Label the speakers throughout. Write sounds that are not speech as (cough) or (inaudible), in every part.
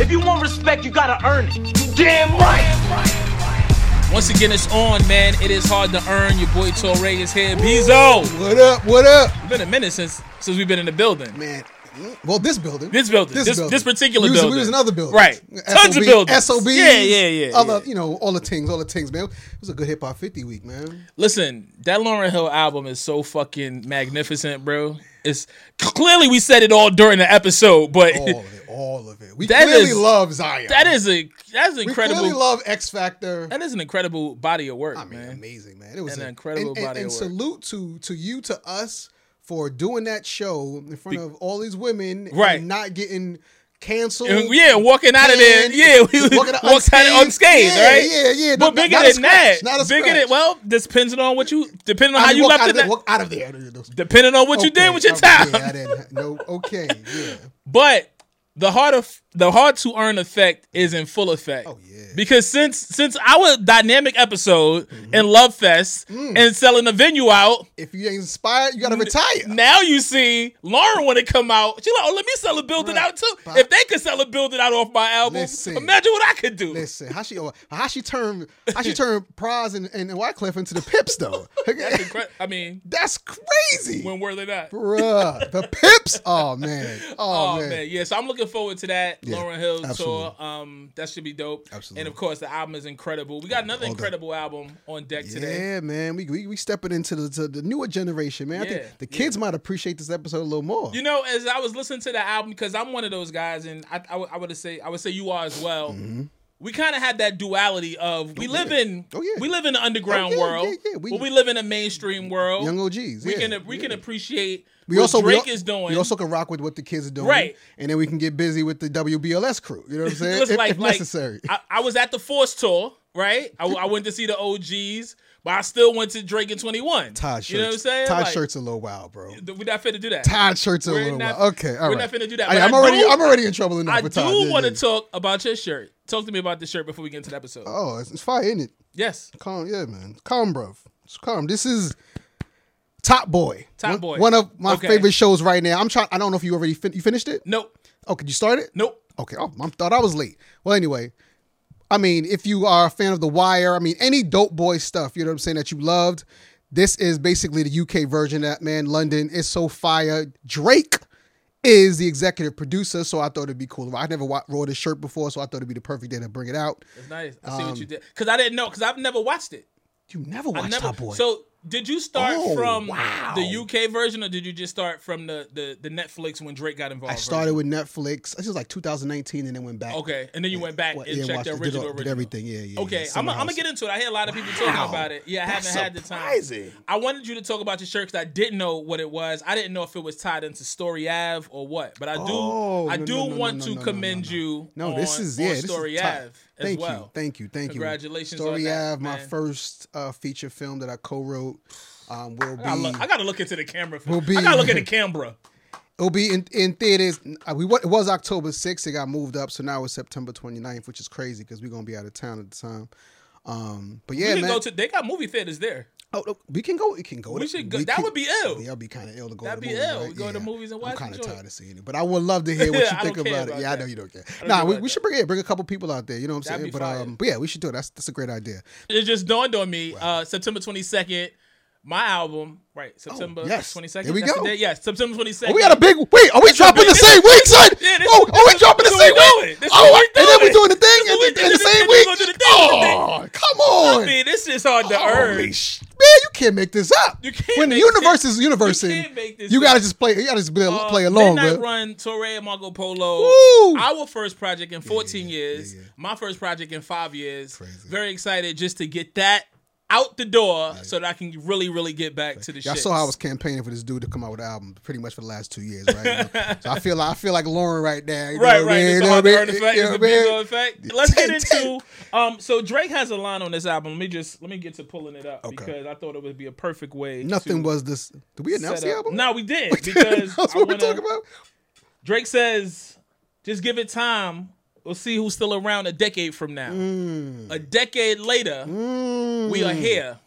Speaker 1: If you want respect, you gotta earn it. You damn right.
Speaker 2: Once again, it's on, man. It is hard to earn. Your boy Torre is here. Bizo.
Speaker 3: What up? What up?
Speaker 2: It's been a minute since since we've been in the building,
Speaker 3: man. Well, this building,
Speaker 2: this building, this, this, building. this particular
Speaker 3: we
Speaker 2: was, building,
Speaker 3: we was another building,
Speaker 2: right? Tons of buildings,
Speaker 3: sob,
Speaker 2: yeah, yeah, yeah.
Speaker 3: Other,
Speaker 2: yeah.
Speaker 3: you know, all the things, all the things, man. It was a good hip hop fifty
Speaker 2: (laughs)
Speaker 3: week, man.
Speaker 2: Listen, that Lauren Hill album is so fucking magnificent, bro. It's clearly we said it all during the episode, but
Speaker 3: all of it, all of it. We that clearly is, love
Speaker 2: (laughs)
Speaker 3: Zion.
Speaker 2: That is a that's incredible.
Speaker 3: We clearly love X Factor.
Speaker 2: That is an incredible body of work. I
Speaker 3: mean,
Speaker 2: man.
Speaker 3: amazing, man. It was
Speaker 2: an a, incredible body
Speaker 3: and, and, and
Speaker 2: of work.
Speaker 3: salute to to you to us for doing that show in front of all these women
Speaker 2: right.
Speaker 3: and not getting canceled.
Speaker 2: And, yeah, walking out of there. Yeah, we walking (laughs) out unscathed, out unscathed
Speaker 3: yeah,
Speaker 2: right?
Speaker 3: Yeah, yeah.
Speaker 2: But bigger
Speaker 3: not, not
Speaker 2: than that,
Speaker 3: not a
Speaker 2: bigger
Speaker 3: scratch.
Speaker 2: than well, depending on what you depending on
Speaker 3: I
Speaker 2: how
Speaker 3: mean,
Speaker 2: you left
Speaker 3: out
Speaker 2: it.
Speaker 3: of there,
Speaker 2: that-
Speaker 3: walk out of there.
Speaker 2: Depending on what you
Speaker 3: Okay,
Speaker 2: did with your
Speaker 3: okay,
Speaker 2: time.
Speaker 3: Yeah, I didn't. No, okay, yeah.
Speaker 2: But the hard of the hard to earn effect is in full effect.
Speaker 3: Oh, yeah.
Speaker 2: Because since since our dynamic episode
Speaker 3: Mm-hmm.
Speaker 2: in Love Fest
Speaker 3: Mm.
Speaker 2: and selling the venue out,
Speaker 3: If you ain't inspired, you gotta retire.
Speaker 2: now you see Lauren when it come out. She like, oh, let me sell a building
Speaker 3: Bruh,
Speaker 2: out too.
Speaker 3: but-
Speaker 2: if they could sell a building out off my album,
Speaker 3: Listen.
Speaker 2: imagine what I could do.
Speaker 3: Listen, how she how she turned how she turned Prize and, and Wyclef into the Pips though.
Speaker 2: (laughs) That's incre- I mean,
Speaker 3: That's crazy,
Speaker 2: when were they not?
Speaker 3: bruh. The Pips.
Speaker 2: (laughs)
Speaker 3: Oh man. Oh,
Speaker 2: Oh man.
Speaker 3: man.
Speaker 2: yeah. So I'm looking forward to that
Speaker 3: Yeah,
Speaker 2: Lauren Hill
Speaker 3: absolutely.
Speaker 2: tour. Um, that should be dope.
Speaker 3: Absolutely.
Speaker 2: And of course, the album is incredible. We got another
Speaker 3: All done.
Speaker 2: incredible album on deck today.
Speaker 3: Yeah, man, we, we we stepping into the to the newer generation, man. I
Speaker 2: Yeah,
Speaker 3: think the kids might appreciate this episode a little more.
Speaker 2: You know, as I was listening to the album, because I'm one of those guys, and I, I, would- I would say I would say you are as well. We kind of had that duality of we live in
Speaker 3: Oh, Mm-hmm. yeah.
Speaker 2: we live in the underground
Speaker 3: Oh, yeah,
Speaker 2: world,
Speaker 3: yeah, yeah. We-
Speaker 2: but we live in a mainstream world.
Speaker 3: Young OGs,
Speaker 2: Oh, we
Speaker 3: yeah,
Speaker 2: can we can appreciate
Speaker 3: we
Speaker 2: what
Speaker 3: also
Speaker 2: Drake
Speaker 3: we, al-
Speaker 2: is doing.
Speaker 3: We also can rock with what the kids are doing,
Speaker 2: Right.
Speaker 3: And then we can get busy with the WBLS crew. You
Speaker 2: (laughs)
Speaker 3: know what I'm saying?
Speaker 2: Listen,
Speaker 3: if,
Speaker 2: like,
Speaker 3: if
Speaker 2: like,
Speaker 3: necessary.
Speaker 2: I, I was at the Force tour, right? I, I went to see the OGs, but I still went to Drake and Twenty One.
Speaker 3: Todd shirts.
Speaker 2: You know what I'm saying?
Speaker 3: Todd
Speaker 2: Like,
Speaker 3: shirts a little wild, bro.
Speaker 2: th- We're not fit to do that.
Speaker 3: Todd shirts a
Speaker 2: We're
Speaker 3: little
Speaker 2: not-
Speaker 3: wild. Okay, all
Speaker 2: we're
Speaker 3: right.
Speaker 2: not finna do that,
Speaker 3: I,
Speaker 2: but
Speaker 3: am
Speaker 2: I
Speaker 3: already
Speaker 2: do-
Speaker 3: I'm already in trouble enough
Speaker 2: I
Speaker 3: with
Speaker 2: do
Speaker 3: Todd. Yeah,
Speaker 2: want to
Speaker 3: yeah.
Speaker 2: talk about your shirt. Talk to me about the shirt before we get into the episode.
Speaker 3: Oh, it's, it's fire, isn't it?
Speaker 2: yes.
Speaker 3: Calm, yeah, man. Calm, bro. It's calm. This is Top Boy.
Speaker 2: Top
Speaker 3: One-
Speaker 2: Boy.
Speaker 3: One of my
Speaker 2: Okay.
Speaker 3: favorite shows right now. I'm trying. I don't know if you already fin- you finished it.
Speaker 2: Nope.
Speaker 3: Oh, could you start it?
Speaker 2: Nope.
Speaker 3: Okay. Oh, I thought I was late. Well, anyway, I mean, if you are a fan of The Wire, I mean, any dope boy stuff, you know what I'm saying, that you loved, this is basically the UK version of that, man. London is so fire. Drake is the executive producer, so I thought it'd be cool. I never wa- wore this shirt before, so I thought it'd be the perfect day to bring it out.
Speaker 2: It's nice. I see what you
Speaker 3: Um,
Speaker 2: did. Because I didn't know. Because I've never watched it.
Speaker 3: You never
Speaker 2: I
Speaker 3: watched
Speaker 2: never.
Speaker 3: Top Boy.
Speaker 2: So did you start
Speaker 3: Oh,
Speaker 2: from
Speaker 3: wow.
Speaker 2: the UK version, or did you just start from the the, the Netflix when Drake got involved?
Speaker 3: I started with Netflix. This was like 2019, and then went back.
Speaker 2: version? Okay, and then you went back
Speaker 3: What-
Speaker 2: and
Speaker 3: yeah,
Speaker 2: checked
Speaker 3: watched
Speaker 2: the
Speaker 3: it, did
Speaker 2: original.
Speaker 3: all- did
Speaker 2: original.
Speaker 3: everything, yeah, yeah,
Speaker 2: Okay,
Speaker 3: yeah,
Speaker 2: I'm
Speaker 3: somehow
Speaker 2: gonna
Speaker 3: it's-
Speaker 2: get into it. I hear a lot of people talking about it. Yeah, I
Speaker 3: That's
Speaker 2: haven't had the time.
Speaker 3: surprising.
Speaker 2: I wanted you to talk about your shirt because I didn't know what it was. I didn't know if it was tied into Story Ave or what. But I do,
Speaker 3: Oh,
Speaker 2: I
Speaker 3: no,
Speaker 2: do
Speaker 3: no, no,
Speaker 2: want
Speaker 3: no,
Speaker 2: to
Speaker 3: no, no,
Speaker 2: commend
Speaker 3: no, no.
Speaker 2: you.
Speaker 3: No, this
Speaker 2: on-
Speaker 3: is
Speaker 2: on
Speaker 3: yeah, this is
Speaker 2: Story
Speaker 3: tight.
Speaker 2: Ave as
Speaker 3: Thank you,
Speaker 2: well.
Speaker 3: thank you, thank
Speaker 2: Congratulations
Speaker 3: you.
Speaker 2: on
Speaker 3: Story
Speaker 2: that,
Speaker 3: Ave, my
Speaker 2: man.
Speaker 3: first uh, feature film that I co-wrote, um, will be
Speaker 2: I, look, I gotta look into the camera. For,
Speaker 3: Will be-
Speaker 2: I gotta look at the
Speaker 3: (laughs)
Speaker 2: camera.
Speaker 3: it'll be in, in theaters. Uh, We wa- it was October 6th. It got moved up, so now it's September 29th, which is crazy because we're gonna be out of town at the time. Um, but yeah,
Speaker 2: we can
Speaker 3: man,
Speaker 2: go to. They got movie theaters there.
Speaker 3: oh, look, we can go. We can go.
Speaker 2: We
Speaker 3: to-
Speaker 2: should go- that
Speaker 3: can-
Speaker 2: would be ill.
Speaker 3: Yeah, that'd be kind of ill to go.
Speaker 2: That'd
Speaker 3: to the
Speaker 2: be
Speaker 3: movies,
Speaker 2: ill.
Speaker 3: Right?
Speaker 2: We go to
Speaker 3: yeah.
Speaker 2: movies and
Speaker 3: I'm
Speaker 2: watch
Speaker 3: kind
Speaker 2: the
Speaker 3: of
Speaker 2: joint.
Speaker 3: tired of seeing it, but I would love to hear what
Speaker 2: I
Speaker 3: you think
Speaker 2: don't care
Speaker 3: about it.
Speaker 2: about
Speaker 3: Yeah, I know
Speaker 2: that.
Speaker 3: you don't care.
Speaker 2: don't
Speaker 3: Nah,
Speaker 2: care
Speaker 3: we,
Speaker 2: about
Speaker 3: we should bring it. Bring a couple people out there. You know what I'm
Speaker 2: That'd
Speaker 3: saying?
Speaker 2: be
Speaker 3: But
Speaker 2: fire.
Speaker 3: um, but yeah, we should do it. That's that's a great idea.
Speaker 2: It just dawned on me. Uh, September 22nd, my album, right? September
Speaker 3: Oh, yes.
Speaker 2: 22nd.
Speaker 3: There we
Speaker 2: That's
Speaker 3: go.
Speaker 2: The day. Yes, September 22nd.
Speaker 3: Oh, we got a big wait. Are we dropping
Speaker 2: big-
Speaker 3: the same week, son?
Speaker 2: Yeah, this-
Speaker 3: oh, are we dropping the
Speaker 2: this what
Speaker 3: same
Speaker 2: we doing.
Speaker 3: week?
Speaker 2: This
Speaker 3: Oh,
Speaker 2: what we
Speaker 3: and then we
Speaker 2: doing.
Speaker 3: doing the thing
Speaker 2: This
Speaker 3: at
Speaker 2: what we
Speaker 3: the, in the
Speaker 2: doing. This
Speaker 3: same
Speaker 2: what we
Speaker 3: week.
Speaker 2: gonna do the thing.
Speaker 3: Oh, come
Speaker 2: I
Speaker 3: on!
Speaker 2: mean, this shit's hard to
Speaker 3: Holy
Speaker 2: earn.
Speaker 3: sh- man, you can't make this up.
Speaker 2: You can't
Speaker 3: when the
Speaker 2: make
Speaker 3: universe
Speaker 2: this-
Speaker 3: is universing,
Speaker 2: you can't make this
Speaker 3: you gotta
Speaker 2: up.
Speaker 3: just play. You gotta just be, a-
Speaker 2: Uh,
Speaker 3: play along,
Speaker 2: Midnight
Speaker 3: bro.
Speaker 2: Run, Torre, Marco Polo.
Speaker 3: Woo!
Speaker 2: Our first project in 14 years. My first project in five years. Very excited just to get that out the door so that I can really, really get back to the
Speaker 3: Y'all
Speaker 2: shit.
Speaker 3: saw how I was campaigning for this dude to come out with an album pretty much for the last two years, right? so I feel like I feel like Lauren right now. You know
Speaker 2: Right,
Speaker 3: what
Speaker 2: right.
Speaker 3: I mean?
Speaker 2: It's
Speaker 3: You
Speaker 2: the
Speaker 3: know what
Speaker 2: hard
Speaker 3: I
Speaker 2: earned
Speaker 3: mean?
Speaker 2: effect.
Speaker 3: You know
Speaker 2: It's the
Speaker 3: what I mean?
Speaker 2: Benzo
Speaker 3: (laughs)
Speaker 2: effect. Let's get
Speaker 3: Ten,
Speaker 2: into um. So Drake has a line on this album. Let me just let me get to pulling it up because I thought it would be a perfect way.
Speaker 3: Nothing
Speaker 2: to (laughs)
Speaker 3: was this. Did we announce
Speaker 2: set
Speaker 3: the
Speaker 2: up-
Speaker 3: (laughs) album?
Speaker 2: No, we did
Speaker 3: We didn't
Speaker 2: because
Speaker 3: announce
Speaker 2: I
Speaker 3: what we're
Speaker 2: wanna-
Speaker 3: talking about.
Speaker 2: Drake says, just give it time. We'll see who's still around a decade from now.
Speaker 3: Mm.
Speaker 2: A decade later, we are here.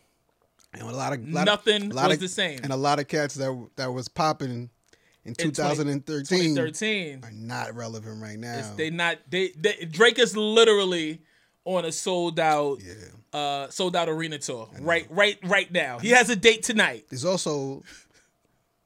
Speaker 3: And a lot of lot
Speaker 2: Nothing
Speaker 3: of, lot
Speaker 2: was
Speaker 3: of,
Speaker 2: the same.
Speaker 3: and a lot of cats that that was popping in 2013
Speaker 2: 2013.
Speaker 3: are not relevant right now.
Speaker 2: They not they, they Drake is literally on a sold out uh sold out arena tour. Right right right now. He has a date tonight.
Speaker 3: There's also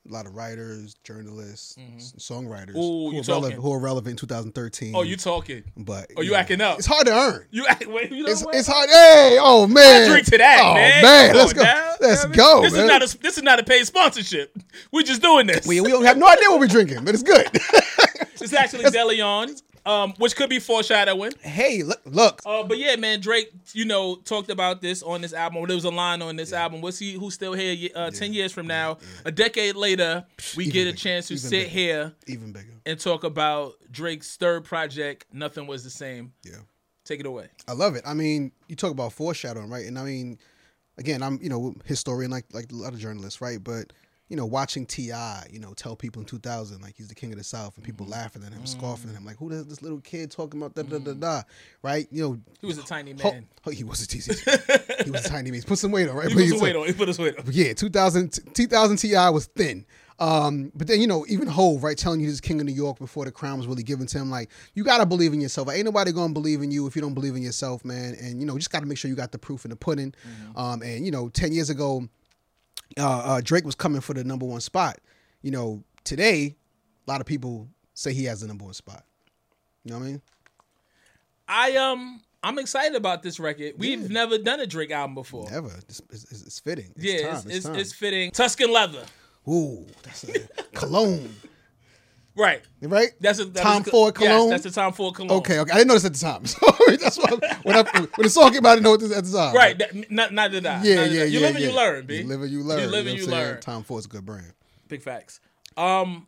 Speaker 3: a lot of writers, journalists, s- songwriters
Speaker 2: Mm-hmm. Ooh,
Speaker 3: who,
Speaker 2: you
Speaker 3: are relevant,
Speaker 2: talking.
Speaker 3: who are relevant in 2013.
Speaker 2: Oh, you talking.
Speaker 3: but
Speaker 2: Oh, you acting up.
Speaker 3: It's hard to earn.
Speaker 2: You act wait, you know
Speaker 3: It's,
Speaker 2: what?
Speaker 3: it's hard. Hey, oh man,
Speaker 2: drink to that,
Speaker 3: oh,
Speaker 2: man. Come
Speaker 3: let's
Speaker 2: on
Speaker 3: go.
Speaker 2: now.
Speaker 3: Let's
Speaker 2: You know what I
Speaker 3: go.
Speaker 2: mean? This
Speaker 3: man.
Speaker 2: is not a this is not a paid sponsorship. We're just doing this.
Speaker 3: (laughs) we, we don't have no idea what we're drinking, but it's good. (laughs)
Speaker 2: It's actually Deleon, um, which could be foreshadowing.
Speaker 3: hey, look, look.
Speaker 2: Uh, but yeah, man, Drake, you know, talked about this on this album. There was a line on this album. What's he who's still here uh, ten years from now? A decade later, we get a
Speaker 3: bigger.
Speaker 2: chance to
Speaker 3: Even
Speaker 2: sit
Speaker 3: bigger.
Speaker 2: here
Speaker 3: Even bigger.
Speaker 2: and talk about Drake's third project. Nothing was the same.
Speaker 3: Yeah.
Speaker 2: Take it away.
Speaker 3: I love it. I mean, you talk about foreshadowing, right? And I mean, again, I'm you know historian like like a lot of journalists, right? But you know, watching Ti, you know, tell people in 2000 like he's the king of the South,
Speaker 2: Mm-hmm.
Speaker 3: and people laughing at him, scoffing at him, like who does this little kid talking about da da da da, right? You know,
Speaker 2: Mm-hmm. He was a tiny man.
Speaker 3: ho- ho- he was a TC.
Speaker 2: (laughs)
Speaker 3: he was a tiny man. He put some weight on, right?
Speaker 2: He
Speaker 3: But
Speaker 2: put his
Speaker 3: he's
Speaker 2: weight
Speaker 3: a-
Speaker 2: on. He put his weight on.
Speaker 3: yeah, 2000, t- 2000 Ti was thin. Um, but then you know, even Hove, right, telling you he's king of New York before the crown was really given to him. Like, you gotta believe in yourself. Ain't nobody gonna believe in you if you don't believe in yourself, man. And you know, just gotta make sure you got the proof in the pudding.
Speaker 2: Mm-hmm.
Speaker 3: Um, and you know, ten years ago, uh, uh, Drake was coming for the number one spot. You know, today, a lot of people say he has the number one spot. You know what I mean?
Speaker 2: I um, I'm excited about this record. We've never done a Drake album before.
Speaker 3: Ever, it's, it's, it's- it's fitting. It's
Speaker 2: Yeah,
Speaker 3: time.
Speaker 2: it's it's,
Speaker 3: time.
Speaker 2: it's fitting. Tuscan leather,
Speaker 3: Ooh, that's a (laughs) cologne,
Speaker 2: right?
Speaker 3: right?
Speaker 2: That's a that's
Speaker 3: Tom
Speaker 2: a,
Speaker 3: Ford cologne.
Speaker 2: Yes, that's a Tom Ford cologne.
Speaker 3: Okay, okay. I didn't know this at the time. (laughs) So that's why when, I, when the song came out, I didn't know this at the time.
Speaker 2: Right. That, not, not did I.
Speaker 3: Yeah,
Speaker 2: Not
Speaker 3: yeah,
Speaker 2: did I.
Speaker 3: yeah.
Speaker 2: You live and
Speaker 3: yeah.
Speaker 2: you learn, B.
Speaker 3: You live and you learn.
Speaker 2: You live
Speaker 3: know
Speaker 2: and
Speaker 3: what
Speaker 2: you
Speaker 3: I'm saying?
Speaker 2: learn.
Speaker 3: Tom Ford's a good brand.
Speaker 2: Big facts. Um,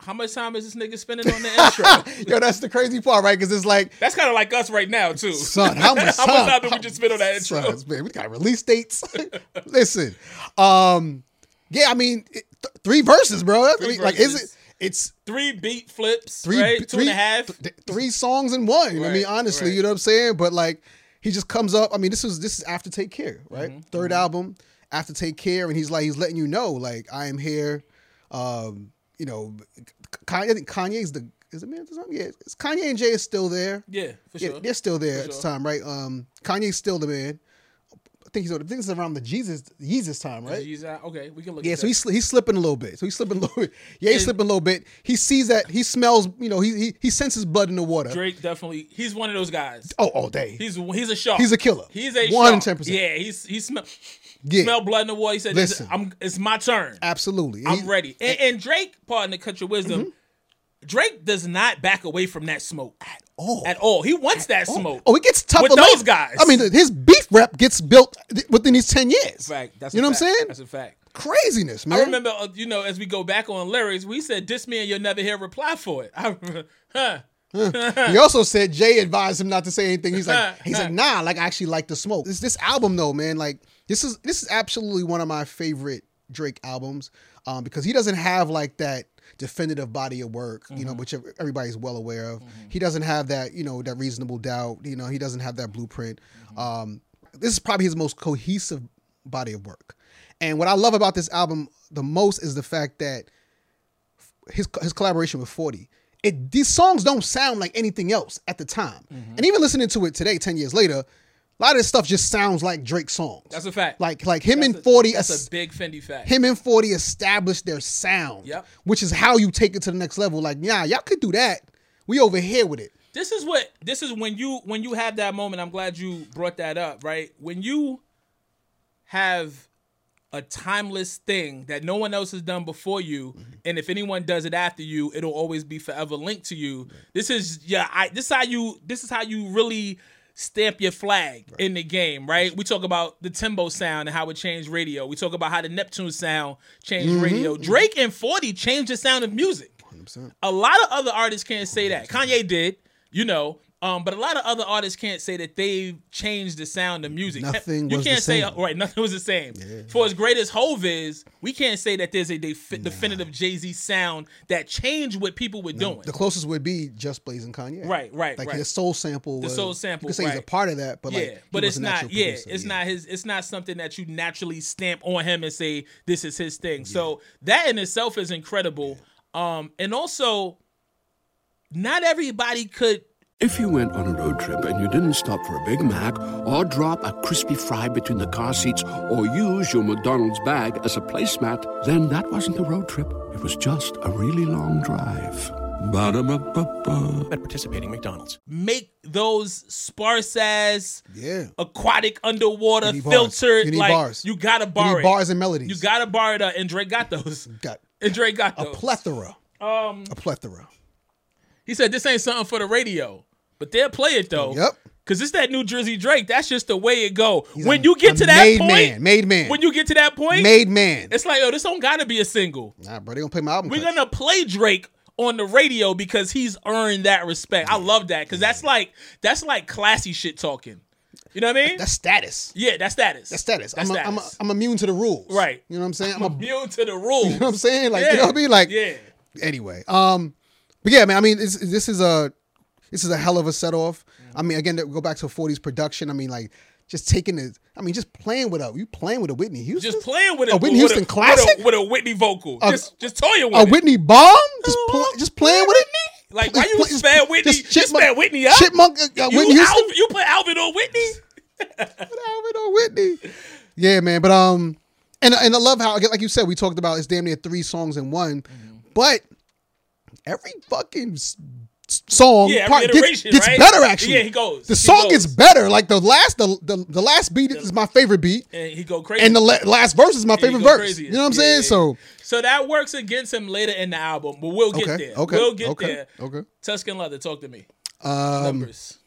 Speaker 2: how much time is this nigga spending
Speaker 3: (laughs)
Speaker 2: on the intro?
Speaker 3: Yo, that's the crazy part, right? Because it's like,
Speaker 2: That's kind of like us right now, too.
Speaker 3: son, how
Speaker 2: (laughs)
Speaker 3: much
Speaker 2: How
Speaker 3: time?
Speaker 2: much time did we just spend on that intro?
Speaker 3: Son, man, we got release dates. (laughs) Listen, um, yeah, I mean, it, th- three verses, bro. I
Speaker 2: Three
Speaker 3: mean, like, is
Speaker 2: verses.
Speaker 3: it? It's
Speaker 2: Three beat flips,
Speaker 3: three,
Speaker 2: right? Two
Speaker 3: three-
Speaker 2: and a half.
Speaker 3: th- three songs in one. I mean,
Speaker 2: Right,
Speaker 3: honestly,
Speaker 2: right.
Speaker 3: you know what I'm saying. But like, he just comes up. I mean, this is this is after Take Care, right?
Speaker 2: Mm-hmm,
Speaker 3: 3rd album, after Take Care, and he's like, he's letting you know, like, I am here. Um, you know, Kanye. I think Kanye's the is it man at the time? Yeah, it's Kanye and Jay is still there.
Speaker 2: Yeah, for
Speaker 3: Yeah,
Speaker 2: sure.
Speaker 3: they're still there
Speaker 2: For
Speaker 3: at the
Speaker 2: sure.
Speaker 3: time, right? Um, Kanye's still the man. I think he's I think it's around the Jesus Jesus time, right?
Speaker 2: Jeez, I- okay, we can look.
Speaker 3: Yeah,
Speaker 2: at
Speaker 3: so
Speaker 2: that.
Speaker 3: he's he's slipping a little bit. So he's slipping a little bit. Yeah,
Speaker 2: And-
Speaker 3: he's slipping a little bit. He sees that he smells. You know, he he, he senses blood in the water.
Speaker 2: Drake definitely. He's one of those guys.
Speaker 3: Oh, all day.
Speaker 2: He's he's a shark.
Speaker 3: He's a killer.
Speaker 2: He's a
Speaker 3: One
Speaker 2: shark.
Speaker 3: and 10%.
Speaker 2: Yeah, he's he smell
Speaker 3: yeah,
Speaker 2: smell blood in the water. He said, this-
Speaker 3: Listen.
Speaker 2: "I'm it's my turn.
Speaker 3: absolutely.
Speaker 2: I'm
Speaker 3: He- Mm-hmm.
Speaker 2: ready." And, and Drake, pardon the country wisdom. Drake does not back away from that smoke at
Speaker 3: all.
Speaker 2: At all, he wants that smoke.
Speaker 3: Oh, it gets tougher
Speaker 2: With those
Speaker 3: later.
Speaker 2: guys.
Speaker 3: I mean, his beef rep gets built th- within these ten years.
Speaker 2: fact. That's
Speaker 3: you
Speaker 2: a
Speaker 3: know
Speaker 2: fact.
Speaker 3: what I'm saying?
Speaker 2: That's a fact.
Speaker 3: Craziness, man.
Speaker 2: I remember, uh, you know, as we go back on lyrics, we said, "Diss me and you'll never hear a reply for it." (laughs) I remember, huh?
Speaker 3: He also said Jay advised him not to say anything. He's like, he's
Speaker 2: huh.
Speaker 3: like, nah, like I actually like to smoke. This this album though, man, like this is this is absolutely one of my favorite Drake albums um, because he doesn't have like that definitive body of work, you know, which ev- everybody's well aware of. He doesn't have that, you know, that reasonable doubt. You know, he doesn't have that blueprint. Um, this is probably his most cohesive body of work. And what I love about this album the most is the fact that his his collaboration with Forty.
Speaker 2: Mm-hmm.
Speaker 3: It these songs don't sound like anything else at the time, and even listening to it today, ten years later, A lot of this stuff just sounds like Drake songs.
Speaker 2: That's a fact.
Speaker 3: like like him
Speaker 2: That's
Speaker 3: and
Speaker 2: a-
Speaker 3: Forty.
Speaker 2: That's
Speaker 3: es-
Speaker 2: a big Fendi fact.
Speaker 3: him and 40 established their sound,
Speaker 2: Yep.
Speaker 3: which is how you take it to the next level. Like, nah, y'all could do that. We over here with it.
Speaker 2: this is what this is when you when you have that moment i'm glad you brought that up right when you have a timeless thing that no one else has done before you
Speaker 3: Mm-hmm.
Speaker 2: and if anyone does it after you it'll always be forever linked to you this is yeah I, this is how you this is how you really stamp your flag in the game right we talk about the timbo sound and how it changed radio we talk about how the neptune sound changed
Speaker 3: Mm-hmm.
Speaker 2: radio drake and 40 changed the sound of music a lot of other artists can't say that. Kanye did, you know, um, but a lot of other artists can't say that they've changed the sound of music.
Speaker 3: Nothing
Speaker 2: you
Speaker 3: was the
Speaker 2: can't say
Speaker 3: same.
Speaker 2: right. Nothing was the same. For as great as Hove is, we can't say that there's a defi- definitive Jay Z sound that changed what people were doing.
Speaker 3: The closest would be Just Blaze and Kanye.
Speaker 2: Right, right,
Speaker 3: Like
Speaker 2: right.
Speaker 3: his soul sample.
Speaker 2: The
Speaker 3: was-
Speaker 2: soul sample,
Speaker 3: You could say he's a
Speaker 2: right.
Speaker 3: part of that, but like,
Speaker 2: yeah,
Speaker 3: he
Speaker 2: but it's
Speaker 3: wasn't
Speaker 2: not.
Speaker 3: actual
Speaker 2: Yeah,
Speaker 3: producer,
Speaker 2: it's not his. It's not something that you naturally stamp on him and say this is his thing. So that in itself is incredible. Um, and also, not everybody could
Speaker 4: If you went on a road trip and you didn't stop for a Big Mac or drop a crispy fry between the car seats or use your McDonald's bag as a placemat, then that wasn't a road trip. It was just a really long drive. Ba-da-ba-ba-ba.
Speaker 5: At participating McDonald's.
Speaker 2: make those sparse ass
Speaker 3: Yeah.
Speaker 2: aquatic underwater
Speaker 3: You need bars.
Speaker 2: filtered
Speaker 3: You need
Speaker 2: like
Speaker 3: bars.
Speaker 2: you gotta
Speaker 3: You
Speaker 2: bar
Speaker 3: need
Speaker 2: it.
Speaker 3: bars and melodies.
Speaker 2: You gotta bar it up, and Drake got
Speaker 3: (laughs)
Speaker 2: those.
Speaker 3: got
Speaker 2: And Drake got
Speaker 3: a
Speaker 2: those.
Speaker 3: plethora. Um, a plethora.
Speaker 2: he said this ain't something for the radio, but they'll play it though.
Speaker 3: Yep.
Speaker 2: Cause it's that New Jersey Drake. That's just the way it go.
Speaker 3: He's
Speaker 2: when
Speaker 3: a-
Speaker 2: you get
Speaker 3: a
Speaker 2: to that
Speaker 3: made
Speaker 2: point,
Speaker 3: man, made man.
Speaker 2: When you get to that point,
Speaker 3: Made man.
Speaker 2: it's like yo, this don't gotta be a single.
Speaker 3: Nah, bro, they gonna play my album.
Speaker 2: We're
Speaker 3: cuts.
Speaker 2: gonna play Drake on the radio because he's earned that respect. I love that because that's like that's like classy shit talking. You know what I mean?
Speaker 3: That's status.
Speaker 2: Yeah, that's status.
Speaker 3: That's status.
Speaker 2: That's
Speaker 3: I'm, a,
Speaker 2: status.
Speaker 3: I'm, a, I'm immune to the rules.
Speaker 2: Right.
Speaker 3: You know what I'm saying?
Speaker 2: (laughs)
Speaker 3: I'm a, you
Speaker 2: immune to the rules.
Speaker 3: know what I'm saying? Like, you know what I mean? Like,
Speaker 2: yeah,
Speaker 3: anyway um but yeah man i mean it's, this is a this is a hell of a set off
Speaker 2: Mm.
Speaker 3: i mean again to go back to 40s production i mean like just taking it i mean just playing with a you playing with a whitney houston
Speaker 2: just playing with
Speaker 3: a
Speaker 2: a
Speaker 3: whitney
Speaker 2: with a-
Speaker 3: houston classic
Speaker 2: with a, with a Whitney vocal.
Speaker 3: A-
Speaker 2: just just toying with
Speaker 3: a
Speaker 2: it.
Speaker 3: whitney bomb just, pl- just playing with it
Speaker 2: Like why you
Speaker 3: Just play-
Speaker 2: spare Whitney?
Speaker 3: just
Speaker 2: you
Speaker 3: chipmunk-
Speaker 2: spare Whitney up.
Speaker 3: chipmunk uh, uh,
Speaker 2: you,
Speaker 3: whitney houston
Speaker 2: Alvin, you put Alvin on Whitney.
Speaker 3: Alvin or Whitney. Yeah, man. But um, and and I love how again, like you said, we talked about it's damn near three songs in one, but every fucking s- s- song
Speaker 2: Yeah, every
Speaker 3: part gets,
Speaker 2: iteration,
Speaker 3: gets
Speaker 2: right?
Speaker 3: better. Actually,
Speaker 2: Yeah, he goes.
Speaker 3: The
Speaker 2: He
Speaker 3: song
Speaker 2: goes.
Speaker 3: gets better. Like the last the the, the last beat is my favorite beat,
Speaker 2: And he go crazy.
Speaker 3: and the la- last verse is my
Speaker 2: he
Speaker 3: favorite
Speaker 2: go
Speaker 3: verse.
Speaker 2: crazy.
Speaker 3: You know what I'm
Speaker 2: Yeah,
Speaker 3: saying?
Speaker 2: yeah,
Speaker 3: So
Speaker 2: so that works against him later in the album, but we'll get
Speaker 3: okay,
Speaker 2: there.
Speaker 3: okay,
Speaker 2: we'll get
Speaker 3: okay,
Speaker 2: there.
Speaker 3: okay.
Speaker 2: Tuscan Leather, talk to me.
Speaker 3: Um,
Speaker 2: Numbers.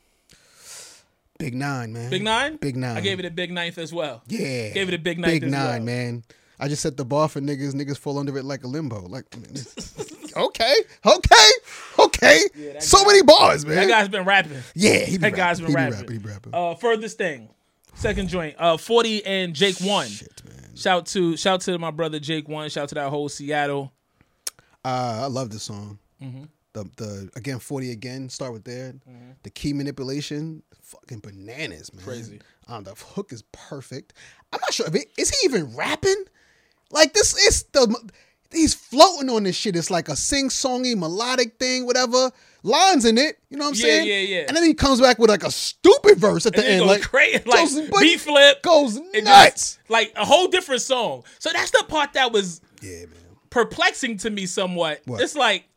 Speaker 3: big nine, man.
Speaker 2: Big nine.
Speaker 3: Big nine.
Speaker 2: I gave it a big ninth as well.
Speaker 3: Yeah.
Speaker 2: Gave it a big ninth
Speaker 3: Big
Speaker 2: as
Speaker 3: nine,
Speaker 2: well.
Speaker 3: man. I just set the bar for niggas. Niggas fall under it like a limbo. Like, (laughs) okay, okay, okay. so many bars, man.
Speaker 2: That guy's been rapping.
Speaker 3: yeah, he be
Speaker 2: That guy's
Speaker 3: rapping.
Speaker 2: been
Speaker 3: he
Speaker 2: rapping.
Speaker 3: Be rapping. He be rapping.
Speaker 2: Uh, furthest thing, second joint. Uh, Forty and Jake One. Shout to shout to my brother Jake One. Shout to that whole Seattle.
Speaker 3: Uh, I love this song.
Speaker 2: Mm-hmm.
Speaker 3: The the again forty again. Start with there. The key manipulation, fucking bananas, man.
Speaker 2: Crazy.
Speaker 3: Um, the hook is perfect. I'm not sure if it, is he even rapping. Like this is the he's floating on this shit. It's like a sing songy melodic thing, whatever. Lines in it, you know what I'm
Speaker 2: Yeah,
Speaker 3: saying?
Speaker 2: yeah, yeah.
Speaker 3: And then he comes back with like a stupid verse at
Speaker 2: And
Speaker 3: the
Speaker 2: then
Speaker 3: end,
Speaker 2: goes
Speaker 3: like
Speaker 2: crazy, like
Speaker 3: goes- but
Speaker 2: beat flip.
Speaker 3: goes
Speaker 2: It (laughs)
Speaker 3: nuts.
Speaker 2: Just, like a whole different song. So that's the part that was
Speaker 3: yeah, man.
Speaker 2: perplexing to me somewhat.
Speaker 3: What?
Speaker 2: It's like,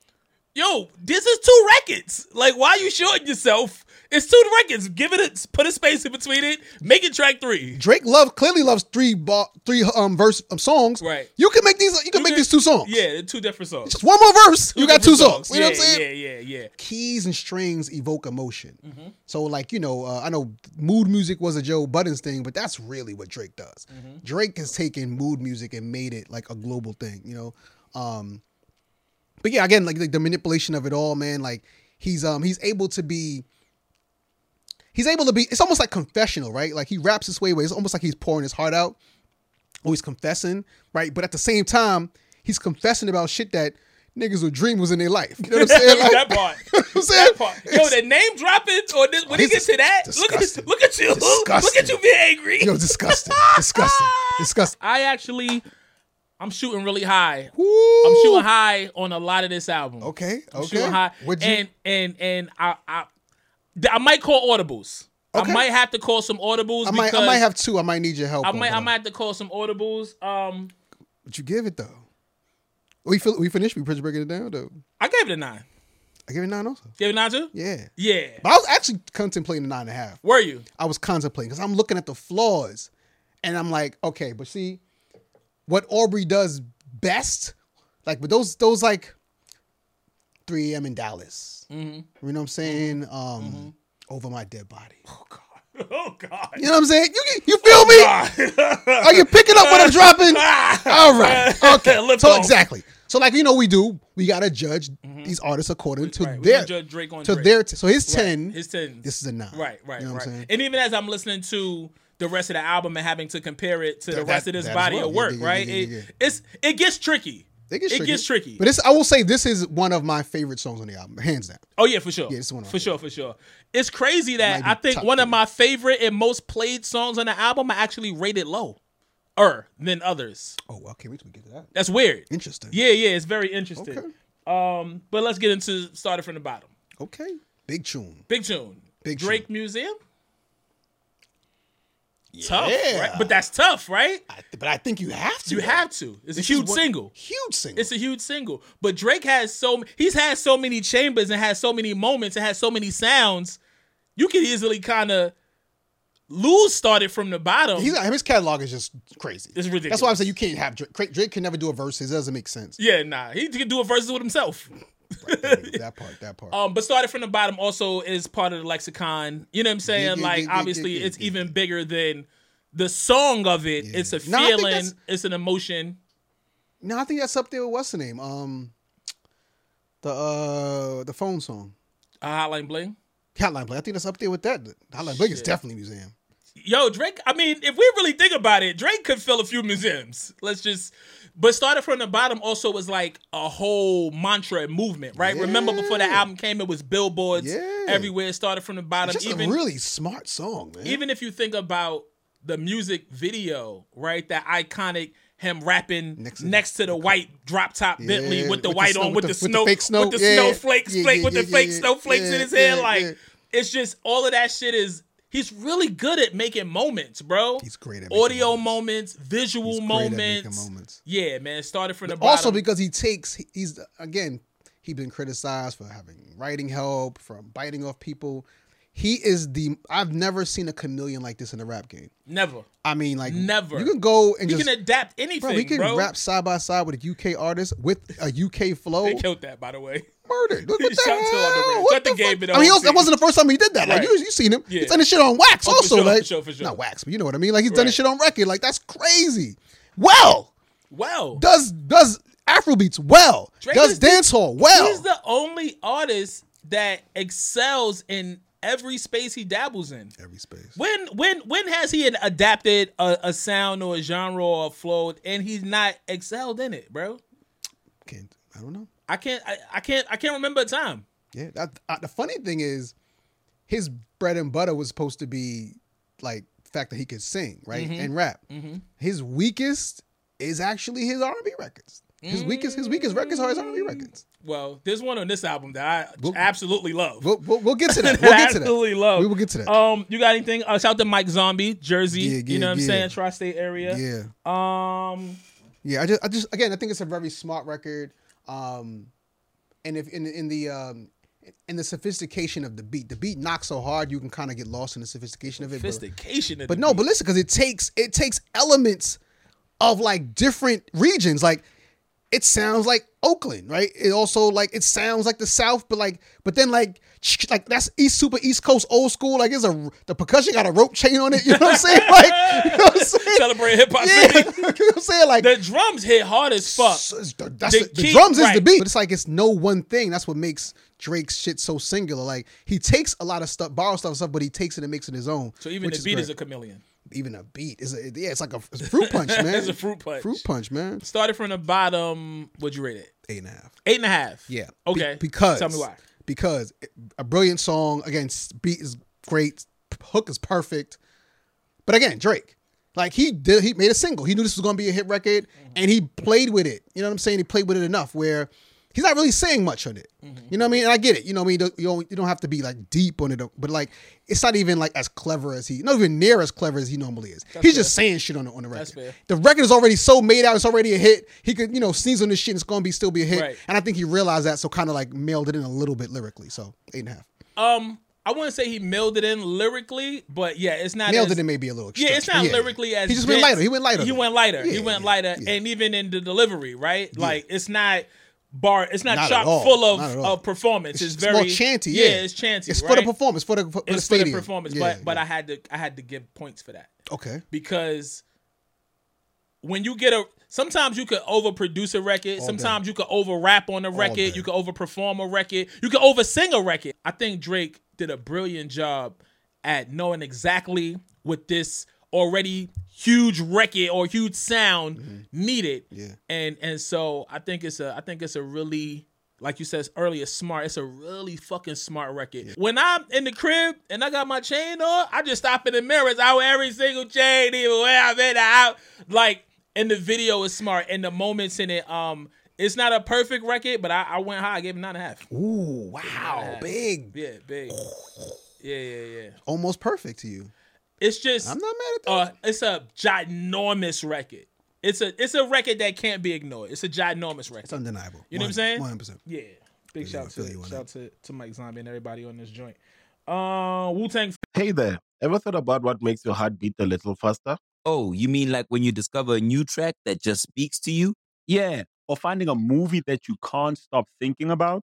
Speaker 2: yo, this is two records. Like, why are you shorting yourself? It's two records. Give it a put a space in between it. Make it track three.
Speaker 3: Drake love clearly loves three ba- three um verse um, songs.
Speaker 2: Right.
Speaker 3: You can make these. You can make
Speaker 2: can-
Speaker 3: these two songs.
Speaker 2: Yeah, they're two different songs.
Speaker 3: Just one more verse. you got two
Speaker 2: different
Speaker 3: songs. You know
Speaker 2: Yeah,
Speaker 3: what I'm saying?
Speaker 2: Yeah, yeah, yeah.
Speaker 3: Keys and strings evoke emotion. So like you know, uh, I know mood music was a Joe Buttons thing, but that's really what Drake does. Drake has taken mood music and made it like a global thing. You know. Um, but yeah, again, like, like the manipulation of it all, man. Like he's um he's able to be. He's able to be. It's almost like confessional, right? Like he raps this way, where it's almost like he's pouring his heart out or he's confessing, right? But at the same time, he's confessing about shit that niggas would dream was in their life. You know what I'm
Speaker 2: (laughs)
Speaker 3: saying? Like,
Speaker 2: that part.
Speaker 3: (laughs) You know what I'm saying?
Speaker 2: That part. Yo, the name dropping or this, when
Speaker 3: Oh,
Speaker 2: he
Speaker 3: he's
Speaker 2: gets to that, look
Speaker 3: disgusting.
Speaker 2: at look at you, look
Speaker 3: Disgusting.
Speaker 2: at you being angry.
Speaker 3: Yo, disgusting.
Speaker 2: (laughs)
Speaker 3: disgusting. Disgusting.
Speaker 2: I actually, I'm shooting really high.
Speaker 3: Woo.
Speaker 2: I'm shooting high on a lot of this album.
Speaker 3: Okay.
Speaker 2: I'm
Speaker 3: Okay.
Speaker 2: shooting high.
Speaker 3: What'd you-
Speaker 2: and and and I I, th- I might call audibles.
Speaker 3: Okay.
Speaker 2: I might have to call some audibles.
Speaker 3: I might,
Speaker 2: because
Speaker 3: I might have two. I might need your help.
Speaker 2: I
Speaker 3: on
Speaker 2: might,
Speaker 3: that.
Speaker 2: I might have to call some audibles. Um,
Speaker 3: But you give it though. We feel, we finished. We pretty breaking it down though.
Speaker 2: I gave it a nine.
Speaker 3: I give it nine also.
Speaker 2: Gave it a nine too.
Speaker 3: Yeah.
Speaker 2: Yeah.
Speaker 3: But I was actually contemplating nine and a half.
Speaker 2: Were you?
Speaker 3: I was contemplating because I'm looking at the flaws, and I'm like, okay, but see, what Aubrey does best, like with those those like 3am in Dallas.
Speaker 2: Mm-hmm.
Speaker 3: You know what I'm saying? Um, over my dead body.
Speaker 2: (laughs) Oh God.
Speaker 3: You know what I'm saying? You you feel me?
Speaker 2: (laughs)
Speaker 3: Are you picking up what I'm dropping? All right. Okay.
Speaker 2: Lip
Speaker 3: so
Speaker 2: off.
Speaker 3: exactly. So like you know we do, we gotta judge these artists according to
Speaker 2: Mm-hmm. Right, we
Speaker 3: their
Speaker 2: can judge Drake on
Speaker 3: to
Speaker 2: Drake.
Speaker 3: their. T- so his ten,
Speaker 2: His ten.
Speaker 3: this is a nine.
Speaker 2: Right, right,
Speaker 3: You know what
Speaker 2: right.
Speaker 3: I'm saying?
Speaker 2: And even as I'm listening to the rest of the album and having to compare it to the
Speaker 3: That-
Speaker 2: rest
Speaker 3: that-
Speaker 2: of this
Speaker 3: that as
Speaker 2: body
Speaker 3: well.
Speaker 2: of
Speaker 3: Yeah,
Speaker 2: work,
Speaker 3: yeah, yeah,
Speaker 2: right?
Speaker 3: yeah, yeah,
Speaker 2: It,
Speaker 3: yeah.
Speaker 2: it's it gets tricky.
Speaker 3: It gets,
Speaker 2: it
Speaker 3: tricky.
Speaker 2: gets tricky.
Speaker 3: But this, I will say, this is one of my favorite songs on the album, hands down.
Speaker 2: Oh yeah, for sure.
Speaker 3: Yeah, it's one of my
Speaker 2: for sure, for sure. It's crazy that
Speaker 3: might be
Speaker 2: I think
Speaker 3: top
Speaker 2: one of
Speaker 3: three.
Speaker 2: my favorite and most played songs on the album I actually rated low er than others.
Speaker 3: Oh, well, can't wait till we get to that.
Speaker 2: That's weird.
Speaker 3: Interesting.
Speaker 2: Yeah, yeah, it's very interesting.
Speaker 3: Okay.
Speaker 2: Um, but let's get into started from the bottom.
Speaker 3: Okay. Big tune.
Speaker 2: Big tune.
Speaker 3: Big
Speaker 2: Drake Museum. Tough,
Speaker 3: Yeah.
Speaker 2: right? But that's tough, right?
Speaker 3: I th- but I think you have to.
Speaker 2: You
Speaker 3: though.
Speaker 2: have to. It's
Speaker 3: This
Speaker 2: a
Speaker 3: is
Speaker 2: huge
Speaker 3: what-
Speaker 2: single.
Speaker 3: Huge single.
Speaker 2: It's a huge single. But Drake has so he's had so many chambers and has so many moments and has so many sounds. You could easily kind of lose started from the bottom.
Speaker 3: He's, his catalog is just crazy.
Speaker 2: It's ridiculous.
Speaker 3: That's why I'm saying you can't have Drake. Drake- Drake can never do a verses. It doesn't
Speaker 2: (laughs)
Speaker 3: make sense.
Speaker 2: yeah, nah. He could do a verses with himself.
Speaker 3: that part. That part.
Speaker 2: Um, but started from the bottom also is part of the lexicon. You know what I'm saying?
Speaker 3: yeah,
Speaker 2: like
Speaker 3: yeah, yeah,
Speaker 2: obviously
Speaker 3: yeah, yeah,
Speaker 2: it's
Speaker 3: yeah,
Speaker 2: even bigger than the song of it. It's a
Speaker 3: No, I think
Speaker 2: feeling,
Speaker 3: that's-
Speaker 2: it's an emotion.
Speaker 3: no, I think that's up there with what's the name? Um, the uh the phone song.
Speaker 2: A hotline bling.
Speaker 3: Hotline Bling. I think that's up there with that. Hotline Bling is definitely museum.
Speaker 2: Yo, Drake, I mean, if we really think about it, Drake could fill a few museums. Let's just but started from the bottom also was like a whole mantra and movement, right? Remember before the
Speaker 3: Yeah.
Speaker 2: album came, it was billboards
Speaker 3: Yeah.
Speaker 2: everywhere. It started from the bottom.
Speaker 3: Just
Speaker 2: even
Speaker 3: a really smart song, man.
Speaker 2: even if you think about the music video, right? That iconic him rapping next
Speaker 3: Next
Speaker 2: to,
Speaker 3: to-
Speaker 2: the white drop top Bentley with the white
Speaker 3: snow-
Speaker 2: on, with the, snow,
Speaker 3: fake snow.
Speaker 2: with the
Speaker 3: Yeah.
Speaker 2: snowflakes,
Speaker 3: Yeah,
Speaker 2: flake,
Speaker 3: yeah,
Speaker 2: with the
Speaker 3: yeah,
Speaker 2: fake
Speaker 3: yeah,
Speaker 2: snowflakes
Speaker 3: yeah,
Speaker 2: in his hair.
Speaker 3: yeah,
Speaker 2: like
Speaker 3: yeah.
Speaker 2: it's just all of that shit is. He's really good at making moments, bro.
Speaker 3: He's great at making
Speaker 2: audio moments, visual
Speaker 3: He's great at
Speaker 2: moments.
Speaker 3: making moments.
Speaker 2: Yeah, man. it Started from the bottom.
Speaker 3: also because he takes he's again he's been criticized for having writing help from biting off people he is the i've never seen a chameleon like this in the rap game
Speaker 2: never.
Speaker 3: i mean like
Speaker 2: Never.
Speaker 3: you can go and
Speaker 2: He
Speaker 3: just
Speaker 2: can adapt anything,
Speaker 3: bro,
Speaker 2: bro.
Speaker 3: he can rap side by side with a uk artist with a uk flow
Speaker 2: They killed that, by the way.
Speaker 3: murdered Look, what the
Speaker 2: (laughs) Shout to all the
Speaker 3: hell?
Speaker 2: rap.
Speaker 3: What
Speaker 2: Shut the
Speaker 3: the
Speaker 2: game
Speaker 3: fuck?
Speaker 2: and
Speaker 3: I mean, he
Speaker 2: all
Speaker 3: also, that
Speaker 2: things.
Speaker 3: wasn't the first time he did that. Like
Speaker 2: Right.
Speaker 3: you, you seen him.
Speaker 2: Yeah. Oh,
Speaker 3: He's done this shit on wax
Speaker 2: for
Speaker 3: also.
Speaker 2: sure,
Speaker 3: like
Speaker 2: for sure, for sure.
Speaker 3: not wax, but you know what I mean. Like he's done this
Speaker 2: Right.
Speaker 3: shit on record. Like that's crazy. Well,
Speaker 2: Wow.
Speaker 3: does does Afrobeats well,
Speaker 2: Drake
Speaker 3: does
Speaker 2: is the-
Speaker 3: dancehall well.
Speaker 2: He's the only artist that excels in every space he dabbles in.
Speaker 3: Every space.
Speaker 2: When when when has he adapted a, a sound or a genre or a flow and he's not excelled in it, bro?
Speaker 3: Can't, I don't know.
Speaker 2: I can't I, I can't I can't remember a time.
Speaker 3: Yeah. That, uh, the funny thing is, his bread and butter was supposed to be like the fact that he could sing, right,
Speaker 2: Mm-hmm.
Speaker 3: and rap. His weakest is actually his R&B records. His weakest, his weakest records are his R&B records.
Speaker 2: Well, there's one on this album that I absolutely love. (laughs)
Speaker 3: We'll, we'll, we'll get to that. We'll
Speaker 2: I
Speaker 3: get to
Speaker 2: (laughs)
Speaker 3: that.
Speaker 2: absolutely love.
Speaker 3: We will get to that.
Speaker 2: Um, you got anything? Uh, shout out to Mike Zombie, Jersey.
Speaker 3: Yeah,
Speaker 2: you
Speaker 3: yeah,
Speaker 2: know what I'm
Speaker 3: yeah.
Speaker 2: saying? Tri-state area.
Speaker 3: yeah.
Speaker 2: Um,
Speaker 3: Yeah, I just, I just again, I think it's a very smart record. Um, and if in in the um, in the sophistication of the beat, the beat knocks so hard you can kind of get lost in the sophistication of it. But,
Speaker 2: sophistication. of
Speaker 3: but
Speaker 2: the
Speaker 3: no,
Speaker 2: beat.
Speaker 3: but listen, because it takes it takes elements of like different regions. Like it sounds like Oakland, right? It also like it sounds like the South, but like but then like like that's East Super East Coast old school. Like it's a the percussion got a rope chain on it. You know what I'm saying? (laughs) Like you know what I'm saying?
Speaker 2: Celebrate hip hop
Speaker 3: (laughs) Yeah,
Speaker 2: city.
Speaker 3: you know what I'm saying? Like
Speaker 2: The drums hit hard as fuck.
Speaker 3: so it's the, that's
Speaker 2: The
Speaker 3: the, the
Speaker 2: key-
Speaker 3: drums is the
Speaker 2: right.
Speaker 3: beat. But it's like it's no one thing. That's what makes Drake's shit so singular. Like he takes a lot of stuff, borrows stuff, and stuff, but he takes it and makes it his own.
Speaker 2: So even
Speaker 3: which
Speaker 2: the beat is a
Speaker 3: great.
Speaker 2: chameleon.
Speaker 3: even a beat is a, yeah. It's like a, it's a fruit
Speaker 2: (laughs)
Speaker 3: punch, man.
Speaker 2: It's a fruit punch.
Speaker 3: Fruit punch, man.
Speaker 2: Started from the bottom. What'd you rate it?
Speaker 3: Eight and a half.
Speaker 2: Eight and a half.
Speaker 3: Yeah.
Speaker 2: Okay.
Speaker 3: Be- because
Speaker 2: tell me why.
Speaker 3: Because it- a brilliant song. Again, s- beat is great. p- Hook is perfect. But again, Drake. Like he did, he made a single. He knew this was gonna be a hit record, and he played with it. You know what I'm saying? He played with it enough where he's not really saying much on it.
Speaker 2: Mm-hmm.
Speaker 3: You know what I mean? And I get it. You know what I mean? You don't, you don't- you don't have to be like deep on it, but like it's not even like as clever as he, not even near as clever as he normally is. he's just saying shit on the on the record.
Speaker 2: That's fair.
Speaker 3: The record is already so made out; it's already a hit. He could you know sneeze on this shit, and it's gonna be still be a hit.
Speaker 2: Right.
Speaker 3: And I think he realized that, so kind of like mailed it in a little bit lyrically. So eight and a half.
Speaker 2: Um, I wouldn't say he mailed it in lyrically, but yeah, it's not
Speaker 3: Mailed
Speaker 2: as,
Speaker 3: it in maybe a little.
Speaker 2: Yeah, it's
Speaker 3: extra,
Speaker 2: not
Speaker 3: yeah.
Speaker 2: lyrically as
Speaker 3: He just went
Speaker 2: dense.
Speaker 3: lighter. He went lighter.
Speaker 2: He
Speaker 3: though.
Speaker 2: went lighter. he
Speaker 3: Yeah,
Speaker 2: went
Speaker 3: yeah,
Speaker 2: lighter,
Speaker 3: yeah.
Speaker 2: and even in the delivery, right? Like it's not bar. It's not,
Speaker 3: Not at
Speaker 2: chock
Speaker 3: all.
Speaker 2: full of,
Speaker 3: Not at all.
Speaker 2: of performance. It's,
Speaker 3: It's,
Speaker 2: very
Speaker 3: more chanty. Yeah,
Speaker 2: it's chanty.
Speaker 3: It's
Speaker 2: right?
Speaker 3: for the performance. For the for, the
Speaker 2: It's for
Speaker 3: stadium
Speaker 2: the performance,
Speaker 3: Yeah,
Speaker 2: but
Speaker 3: yeah.
Speaker 2: but I had to I had to give points for that
Speaker 3: okay.
Speaker 2: because when you get a sometimes you could overproduce a record sometimes you could over rap on a
Speaker 3: day.
Speaker 2: record you could overperform a record you could over sing a record i think drake did a brilliant job at knowing exactly what this already huge record or huge sound needed
Speaker 3: Yeah.
Speaker 2: and and so i think it's a i think it's a really like you said earlier smart it's a really fucking smart record when i'm in the crib and i got my chain on i just stop in the mirrors out every single chain even where i've been out like and the video is smart and the moments in it um it's not a perfect record but i, I went high i gave it nine and a half
Speaker 3: Ooh, wow, big,
Speaker 2: yeah big yeah yeah yeah
Speaker 3: almost perfect to you.
Speaker 2: it's just
Speaker 3: I'm not mad at that.
Speaker 2: uh, it's a ginormous record it's a it's a record that can't be ignored it's a ginormous record
Speaker 3: it's undeniable.
Speaker 2: you know what I'm saying?
Speaker 3: One hundred percent.
Speaker 2: Yeah. Big
Speaker 3: Yeah, I
Speaker 2: shout
Speaker 3: feel
Speaker 2: to
Speaker 3: you on
Speaker 2: shout to, to Mike Zombie and everybody on this joint. Uh, Wu Tang.
Speaker 6: Hey there, ever thought about what makes your heart beat a little faster?
Speaker 7: Oh, you mean like when you discover a new track that just speaks to you?
Speaker 8: Yeah. Or finding a movie that you can't stop thinking about.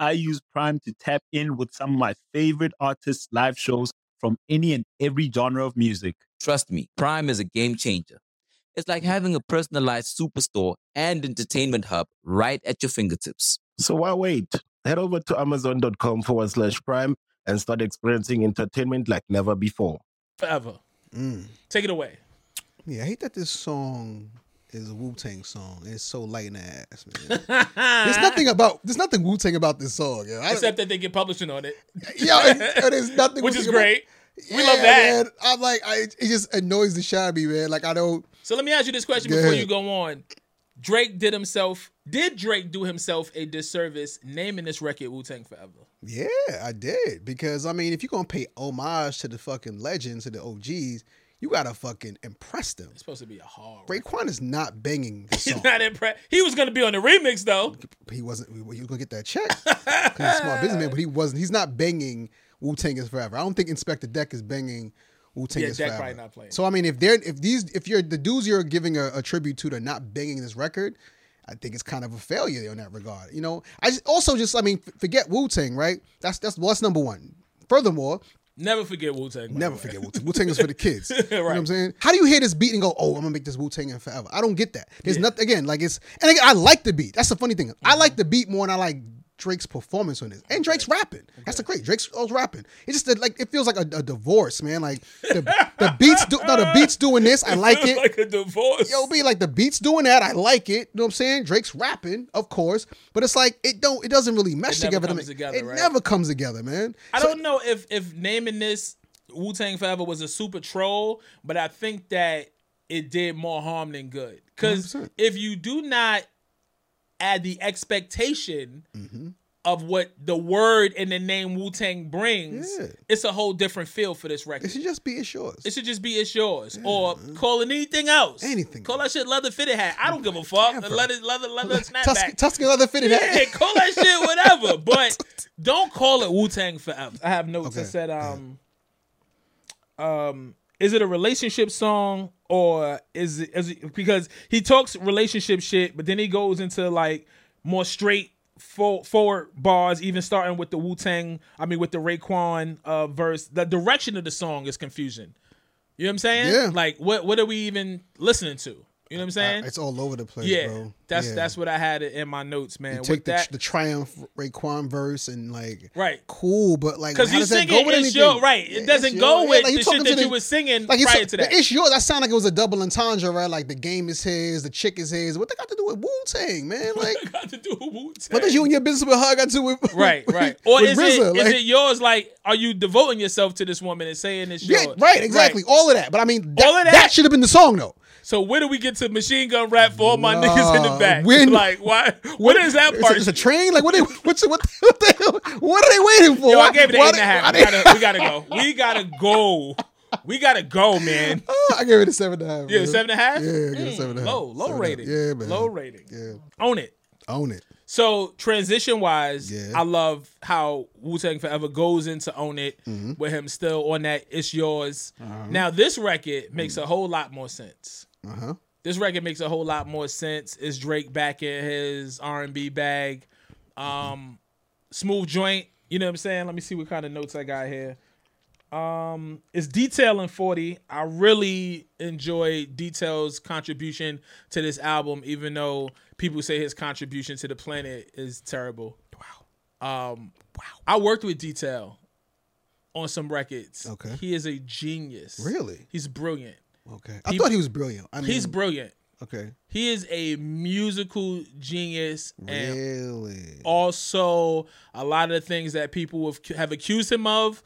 Speaker 8: I use Prime to tap in with some of my favorite artists' live shows from any and every genre of music.
Speaker 7: Trust me, Prime is a game changer. It's like having a personalized superstore and entertainment hub right at your fingertips.
Speaker 6: So why wait? Head over to amazon.com forward slash prime and start experiencing entertainment like never before.
Speaker 2: Forever.
Speaker 3: Mm.
Speaker 2: Take it away.
Speaker 3: Yeah, I hate that this song is a Wu Tang song. It's so light in the ass, man.
Speaker 2: (laughs)
Speaker 3: there's nothing about there's nothing Wu Tang about this song. Yeah, I,
Speaker 2: Except that they get publishing on it,
Speaker 3: yeah, and- and there's
Speaker 2: (laughs)
Speaker 3: nothing.
Speaker 2: which
Speaker 3: Wu-Tang
Speaker 2: is
Speaker 3: about-
Speaker 2: great. We
Speaker 3: Yeah,
Speaker 2: love that.
Speaker 3: Man. I'm like, I, it just annoys the shit out of me, man. Like I don't.
Speaker 2: So let me ask you this question
Speaker 3: Go
Speaker 2: before
Speaker 3: ahead.
Speaker 2: you go on. Drake did himself, did Drake do himself a disservice naming this record Wu Tang Forever?
Speaker 3: Yeah, I did because I mean, if you're gonna pay homage to the fucking legends, to the OGs, you gotta fucking impress them.
Speaker 2: It's supposed to be a hard. record.
Speaker 3: Raekwon is not banging this
Speaker 2: (laughs)
Speaker 3: song.
Speaker 2: He's not impressed. He was gonna be on the remix though.
Speaker 3: he wasn't he was gonna get that check 'Cause he's a small businessman, but he wasn't. He's not banging Wu Tang is forever. I don't think Inspector Deck is banging Wu Tang
Speaker 2: Yeah,
Speaker 3: is
Speaker 2: Deck
Speaker 3: forever.
Speaker 2: probably not playing.
Speaker 3: So I mean, if they're if these if you're the dudes you're giving a, a tribute to, they're not banging this record. I think it's kind of a failure in that regard. You know, I just, also just I mean, f- forget Wu Tang, right? That's that's well, that's number one. Furthermore,
Speaker 2: Never forget Wu Tang.
Speaker 3: Never forget Wu Tang. Wu Tang is for
Speaker 2: (laughs)
Speaker 3: the kids. You know what I'm
Speaker 2: Right.
Speaker 3: saying? How do you hear this beat and go, oh, I'm gonna make this Wu Tang in forever? I don't get that. There's nothing again, like it's and again, I like the beat. That's the funny thing.
Speaker 2: Mm-hmm.
Speaker 3: I like the beat more than I like Drake's performance on this. And Drake's rapping. That's the great. Drake's all rapping. It's just that, like it feels like a, a divorce, man. Like the, the beats do no, the beats doing
Speaker 2: (laughs)
Speaker 3: this, I like it.
Speaker 2: like a divorce.
Speaker 3: Yo, be like the beats doing that. I like it. You know what I'm saying? Drake's rapping, of course, but it's like it don't. It doesn't really mesh
Speaker 2: It never
Speaker 3: together. to
Speaker 2: comes
Speaker 3: me.
Speaker 2: together,
Speaker 3: it
Speaker 2: right?
Speaker 3: never comes together, man.
Speaker 2: I
Speaker 3: So-
Speaker 2: don't know if if naming this Wu Tang Forever was a super troll, but I think that it did more harm than good. Because
Speaker 3: 100%.
Speaker 2: if you do not add the expectation
Speaker 3: Mm-hmm.
Speaker 2: of what the word and the name Wu Tang brings,
Speaker 3: Yeah.
Speaker 2: it's a whole different feel for this record.
Speaker 3: It should just be it's yours.
Speaker 2: It should just be it's yours, or call it anything else.
Speaker 3: Anything
Speaker 2: Call that shit leather fitted hat. I don't give a fuck.
Speaker 3: Whatever.
Speaker 2: Leather leather leather
Speaker 3: Tuscan,
Speaker 2: snapback.
Speaker 3: Tuscan leather fitted hat.
Speaker 2: Yeah, call that shit whatever,
Speaker 3: (laughs)
Speaker 2: but don't call it Wu Tang forever. I have notes
Speaker 3: Okay,
Speaker 2: that said, um, um, is it a relationship song or is it, is it because he talks relationship shit, but then he goes into like more straight for, forward bars, even starting with the Wu Tang. I mean, with the Raekwon uh, verse. The direction of the song is confusion. You know what I'm saying?
Speaker 3: Yeah. Uh,
Speaker 2: Like, what what are we even listening to? You know what I'm saying?
Speaker 3: It's all over the place,
Speaker 2: Yeah.
Speaker 3: bro.
Speaker 2: That's
Speaker 3: Yeah.
Speaker 2: that's what I had in my notes, man.
Speaker 3: You
Speaker 2: With
Speaker 3: take the,
Speaker 2: that,
Speaker 3: the Triumph Raekwon verse and like
Speaker 2: right? (laughs)
Speaker 3: cool, but like
Speaker 2: Because
Speaker 3: how
Speaker 2: you
Speaker 3: does that
Speaker 2: sing
Speaker 3: go
Speaker 2: it,
Speaker 3: with
Speaker 2: it's
Speaker 3: anything?
Speaker 2: your right.
Speaker 3: Yeah,
Speaker 2: It
Speaker 3: it's
Speaker 2: doesn't
Speaker 3: your-
Speaker 2: go
Speaker 3: yeah,
Speaker 2: with
Speaker 3: like, you
Speaker 2: the
Speaker 3: talking
Speaker 2: shit
Speaker 3: to
Speaker 2: that
Speaker 3: the-
Speaker 2: you were singing
Speaker 3: Like it's,
Speaker 2: prior to that.
Speaker 3: it's yours. That sound like it was a double entendre, right? Like the game is his, the chick is his. What they got to do with Wu
Speaker 2: (laughs)
Speaker 3: Tang, man? Like
Speaker 2: Got to do with Wu-Tang.
Speaker 3: what does you and your business with her got to do with
Speaker 2: Right,
Speaker 3: with- (laughs)
Speaker 2: right. Or
Speaker 3: with
Speaker 2: is it
Speaker 3: RZA?
Speaker 2: is
Speaker 3: Like,
Speaker 2: it yours? Like, are you devoting yourself to this woman and saying it's
Speaker 3: yeah,
Speaker 2: yours?
Speaker 3: right, exactly. All of that, but I mean, that,
Speaker 2: All of
Speaker 3: that.
Speaker 2: that?
Speaker 3: should have been the song though.
Speaker 2: So where do we get to machine gun rap for all my niggas in the
Speaker 3: Nah,
Speaker 2: back? (laughs)
Speaker 3: when-
Speaker 2: like, why? What is that
Speaker 3: It's a,
Speaker 2: part?
Speaker 3: it's a train. Like
Speaker 2: (laughs)
Speaker 3: what? They, what's what? the- What, the hell- what are they waiting for?
Speaker 2: Yo, I
Speaker 3: Why-
Speaker 2: gave it an
Speaker 3: why
Speaker 2: eight and
Speaker 3: they-
Speaker 2: a
Speaker 3: why
Speaker 2: half.
Speaker 3: they-
Speaker 2: We gotta, we gotta go. We gotta go. We gotta go,
Speaker 3: (laughs)
Speaker 2: man.
Speaker 3: (laughs) Oh, I gave it a seven and a half.
Speaker 2: Yeah,
Speaker 3: man.
Speaker 2: seven and a half.
Speaker 3: Yeah, I gave it
Speaker 2: Mm,
Speaker 3: a seven and a half.
Speaker 2: Low, low
Speaker 3: Seven and a half.
Speaker 2: rating.
Speaker 3: Yeah, man.
Speaker 2: Low rating.
Speaker 3: Yeah,
Speaker 2: Own it.
Speaker 3: own it.
Speaker 2: So transition wise,
Speaker 3: Yeah.
Speaker 2: I love how Wu Tang Forever goes into Own It with him still on that It's Yours. Now this record makes a whole lot more sense.
Speaker 3: Uh huh.
Speaker 2: This record makes a whole lot more sense. It's Drake back in his R and B bag, um, smooth joint. You know what I'm saying? Let me see what kind of notes I got here. Um, it's detail in 40. I really enjoy detail's contribution to this album, even though people say his contribution to the planet is terrible. Wow. Um, wow. I worked with detail on some records.
Speaker 3: Okay.
Speaker 2: He is a genius.
Speaker 3: Really?
Speaker 2: He's brilliant.
Speaker 3: Okay. I thought he was brilliant. I mean,
Speaker 2: He's brilliant.
Speaker 3: okay.
Speaker 2: He is a musical genius and Oh,
Speaker 3: Really?
Speaker 2: also a lot of the things that people have, have accused him of.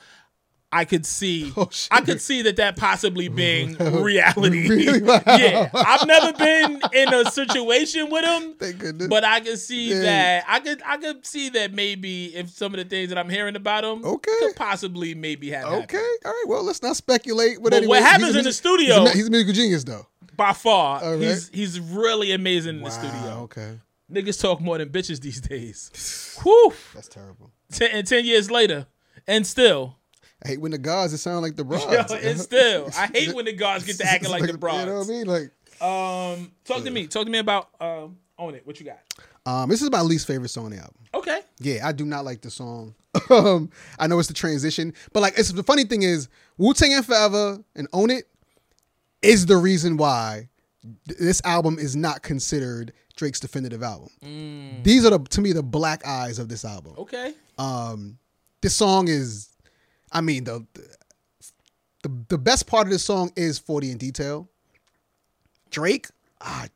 Speaker 2: I could see,
Speaker 3: (laughs) Oh, shit.
Speaker 2: I could see that that possibly being reality.
Speaker 3: (laughs) Really? Wow.
Speaker 2: (laughs) yeah, I've never been in a situation with him,
Speaker 3: (laughs) Thank goodness.
Speaker 2: but I could see
Speaker 3: Yeah.
Speaker 2: that I could, I could see that maybe if some of the things that I'm hearing about him,
Speaker 3: Okay.
Speaker 2: could possibly maybe have happened.
Speaker 3: Okay. All right. Well, let's not speculate. But,
Speaker 2: But
Speaker 3: anyway,
Speaker 2: what happens
Speaker 3: he's a
Speaker 2: in the
Speaker 3: mus-
Speaker 2: studio-
Speaker 3: He's a, he's a musical genius, though.
Speaker 2: By far,
Speaker 3: All right.
Speaker 2: he's he's really amazing in the
Speaker 3: Wow,
Speaker 2: studio.
Speaker 3: Okay.
Speaker 2: Niggas talk more than bitches these
Speaker 3: (laughs)
Speaker 2: days. Whew.
Speaker 3: That's terrible.
Speaker 2: Ten, and 10 years later, and still.
Speaker 3: I hate when the gods. It sound like
Speaker 2: (laughs)
Speaker 3: the
Speaker 2: Yo,
Speaker 3: broads.
Speaker 2: and still. I hate when the guards get to
Speaker 3: (laughs)
Speaker 2: acting like the broads.
Speaker 3: You know what I mean? Like,
Speaker 2: Um, talk to me. Talk to me about um, Own It. What you got?
Speaker 3: um, this is my least favorite song on the album.
Speaker 2: Okay.
Speaker 3: Yeah, I do not like the song. (laughs) um, I know it's the transition, but like, it's the funny thing is Wu Tang and Forever and Own It is the reason why th- this album is not considered Drake's definitive album. These are the, to me the black eyes of this album.
Speaker 2: Okay.
Speaker 3: this song is i mean the the, the best part of this song is 40 in detail drake ah,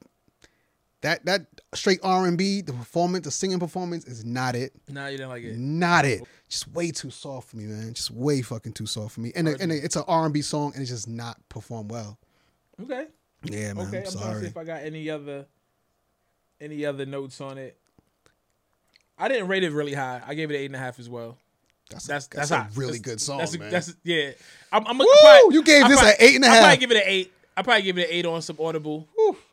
Speaker 3: that that straight r&b the performance the singing performance is not it
Speaker 2: No, you didn't like it.
Speaker 3: not it just way too soft for me man just way fucking too soft for me and, and it's an r&b song and it just not performed well
Speaker 2: Okay.
Speaker 3: yeah man
Speaker 2: Okay. I'm trying
Speaker 3: i'm
Speaker 2: to see
Speaker 3: sorry
Speaker 2: if I got any other any other notes on it. I didn't rate it really high. I gave it an eight and a half as well.
Speaker 3: that's,
Speaker 2: That's
Speaker 3: that's,
Speaker 2: that's,
Speaker 3: a
Speaker 2: high.
Speaker 3: really
Speaker 2: That's-
Speaker 3: good song
Speaker 2: That's
Speaker 3: man
Speaker 2: that's yeah. I'm, I'm
Speaker 3: Woo! You gave
Speaker 2: I
Speaker 3: this
Speaker 2: probably-
Speaker 3: an eight and a
Speaker 2: I
Speaker 3: half.
Speaker 2: probably give it an eight. I probably give it an eight on some Audible.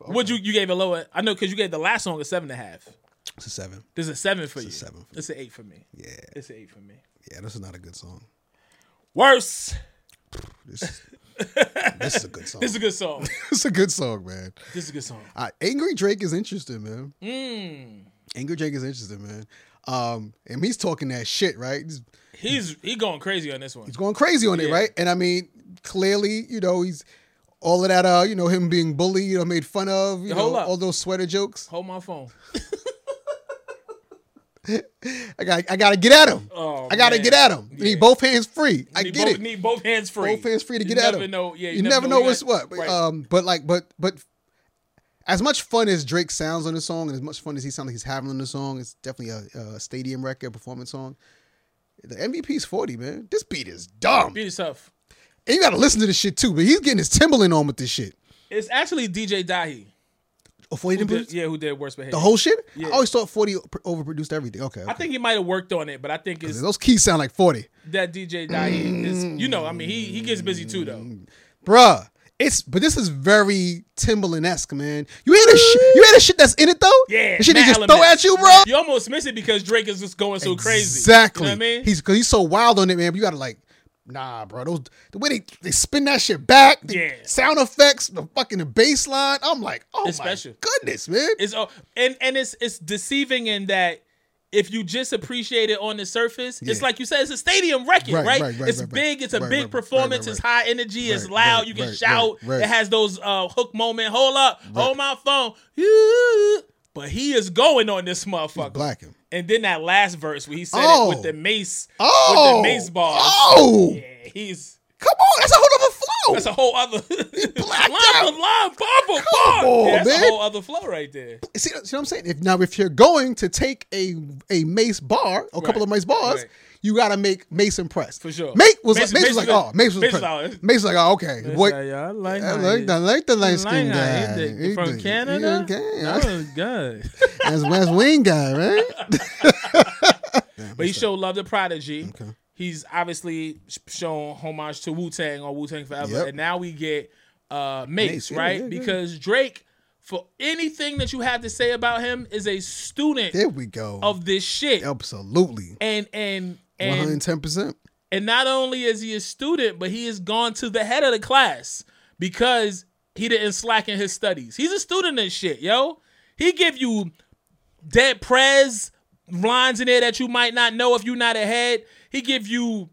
Speaker 2: Would you you gave it lower? I know because you gave the last song a seven and a half.
Speaker 3: it's a seven
Speaker 2: There's a seven for you.
Speaker 3: It's a seven for
Speaker 2: it's an eight for me.
Speaker 3: yeah
Speaker 2: It's an eight for me.
Speaker 3: yeah this is not a good song
Speaker 2: Worse. (laughs)
Speaker 3: this is, this is a good song
Speaker 2: This is a good song.
Speaker 3: it's a good song man
Speaker 2: this is a good song.
Speaker 3: (laughs) I, Angry Drake is interesting, man.
Speaker 2: Hmm.
Speaker 3: Angry Drake is interesting, man. Um, and he's talking that shit, right? He's,
Speaker 2: He's he going crazy on this one.
Speaker 3: he's going crazy on it, right? And I mean, clearly, you know, he's all of that. Uh, you know, him being bullied, you know, made fun of, you
Speaker 2: Hold
Speaker 3: know,
Speaker 2: up.
Speaker 3: all those sweater jokes.
Speaker 2: Hold my phone.
Speaker 3: I got, I got to get at him.
Speaker 2: Oh,
Speaker 3: I got to
Speaker 2: man.
Speaker 3: get at him. Need both hands free. I
Speaker 2: need
Speaker 3: get
Speaker 2: both,
Speaker 3: it.
Speaker 2: Need both hands free.
Speaker 3: both hands free to
Speaker 2: You
Speaker 3: get at
Speaker 2: never
Speaker 3: him.
Speaker 2: Know, yeah,
Speaker 3: you, never know what's what. But,
Speaker 2: Right.
Speaker 3: um, but like, but but as much fun as Drake sounds on the song, and as much fun as he sounds like he's having on the song, it's definitely a, a stadium record performance song. The MVP's forty, man. This beat is dumb,
Speaker 2: Beat is tough.
Speaker 3: and you got to listen to this shit too. But he's getting his Timberland on with this shit.
Speaker 2: It's actually DJ Dahi.
Speaker 3: Oh, 40
Speaker 2: Who
Speaker 3: didn't
Speaker 2: did,
Speaker 3: produce-
Speaker 2: yeah, who did worse behavior?
Speaker 3: the whole shit.
Speaker 2: Yeah.
Speaker 3: I always thought forty pr- overproduced everything. Okay,
Speaker 2: I
Speaker 3: okay.
Speaker 2: think he might have worked on it, but I think it's
Speaker 3: those keys sound like forty,
Speaker 2: that DJ Dahi is. You know, I mean, he he gets busy too though.
Speaker 3: Mm. bruh. It's but this is very Timberland esque, man. You hear the shit? You hear the shit that's in it though?
Speaker 2: Yeah,
Speaker 3: the shit they
Speaker 2: mad
Speaker 3: just throw
Speaker 2: elements.
Speaker 3: at you, bro.
Speaker 2: You almost miss it because Drake is just going so crazy.
Speaker 3: Exactly.
Speaker 2: You know what I mean?
Speaker 3: He's because he's so wild on it, man. But you gotta like, nah, bro. Those the way they, they spin that shit back, the
Speaker 2: Yeah.
Speaker 3: sound effects, the fucking the bass line. I'm like, oh
Speaker 2: It's
Speaker 3: my
Speaker 2: special.
Speaker 3: goodness, man.
Speaker 2: It's oh, and and it's it's deceiving in that if you just appreciate it on the surface, it's
Speaker 3: Yeah.
Speaker 2: like you said, it's a stadium record,
Speaker 3: Right,
Speaker 2: right?
Speaker 3: right, right,
Speaker 2: it's
Speaker 3: right, right.
Speaker 2: big, it's a
Speaker 3: Right,
Speaker 2: big
Speaker 3: right,
Speaker 2: performance,
Speaker 3: right, right,
Speaker 2: it's high energy, it's
Speaker 3: Right,
Speaker 2: loud,
Speaker 3: right,
Speaker 2: you can
Speaker 3: right,
Speaker 2: shout.
Speaker 3: right, right.
Speaker 2: It has those uh, hook moment. Hold up, hold my phone. You But he is going on this motherfucker.
Speaker 3: Black him.
Speaker 2: And then that last verse where he said
Speaker 3: Oh.
Speaker 2: it with the mace,
Speaker 3: Oh.
Speaker 2: with the mace bars.
Speaker 3: Oh.
Speaker 2: yeah, he's
Speaker 3: Come on, that's a whole other flow.
Speaker 2: that's a whole other (laughs)
Speaker 3: blacked
Speaker 2: line,
Speaker 3: out.
Speaker 2: for line, bar for
Speaker 3: Come
Speaker 2: bar.
Speaker 3: on,
Speaker 2: Yeah, that's
Speaker 3: man.
Speaker 2: a whole other flow right there.
Speaker 3: see, see what I'm saying? If now if you're going to take a a mace bar, a couple
Speaker 2: Right.
Speaker 3: of mace bars,
Speaker 2: Right.
Speaker 3: you gotta make Mace impressed.
Speaker 2: For sure.
Speaker 3: Mace was
Speaker 2: Mace-
Speaker 3: mace,
Speaker 2: Mace
Speaker 3: was like,
Speaker 2: was-
Speaker 3: oh, Mace was
Speaker 2: Mace was
Speaker 3: impressed.
Speaker 2: like,
Speaker 3: Mace was like, oh, okay. What?
Speaker 2: I like,
Speaker 3: I like the like the light skin guy He
Speaker 2: From
Speaker 3: did.
Speaker 2: Canada?
Speaker 3: Okay,
Speaker 2: That (laughs) was
Speaker 3: (laughs)
Speaker 2: good.
Speaker 3: that's West Wing guy, right?
Speaker 2: (laughs) But he showed love to Prodigy. He's obviously sh- shown homage to Wu Tang on Wu Tang Forever,
Speaker 3: Yep.
Speaker 2: and now we get uh, Mace,
Speaker 3: Mace, yeah,
Speaker 2: right?
Speaker 3: yeah, yeah.
Speaker 2: Because Drake, for anything that you have to say about him, is a student
Speaker 3: There we go.
Speaker 2: of this shit,
Speaker 3: Absolutely,
Speaker 2: and and
Speaker 3: one
Speaker 2: and
Speaker 3: hundred ten percent.
Speaker 2: and not only is he a student, but he has gone to the head of the class because he didn't slack in his studies. He's a student and shit, yo. He give you dead prez lines in there that you might not know if you're not ahead. He give you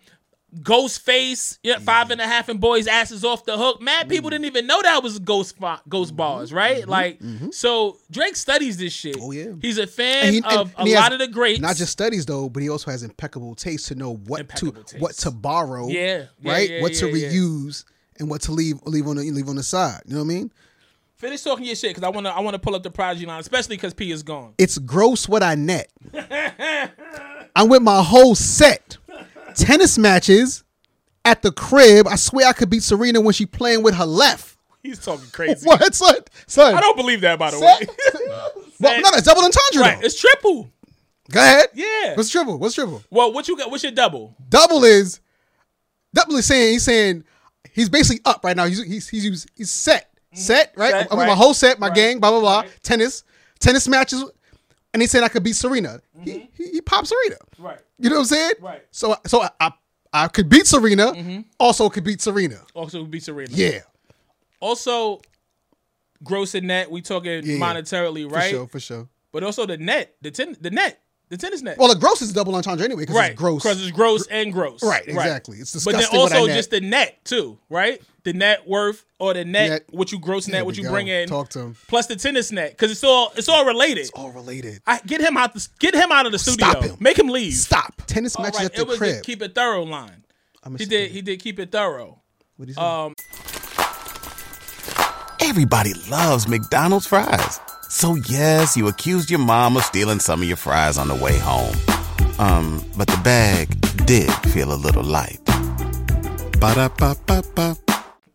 Speaker 2: ghost face, yeah,
Speaker 3: Mm-hmm.
Speaker 2: five and a half and boys asses off the hook. Mad people didn't even know that was ghost fi-
Speaker 3: Mm-hmm.
Speaker 2: ghost bars, right? Like, so Drake studies this shit.
Speaker 3: Oh, yeah.
Speaker 2: he's a fan
Speaker 3: And he-
Speaker 2: of
Speaker 3: and- and he
Speaker 2: a
Speaker 3: has
Speaker 2: lot of the greats.
Speaker 3: Not just studies though, but he also has impeccable taste to know what
Speaker 2: Impeccable
Speaker 3: to
Speaker 2: taste.
Speaker 3: what to borrow,
Speaker 2: Yeah, yeah,
Speaker 3: right?
Speaker 2: yeah,
Speaker 3: what to
Speaker 2: yeah, yeah.
Speaker 3: reuse and what to leave leave on the leave on the side. You know what I mean?
Speaker 2: finish talking your shit because I wanna I wanna pull up the prodigy line, especially because P is gone.
Speaker 3: It's gross what I
Speaker 2: (laughs)
Speaker 3: net. I'm with my whole set. Tennis matches at the crib. I swear I could beat Serena when she playing with her left.
Speaker 2: He's talking crazy.
Speaker 3: What, son? Son.
Speaker 2: I don't believe that, by the
Speaker 3: Set?
Speaker 2: (laughs) way.
Speaker 3: (laughs) well, no, that's double entendre.
Speaker 2: right,
Speaker 3: though.
Speaker 2: it's triple.
Speaker 3: Go ahead.
Speaker 2: Yeah.
Speaker 3: What's triple? What's triple?
Speaker 2: Well, what you got? What's your double?
Speaker 3: Double is double is saying he's saying he's basically up right now. He's he's he's, he's, he's set. Set, right?
Speaker 2: Mm-hmm. Set,
Speaker 3: I'm with my
Speaker 2: right.
Speaker 3: whole set, my gang, blah blah blah.
Speaker 2: Right.
Speaker 3: Tennis. Tennis matches. And he said I could beat Serena. He, he he popped Serena.
Speaker 2: Right.
Speaker 3: You know what I'm saying?
Speaker 2: Mm-hmm. Right. Mm-hmm.
Speaker 3: So so I I, I could beat Serena, also could beat Serena.
Speaker 2: Also, would be Serena.
Speaker 3: Yeah.
Speaker 2: Also, gross and net. We talking
Speaker 3: Yeah, yeah.
Speaker 2: monetarily,
Speaker 3: For
Speaker 2: right?
Speaker 3: sure, for sure.
Speaker 2: But also the net, the ten, the net, the tennis net.
Speaker 3: Well, the gross is double entendre anyway because
Speaker 2: right.
Speaker 3: it's gross.
Speaker 2: Because it's gross and gross.
Speaker 3: Right, exactly. It's
Speaker 2: But then
Speaker 3: disgusting what I
Speaker 2: also
Speaker 3: net.
Speaker 2: just the net too, right? The net worth or the net,
Speaker 3: Net.
Speaker 2: what you gross net,
Speaker 3: There
Speaker 2: what you
Speaker 3: we go.
Speaker 2: bring in,
Speaker 3: Talk to him.
Speaker 2: plus the tennis net, because it's all it's all related.
Speaker 3: All related.
Speaker 2: I get him out the get him out of the studio.
Speaker 3: Stop him.
Speaker 2: Make him leave.
Speaker 3: Stop. Tennis
Speaker 2: All
Speaker 3: matches
Speaker 2: right,
Speaker 3: at the
Speaker 2: it was the
Speaker 3: crib.
Speaker 2: keep it thorough line.
Speaker 3: I'm a
Speaker 2: He
Speaker 3: stupid-
Speaker 2: did he did keep it thorough.
Speaker 3: What'd he say?
Speaker 2: Um,
Speaker 5: Everybody loves McDonald's fries. So yes, you accused your mom of stealing some of your fries on the way home. Um, but the bag did feel a little light. Ba-da-ba-ba-ba.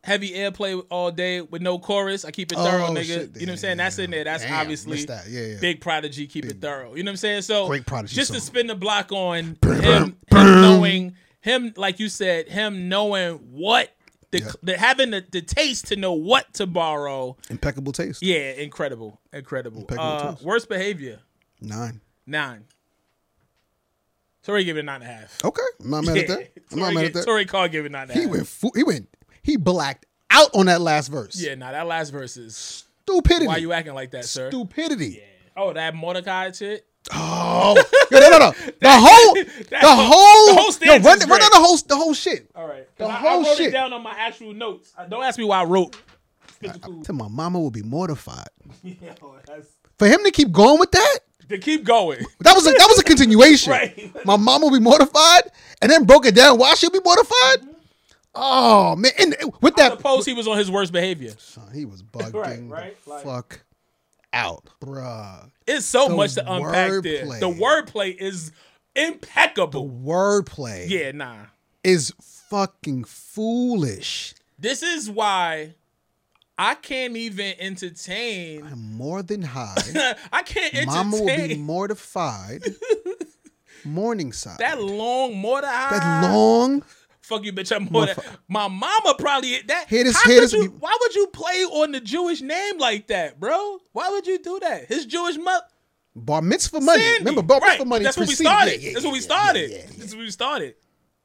Speaker 2: heavy airplay all day with no chorus. I keep it
Speaker 3: Oh,
Speaker 2: thorough, nigga.
Speaker 3: shit,
Speaker 2: you know what I'm saying?
Speaker 3: yeah.
Speaker 2: That's in there. That's
Speaker 3: Damn,
Speaker 2: obviously
Speaker 3: missed that. Yeah, yeah.
Speaker 2: big prodigy. Keep it thorough. You know what I'm saying? So
Speaker 3: Great Prodigy
Speaker 2: Just to
Speaker 3: song.
Speaker 2: spin the block on him, him knowing him, like you said, him knowing what the, the having the, the taste to know what to borrow.
Speaker 3: Impeccable taste.
Speaker 2: Yeah, incredible, incredible.
Speaker 3: Impeccable
Speaker 2: Uh,
Speaker 3: taste.
Speaker 2: worst behavior.
Speaker 3: Nine.
Speaker 2: Nine. Tori give it nine and a half.
Speaker 3: Okay. I'm not mad
Speaker 2: (laughs)
Speaker 3: at that. I'm not
Speaker 2: Tory
Speaker 3: mad
Speaker 2: gi-
Speaker 3: at that.
Speaker 2: Tory Carr gave it nine and a half.
Speaker 3: He went. Fu- he went. He blacked out on that last verse.
Speaker 2: Yeah, nah, that last verse is.
Speaker 3: Stupidity.
Speaker 2: Why you acting like that, sir?
Speaker 3: Stupidity.
Speaker 2: Oh, that Mordecai shit.
Speaker 3: Oh. Yo, no,
Speaker 2: (laughs)
Speaker 3: no, no. The whole. The
Speaker 2: that whole-
Speaker 3: whole.
Speaker 2: the whole
Speaker 3: yo,
Speaker 2: stanza's
Speaker 3: run, run
Speaker 2: great.
Speaker 3: down the whole. The whole shit.
Speaker 2: All right.
Speaker 3: The
Speaker 2: 'Cause I-
Speaker 3: whole
Speaker 2: I wrote
Speaker 3: shit.
Speaker 2: it down on my actual notes. Uh, Don't ask me why I wrote.
Speaker 3: To my mama would be mortified
Speaker 2: Yo, that's-
Speaker 3: for him to keep going with that.
Speaker 2: to keep going. (laughs)
Speaker 3: That was a, that was a continuation.
Speaker 2: Right.
Speaker 3: My mom will be mortified, and then broke it down. Why she'll be mortified? Oh man! And with that,
Speaker 2: Suppose he was on his worst behavior.
Speaker 3: Son, he was bugging
Speaker 2: (laughs)
Speaker 3: the
Speaker 2: right, like-
Speaker 3: fuck out, bruh.
Speaker 2: It's so
Speaker 3: The
Speaker 2: much to unpack there.
Speaker 3: wordplay.
Speaker 2: The wordplay is impeccable.
Speaker 3: Wordplay
Speaker 2: yeah, nah.
Speaker 3: is fucking foolish.
Speaker 2: This is why I can't even entertain. (laughs)
Speaker 3: I'm more than high.
Speaker 2: I can't (laughs) entertain
Speaker 3: Mama will be mortified. Morningside.
Speaker 2: that long Mordecai.
Speaker 3: That long.
Speaker 2: Fuck you, bitch. I'm more than- my mama probably that.
Speaker 3: Hit his-
Speaker 2: how
Speaker 3: hit
Speaker 2: could
Speaker 3: his-
Speaker 2: you, why would you play on the Jewish name like that, bro? Why would you do that? His Jewish mother.
Speaker 3: Bar mitzvah money. Remember, bar mitzvah money.
Speaker 2: That's what we
Speaker 3: preceded-
Speaker 2: started.
Speaker 3: yeah, yeah,
Speaker 2: That's what we
Speaker 3: yeah,
Speaker 2: started.
Speaker 3: yeah, yeah, yeah.
Speaker 2: That's what we started.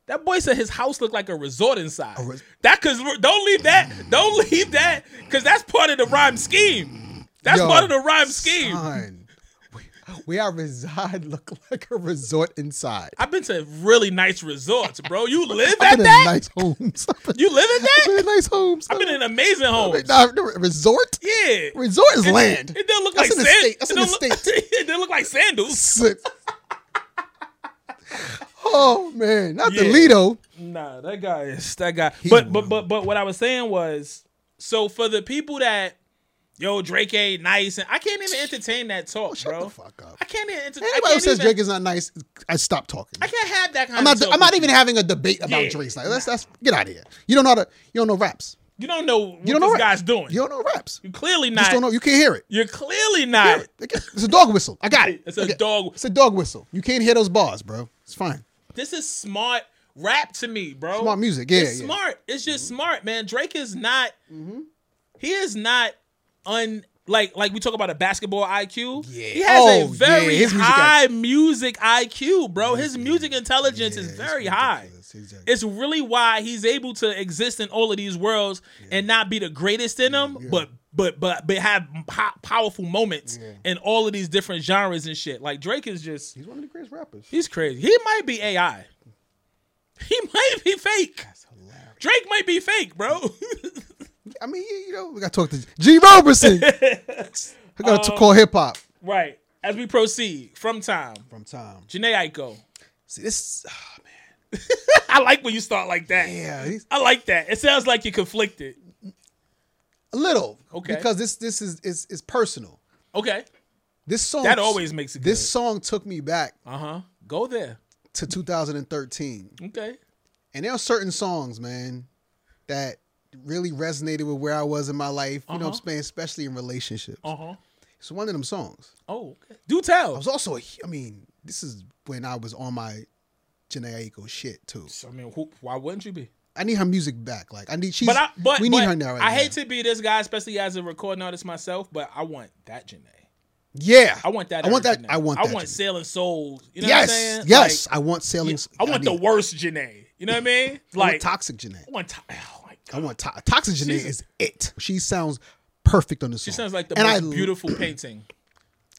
Speaker 2: That boy said his house looked like a resort inside.
Speaker 3: res-
Speaker 2: that cause don't leave that. Don't (laughs) leave that. Cause that's part of the rhyme scheme. That's
Speaker 3: Yo,
Speaker 2: part of the rhyme scheme.
Speaker 3: son, we- we are reside (laughs) look like a resort inside.
Speaker 2: I've been to really nice resorts, bro. You live
Speaker 3: (laughs) I've
Speaker 2: at
Speaker 3: been in
Speaker 2: that?
Speaker 3: (laughs) nice homes. I've been-
Speaker 2: You live at
Speaker 3: I've been
Speaker 2: that?
Speaker 3: in nice nice homes.
Speaker 2: I've been in amazing homes.
Speaker 3: Nah, the resort.
Speaker 2: Yeah.
Speaker 3: Resort is
Speaker 2: It-
Speaker 3: land.
Speaker 2: It don't look
Speaker 3: That's
Speaker 2: like
Speaker 3: an
Speaker 2: sand-
Speaker 3: estate. That's
Speaker 2: it
Speaker 3: an
Speaker 2: don't look- (laughs) It don't look like sandals.
Speaker 3: oh man, not
Speaker 2: Yeah.
Speaker 3: the Lido.
Speaker 2: Nah, that guy is that guy. But but but but what I was saying was, so for the people that yo Drake ain't nice, and I can't even entertain that talk,
Speaker 3: Oh, Shut
Speaker 2: bro.
Speaker 3: the fuck up.
Speaker 2: I can't even entertain.
Speaker 3: Anybody who says
Speaker 2: even,
Speaker 3: Drake is not nice, I stop talking.
Speaker 2: I can't have that kind
Speaker 3: I'm not.
Speaker 2: of. Talk
Speaker 3: I'm not
Speaker 2: with
Speaker 3: even
Speaker 2: you.
Speaker 3: having a debate about
Speaker 2: Yeah.
Speaker 3: Drake's. Like, that's that's get out of here. You don't know how to. You don't know raps.
Speaker 2: You don't know what
Speaker 3: You don't know
Speaker 2: this
Speaker 3: raps.
Speaker 2: guy's doing.
Speaker 3: You don't know raps.
Speaker 2: You're clearly
Speaker 3: You just
Speaker 2: not.
Speaker 3: don't know. You can't hear it.
Speaker 2: You're clearly not.
Speaker 3: It's a dog whistle. I got it.
Speaker 2: It's a
Speaker 3: Okay.
Speaker 2: dog.
Speaker 3: It's a dog whistle. You can't hear those bars, bro. It's fine.
Speaker 2: This is smart rap to me, bro.
Speaker 3: Smart music. Yeah,
Speaker 2: it's
Speaker 3: yeah. Mm-hmm.
Speaker 2: smart. It's just smart, man. Drake is not. He is not un like like we talk about a basketball IQ. Yeah, he has
Speaker 3: Oh,
Speaker 2: a
Speaker 3: yeah,
Speaker 2: very
Speaker 3: his music
Speaker 2: high music IQ, bro. His music intelligence is very high. It's really why he's able to exist in all of these worlds and not be the greatest in them, but but but but have po- powerful moments in all of these different genres and shit. Like Drake is just
Speaker 3: He's one of the greatest rappers.
Speaker 2: He's crazy. He might be AI. He (laughs) might be fake. Drake might be fake, bro. (laughs)
Speaker 3: I mean, you you know, we got to talk to G.
Speaker 2: (laughs)
Speaker 3: Robertson. I got to
Speaker 2: Um,
Speaker 3: call hip hop.
Speaker 2: right. As we proceed from time,
Speaker 3: From time.
Speaker 2: Janae Aiko.
Speaker 3: See this. ah, man.
Speaker 2: I like when you start like that.
Speaker 3: Yeah, he's
Speaker 2: I like that. It sounds like you're conflicted.
Speaker 3: a little.
Speaker 2: Okay.
Speaker 3: Because this this is is is personal.
Speaker 2: Okay.
Speaker 3: This song
Speaker 2: That always makes it
Speaker 3: This
Speaker 2: good.
Speaker 3: song took me back
Speaker 2: Uh huh. Go there.
Speaker 3: to 2013.
Speaker 2: Okay.
Speaker 3: And there are certain songs, man, that really resonated with where I was in my life. You know
Speaker 2: Uh-huh.
Speaker 3: what I'm saying? Especially in relationships.
Speaker 2: Uh huh.
Speaker 3: It's one of them songs.
Speaker 2: Oh, okay. Do tell.
Speaker 3: I was also, a hu- I mean, this is when I was on my Janae Aiko shit too.
Speaker 2: I mean, who, why wouldn't you be?
Speaker 3: I need her music back. Like I need she's.
Speaker 2: But I, but
Speaker 3: we need
Speaker 2: but
Speaker 3: her now. Right
Speaker 2: I hate
Speaker 3: now.
Speaker 2: to be this guy, especially as a recording artist myself, but I want that Janae.
Speaker 3: Yeah,
Speaker 2: I want that.
Speaker 3: I want
Speaker 2: Eric
Speaker 3: that.
Speaker 2: Janae.
Speaker 3: I want. that
Speaker 2: I want
Speaker 3: Janae.
Speaker 2: Sailing Souls. You know
Speaker 3: yes,
Speaker 2: what I'm saying?
Speaker 3: yes.
Speaker 2: Like,
Speaker 3: I want sailing.
Speaker 2: I want the
Speaker 3: need-
Speaker 2: worst Janae. You know what (laughs) I mean?
Speaker 3: I
Speaker 2: Like
Speaker 3: want toxic Janae.
Speaker 2: I want to- oh my
Speaker 3: I
Speaker 2: god.
Speaker 3: want to- toxic Janae
Speaker 2: She's-
Speaker 3: is it. She sounds perfect on the
Speaker 2: She
Speaker 3: song.
Speaker 2: sounds like the
Speaker 3: and
Speaker 2: most
Speaker 3: I, (clears throat)
Speaker 2: beautiful painting.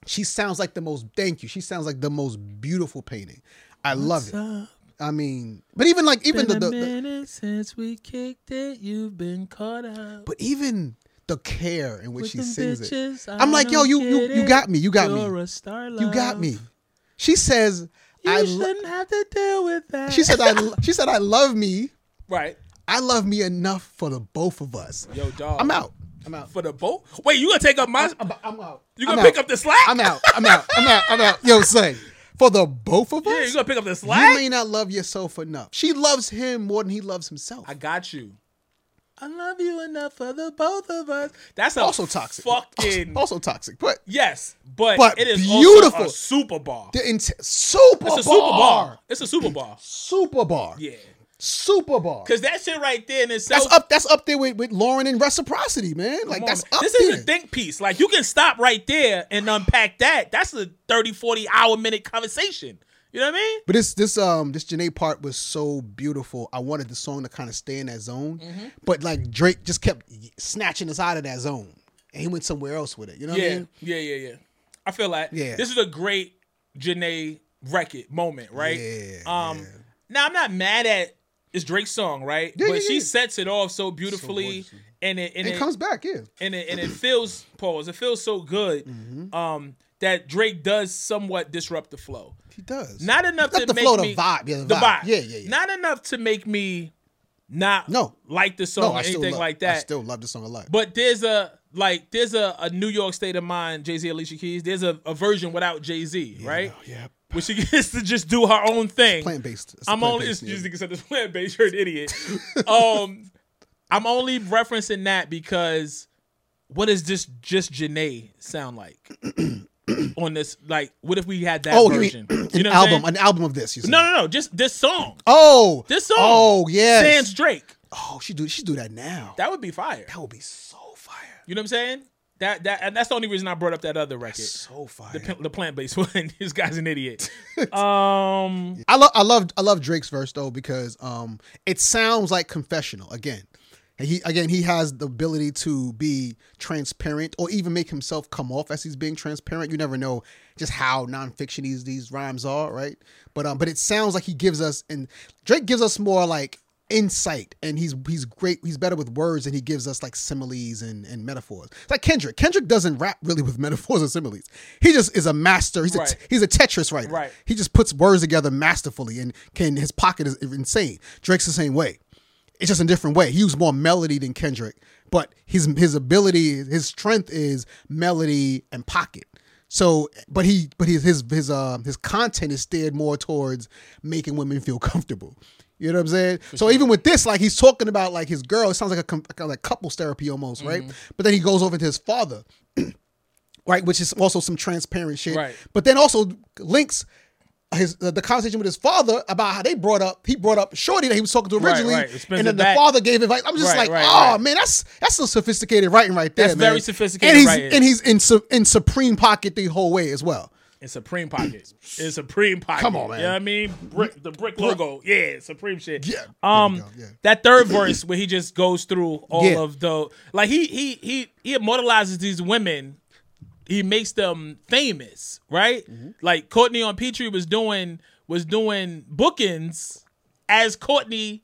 Speaker 3: She sounds like the most. Thank you. She sounds like the most beautiful painting. I love it. I mean, but even like even the, the, the
Speaker 2: since we kicked it, you've been caught up.
Speaker 3: but even the care in which she
Speaker 2: them
Speaker 3: sings
Speaker 2: bitches,
Speaker 3: it.
Speaker 2: I
Speaker 3: I'm like, yo,
Speaker 2: don't
Speaker 3: you you
Speaker 2: get
Speaker 3: you
Speaker 2: it.
Speaker 3: got me. You got
Speaker 2: You're
Speaker 3: me.
Speaker 2: a star
Speaker 3: You got
Speaker 2: love.
Speaker 3: me. She says, I
Speaker 2: You
Speaker 3: lo-
Speaker 2: shouldn't have to deal with that.
Speaker 3: She said, I lo- she said I love me.
Speaker 2: right.
Speaker 3: I love me enough for the both of us.
Speaker 2: Yo, dog.
Speaker 3: I'm out. I'm out.
Speaker 2: for the boat. Wait, you gonna take up my?
Speaker 3: I'm, I'm out.
Speaker 2: You
Speaker 3: I'm
Speaker 2: gonna
Speaker 3: out.
Speaker 2: pick up the slack?
Speaker 3: I'm out. I'm out. I'm out. I'm out. Yo, say for the both of us.
Speaker 2: Yeah, you gonna pick up the
Speaker 3: you
Speaker 2: slack?
Speaker 3: may not love yourself enough. She loves him more than he loves himself.
Speaker 2: I got you. I love you enough for the both of us. That's a
Speaker 3: also toxic.
Speaker 2: Fucking
Speaker 3: also, also toxic. But
Speaker 2: yes, but,
Speaker 3: But
Speaker 2: it is
Speaker 3: beautiful.
Speaker 2: Also a super bar.
Speaker 3: the int- super
Speaker 2: It's a
Speaker 3: bar.
Speaker 2: super bar. It's a super bar.
Speaker 3: Super bar.
Speaker 2: Yeah,
Speaker 3: Super bar.
Speaker 2: because that shit right there in itself.
Speaker 3: That's up. That's up there with, with Lauren and reciprocity, man. Like
Speaker 2: Come on,
Speaker 3: that's
Speaker 2: man.
Speaker 3: up
Speaker 2: this
Speaker 3: there.
Speaker 2: is a think piece. Like you can stop right there and unpack that. That's a 30, 40 hour minute conversation. You know what I mean?
Speaker 3: But this this um this Janae part was so beautiful. I wanted the song to kind of stay in that zone,
Speaker 2: Mm-hmm.
Speaker 3: but like Drake just kept snatching us out of that zone, and he went somewhere else with it. You know what I
Speaker 2: Yeah,
Speaker 3: mean?
Speaker 2: yeah, yeah, yeah. I feel like
Speaker 3: Yeah.
Speaker 2: this is a great Janae record moment, right?
Speaker 3: Yeah,
Speaker 2: Um. Now I'm not mad at it's Drake's song, right?
Speaker 3: Yeah,
Speaker 2: but
Speaker 3: yeah,
Speaker 2: she
Speaker 3: yeah.
Speaker 2: sets it off so beautifully, and it and
Speaker 3: And
Speaker 2: it,
Speaker 3: it comes back, yeah.
Speaker 2: and it and it feels pause. It feels so good.
Speaker 3: Mm-hmm.
Speaker 2: Um. That Drake does somewhat disrupt the flow.
Speaker 3: He does.
Speaker 2: Not enough
Speaker 3: Not
Speaker 2: to
Speaker 3: the
Speaker 2: make
Speaker 3: flow, the
Speaker 2: me
Speaker 3: vibe, yeah, the vibe. Yeah, yeah, yeah.
Speaker 2: Not enough to make me not
Speaker 3: No.
Speaker 2: like the song
Speaker 3: no,
Speaker 2: or
Speaker 3: I still
Speaker 2: anything
Speaker 3: love,
Speaker 2: like that.
Speaker 3: I still love the song a lot.
Speaker 2: But there's a like there's a, a New York State of Mind, Jay Z, Alicia Keys. There's a, a version without Jay Z, right?
Speaker 3: Oh, yeah,
Speaker 2: Where she (laughs) gets to just do her own thing.
Speaker 3: plant based.
Speaker 2: I'm only it's just because this plant based shirt
Speaker 3: (laughs)
Speaker 2: idiot. um, I'm only referencing that because what does this just Janae sound like
Speaker 3: (clears throat)
Speaker 2: on this? Like, what if we had that
Speaker 3: oh, you
Speaker 2: version?
Speaker 3: mean
Speaker 2: you
Speaker 3: (clears throat) an
Speaker 2: know what I'm
Speaker 3: album?
Speaker 2: saying?
Speaker 3: An album of this? You said.
Speaker 2: No, no, no. Just this song.
Speaker 3: Oh,
Speaker 2: This song.
Speaker 3: Oh yes.
Speaker 2: Sans Drake.
Speaker 3: oh, she do she do that now. That,
Speaker 2: That would be fire.
Speaker 3: would be so fire.
Speaker 2: You know what I'm saying? That that and that's the only reason I brought up that other record.
Speaker 3: So fire.
Speaker 2: The, pl- the plant based (laughs) one. this guy's an
Speaker 3: (laughs)
Speaker 2: idiot. um,
Speaker 3: I love I love I love Drake's verse though because um it sounds like confessional again. And he again he has the ability to be transparent or even make himself come off as he's being transparent. You never know just how nonfiction these these rhymes are, right? But um but it sounds like he gives us and Drake gives us more like insight and he's he's great he's better with words and he gives us like similes and, and metaphors it's like kendrick kendrick doesn't rap really with metaphors or similes he just is a master he's
Speaker 2: Right.
Speaker 3: a he's a tetris writer
Speaker 2: Right.
Speaker 3: he just puts words together masterfully and can his pocket is insane drake's the same way it's just a different way he used more melody than kendrick but his his ability his strength is melody and pocket so, but he, but his his his uh his content is steered more towards making women feel comfortable. You know what I'm saying? so even with this, like he's talking about like his girl. It sounds like a com- like a couples therapy almost, right? But then he goes over to his father, (clears throat) right, which is also some transparent shit.
Speaker 2: Right.
Speaker 3: But then also links his the the conversation with his father about how they brought up he brought up Shorty that he was talking to
Speaker 2: Right,
Speaker 3: originally,
Speaker 2: right. It spins
Speaker 3: and then
Speaker 2: it
Speaker 3: the
Speaker 2: back.
Speaker 3: father gave advice. I'm just
Speaker 2: Right,
Speaker 3: like,
Speaker 2: right,
Speaker 3: oh
Speaker 2: right.
Speaker 3: man, that's that's some sophisticated writing right there.
Speaker 2: That's
Speaker 3: man.
Speaker 2: very sophisticated
Speaker 3: and he's
Speaker 2: writing.
Speaker 3: and he's in su- in supreme pocket the whole way as well.
Speaker 2: In Supreme Pocket. In Supreme Pocket.
Speaker 3: Come on, man.
Speaker 2: You know what I mean? Brick, the brick logo. Yeah, Supreme shit.
Speaker 3: Yeah.
Speaker 2: Um
Speaker 3: There you go, yeah.
Speaker 2: that third verse where he just goes through all
Speaker 3: Yeah.
Speaker 2: of the like he he he he immortalizes these women. He makes them famous, right?
Speaker 3: Mm-hmm.
Speaker 2: Like Courtney on Petrie was doing was doing bookings as Courtney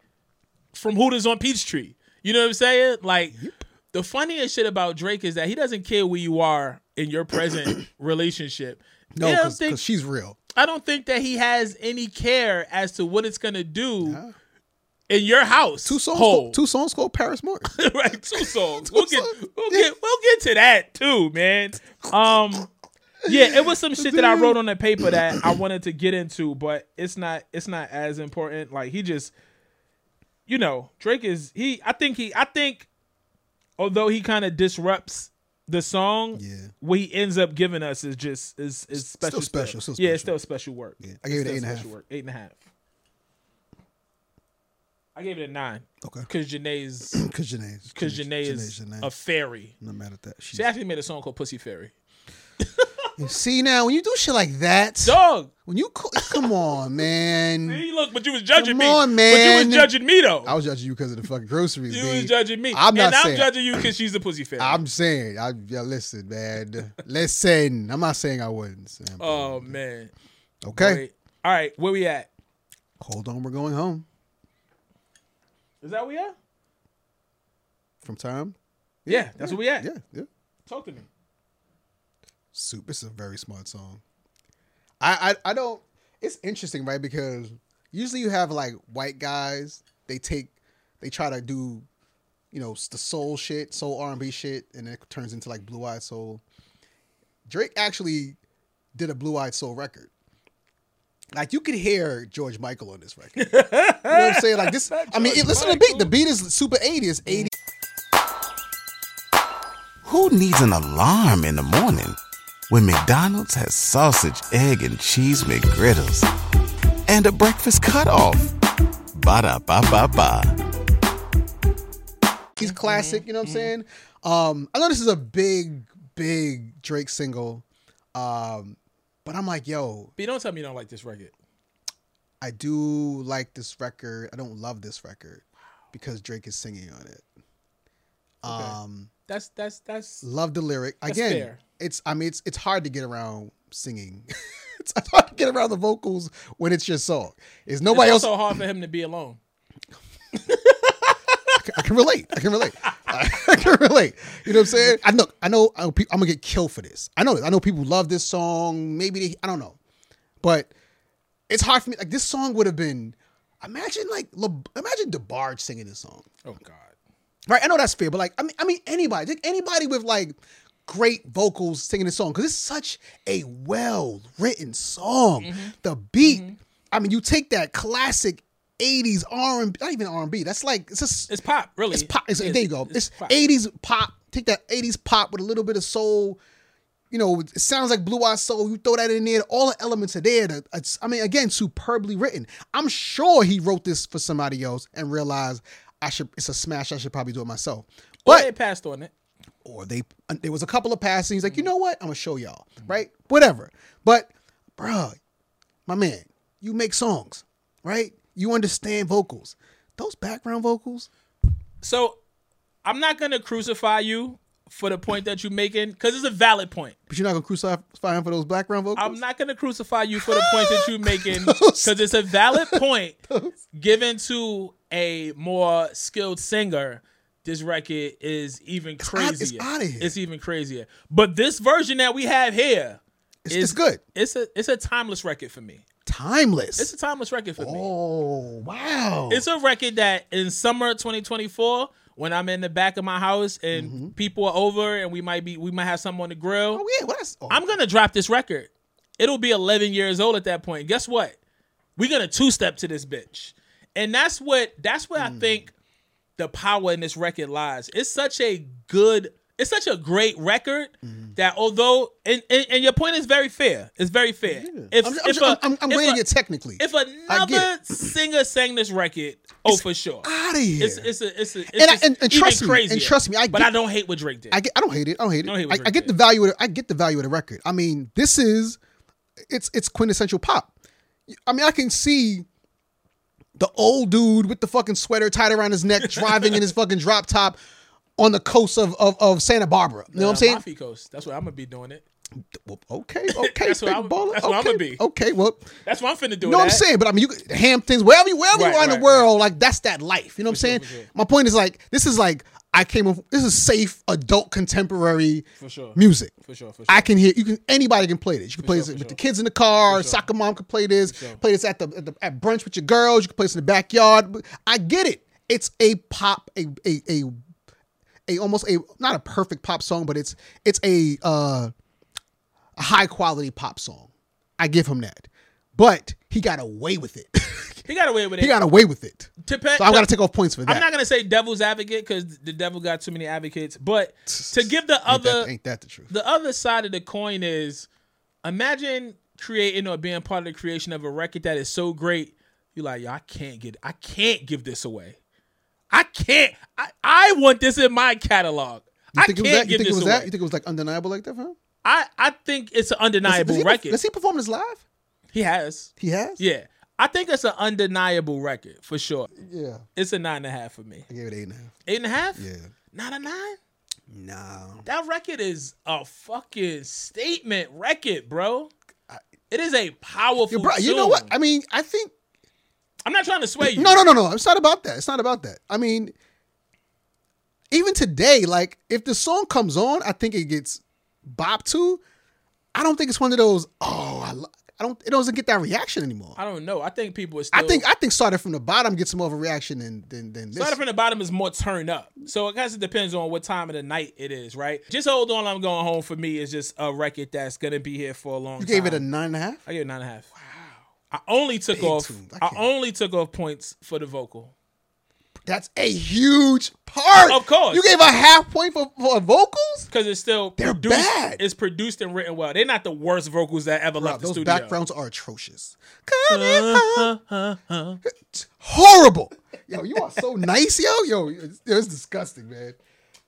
Speaker 2: from Hooters on Peachtree. You know what I'm saying? Like the funniest shit about Drake is that he doesn't care where you are in your present
Speaker 3: (clears throat)
Speaker 2: relationship.
Speaker 3: No,
Speaker 2: He don't
Speaker 3: because
Speaker 2: think-
Speaker 3: she's real.
Speaker 2: I don't think that he has any care as to what it's gonna do in your house.
Speaker 3: Two songs,
Speaker 2: hole.
Speaker 3: called, two songs called
Speaker 2: (laughs)
Speaker 3: Paris Morton.
Speaker 2: right? Two songs. we'll get,
Speaker 3: songs.
Speaker 2: we'll get, we'll get to that too, man. Um, yeah, it was some shit that I wrote on the paper that I wanted to get into, but it's not, it's not as important. Like he just, you know, Drake is he. I think he. I think, although he kind of disrupts the song,
Speaker 3: Yeah.
Speaker 2: what he ends up giving us is just is is special. stuff.
Speaker 3: special, still
Speaker 2: yeah, it's still special work.
Speaker 3: I
Speaker 2: Still
Speaker 3: gave it an eight and a
Speaker 2: special
Speaker 3: half.
Speaker 2: work. Eight and a half. I gave it a nine
Speaker 3: Okay,
Speaker 2: because Janae's
Speaker 3: because Janae,
Speaker 2: because Janae is a fairy.
Speaker 3: I'm not mad at that. She's-
Speaker 2: She actually made a song called Pussy Fairy.
Speaker 3: (laughs) See now, when you do shit like that,
Speaker 2: Dog,
Speaker 3: when you co- come on,
Speaker 2: (laughs)
Speaker 3: man,
Speaker 2: see, look, but you was judging
Speaker 3: Hmm. Come
Speaker 2: me.
Speaker 3: on,
Speaker 2: But you
Speaker 3: man.
Speaker 2: was judging me though.
Speaker 3: I was judging you because of the fucking groceries.
Speaker 2: you
Speaker 3: B.
Speaker 2: was judging me.
Speaker 3: I'm not
Speaker 2: and I'm
Speaker 3: saying-
Speaker 2: judging you because she's a pussy fairy.
Speaker 3: I'm saying, I yeah, listen, man, listen. I'm not saying I wouldn't. Sam.
Speaker 2: oh man.
Speaker 3: okay,
Speaker 2: Wait. All right, where we at?
Speaker 3: hold on, we're going home
Speaker 2: Is that where we at?
Speaker 3: from time.
Speaker 2: Yeah, that's where we at.
Speaker 3: Yeah, yeah.
Speaker 2: Talk to me.
Speaker 3: Soup. It's a very smart song. I, I I don't. It's interesting, right? Because usually you have like white guys. They take, they try to do, you know, s- the soul shit, soul R and B shit, and it turns into like Blue Eyed Soul. Drake actually did a Blue Eyed Soul record. Like you could hear George Michael on this record. you know what I'm saying? Like this. I mean, it, listen to the beat. The beat is super 80s, 80s.
Speaker 5: Who needs an alarm in the morning when McDonald's has sausage, egg, and cheese McGriddles and a breakfast cutoff? Ba da ba ba ba.
Speaker 3: He's
Speaker 2: Mm-hmm.
Speaker 3: classic, you know what I'm saying? Um, I know this is a big, big Drake single. Um, but I'm like, yo,
Speaker 2: But don't tell me you don't like this record.
Speaker 3: I do like this record. I don't love this record because Drake is singing on it. Um,
Speaker 2: That's that's that's
Speaker 3: love the lyric.
Speaker 2: That's
Speaker 3: Again,
Speaker 2: fair.
Speaker 3: it's I mean it's it's hard to get around singing. (laughs) it's hard to get around the vocals when it's your song. Is nobody
Speaker 2: it's
Speaker 3: else
Speaker 2: also hard for him to be alone.
Speaker 3: I can relate. I can relate. I (laughs) can relate. You know what I'm saying? I know. I know. I know pe- I'm gonna get killed for this. I know. This. I know people love this song. Maybe they. I don't know, but it's hard for me. Like this song would have been. Imagine like Le, imagine DeBarge singing this song.
Speaker 2: Oh God.
Speaker 3: Right. I know that's fair, but like I mean, I mean anybody, like anybody with like great vocals singing this song because it's such a well written song.
Speaker 2: Mm-hmm.
Speaker 3: The beat. I mean, you take that classic. 80s R&B, not even R&B. That's like it's just
Speaker 2: It's pop, really.
Speaker 3: it's pop. It's,
Speaker 2: Yeah,
Speaker 3: there you go. It's
Speaker 2: pop.
Speaker 3: eighties pop. Take that eighties pop with a little bit of soul. You know, it sounds like Blue Eye Soul. You throw that in there. All the elements are there. The- it's- I mean, again, superbly written. I'm sure he wrote this for somebody else and realized I should. It's a smash. I should probably do it myself.
Speaker 2: But
Speaker 3: But
Speaker 2: they passed on it.
Speaker 3: or they uh, there was a couple of passes. He's like, you know what? I'm gonna show y'all, right? Whatever. But, bruh, my man, you make songs, right? You understand vocals. Those background vocals,
Speaker 2: So I'm not gonna crucify you for the point that you're making because it's a valid point.
Speaker 3: But you're not gonna crucify him for those background vocals.
Speaker 2: I'm not gonna
Speaker 3: (laughs)
Speaker 2: crucify you for the point that you're making because it's a valid point given to a more skilled singer, this record is even
Speaker 3: out-
Speaker 2: crazier.
Speaker 3: it's outta here.
Speaker 2: It's even crazier. But this version that we have here
Speaker 3: It's, it's good.
Speaker 2: It's a it's a timeless record for me.
Speaker 3: Timeless.
Speaker 2: It's a timeless record for me.
Speaker 3: oh wow.
Speaker 2: It's a record that in summer 2024, when I'm in the back of my house and people are over and we might be we might have something on the grill.
Speaker 3: Mm-hmm. oh yeah. Well, that's. Oh,
Speaker 2: I'm gonna drop this record. It'll be 11 years old at that point. Guess what? We're gonna two step to this bitch, and that's what that's what
Speaker 3: Hmm.
Speaker 2: I think the power in this record lies. It's such a good, it's such a great record
Speaker 3: Mm-hmm.
Speaker 2: that although and, and and your point is very fair. It's very fair. If
Speaker 3: I'm,
Speaker 2: if
Speaker 3: I'm, I'm,
Speaker 2: a-
Speaker 3: I'm, I'm
Speaker 2: if
Speaker 3: weighing
Speaker 2: a-
Speaker 3: it technically.
Speaker 2: if
Speaker 3: I get
Speaker 2: another singer sang this record, oh for sure.
Speaker 3: out of here.
Speaker 2: It's it's a it's a it's
Speaker 3: And I-
Speaker 2: just
Speaker 3: and- and
Speaker 2: even
Speaker 3: trust me, and
Speaker 2: crazier.
Speaker 3: trust me, I
Speaker 2: but
Speaker 3: get-
Speaker 2: I don't hate what Drake did.
Speaker 3: I get, I don't hate it. I don't hate it.
Speaker 2: Don't hate
Speaker 3: I,
Speaker 2: what
Speaker 3: I
Speaker 2: Drake
Speaker 3: get the value. Of, the- I get the value of the record. I mean, this is, it's it's quintessential pop. I mean, I can see the old dude with the fucking sweater tied around
Speaker 2: (laughs)
Speaker 3: his neck driving in his fucking drop top on the coast of of, of Santa Barbara. You know what I'm saying?
Speaker 2: Uh, Mafia Coast. That's what I'm gonna be doing it.
Speaker 3: Well, okay,
Speaker 2: (laughs)
Speaker 3: okay,
Speaker 2: That's what
Speaker 3: big
Speaker 2: I'm-
Speaker 3: baller.
Speaker 2: that's
Speaker 3: okay,
Speaker 2: what I'ma be.
Speaker 3: Okay, well,
Speaker 2: That's what I'm finna do.
Speaker 3: you know what I'm
Speaker 2: that.
Speaker 3: saying? But I mean, you could- Hamptons, wherever you wherever
Speaker 2: Right,
Speaker 3: you are in
Speaker 2: right,
Speaker 3: the world, like that's that life. You know what I'm saying? My point is like this is like I came. up This is safe adult contemporary
Speaker 2: sure.
Speaker 3: music.
Speaker 2: For sure, for sure.
Speaker 3: I can hear you can anybody can play this. You can play this with the kids in the car. Soccer mom can play this. Play this at the, at the at brunch with your girls. You can play this in the backyard. I get it. It's a pop, a a a, a almost a not a perfect pop song, but it's it's a uh, a high quality pop song. I give him that, but he got away with it. (laughs)
Speaker 2: he got away with it.
Speaker 3: he got away with it.
Speaker 2: to pe-
Speaker 3: So I
Speaker 2: to-
Speaker 3: got to take off points for that.
Speaker 2: I'm not gonna say devil's advocate because the devil got too many advocates, but to give the
Speaker 3: ain't,
Speaker 2: other
Speaker 3: that, ain't that the truth?
Speaker 2: the other side of the coin is imagine creating or being part of the creation of a record that is so great you're like yo i can't get i can't give this away i can't i, I want this in my catalog
Speaker 3: You
Speaker 2: i
Speaker 3: think
Speaker 2: can't
Speaker 3: it was that? You
Speaker 2: give
Speaker 3: think it
Speaker 2: this
Speaker 3: was
Speaker 2: away
Speaker 3: that? You think it was like undeniable like that for him?
Speaker 2: i i think it's an undeniable
Speaker 3: Does he,
Speaker 2: record
Speaker 3: Does he perform this live?
Speaker 2: he has
Speaker 3: He has.
Speaker 2: yeah i think it's an undeniable record for sure
Speaker 3: Yeah.
Speaker 2: it's a nine and a half for me
Speaker 3: I gave it eight and a half.
Speaker 2: eight and a half
Speaker 3: Yeah.
Speaker 2: not a nine
Speaker 3: No.
Speaker 2: That record is a fucking statement record, bro. It is a powerful.
Speaker 3: Yo, bro, you know what? I mean, I think
Speaker 2: am not trying to sway you.
Speaker 3: no, no, no, no. It's not about that. It's not about that. I mean, even today, like if the song comes on, I think it gets bopped to. I don't think it's one of those. Oh, I, lo- I don't. It doesn't get that reaction anymore.
Speaker 2: I don't know. I think people are still.
Speaker 3: I think I think started from the bottom gets more of a reaction than than than this.
Speaker 2: Starting from the bottom is more turned up. So I guess it depends on what time of the night it is, right? Just hold on, I'm going home. For me, is just a record that's gonna be here for a long.
Speaker 3: you gave it
Speaker 2: time.
Speaker 3: a nine and a half.
Speaker 2: I gave it nine and a half. Wow. I only took off.
Speaker 3: tuned. I
Speaker 2: I,
Speaker 3: can't-
Speaker 2: only took off points for the vocal.
Speaker 3: That's a huge part.
Speaker 2: Of course.
Speaker 3: you gave a half point for, for vocals.
Speaker 2: Because it's still
Speaker 3: They're
Speaker 2: produced,
Speaker 3: bad.
Speaker 2: It's produced and written well. They're not the worst vocals that ever
Speaker 3: Bro,
Speaker 2: left the
Speaker 3: those
Speaker 2: studio. (laughs) Uh-huh.
Speaker 3: backgrounds are atrocious. Coming home. (laughs) It's horrible. Yo, you are so (laughs) nice, yo. Yo, it's, it's disgusting, man.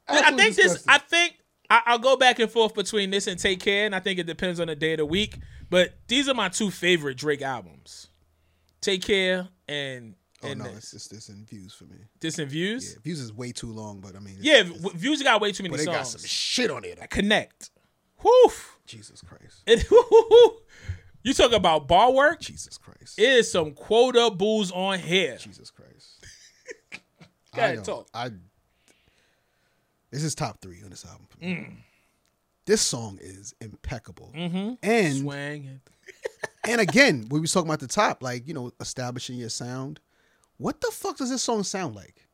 Speaker 2: I think this. I think I, I'll go back and forth between this and Take Care, and I think it depends on the day of the week. But these are my two favorite Drake albums: Take Care and
Speaker 3: Oh
Speaker 2: and
Speaker 3: no,
Speaker 2: this.
Speaker 3: it's just this in views for me.
Speaker 2: This and Views.
Speaker 3: Yeah, views is way too long, but I mean, it's-
Speaker 2: Yeah, w- Views got way too many
Speaker 3: but they got
Speaker 2: songs.
Speaker 3: some shit on it.
Speaker 2: Connect. Whew. (laughs)
Speaker 3: Jesus Christ,
Speaker 2: It, whew. You talk about bar work.
Speaker 3: Jesus Christ,
Speaker 2: It is some quota bulls on here.
Speaker 3: Jesus Christ.
Speaker 2: (laughs) Go ahead,
Speaker 3: don't-
Speaker 2: talk.
Speaker 3: I. This is top three on this album. for me.
Speaker 2: Mm.
Speaker 3: This song is impeccable,
Speaker 2: Mm-hmm.
Speaker 3: and
Speaker 2: Swang.
Speaker 3: and again, we was talking about at the top, like you know, establishing your sound. What the fuck does this song sound like?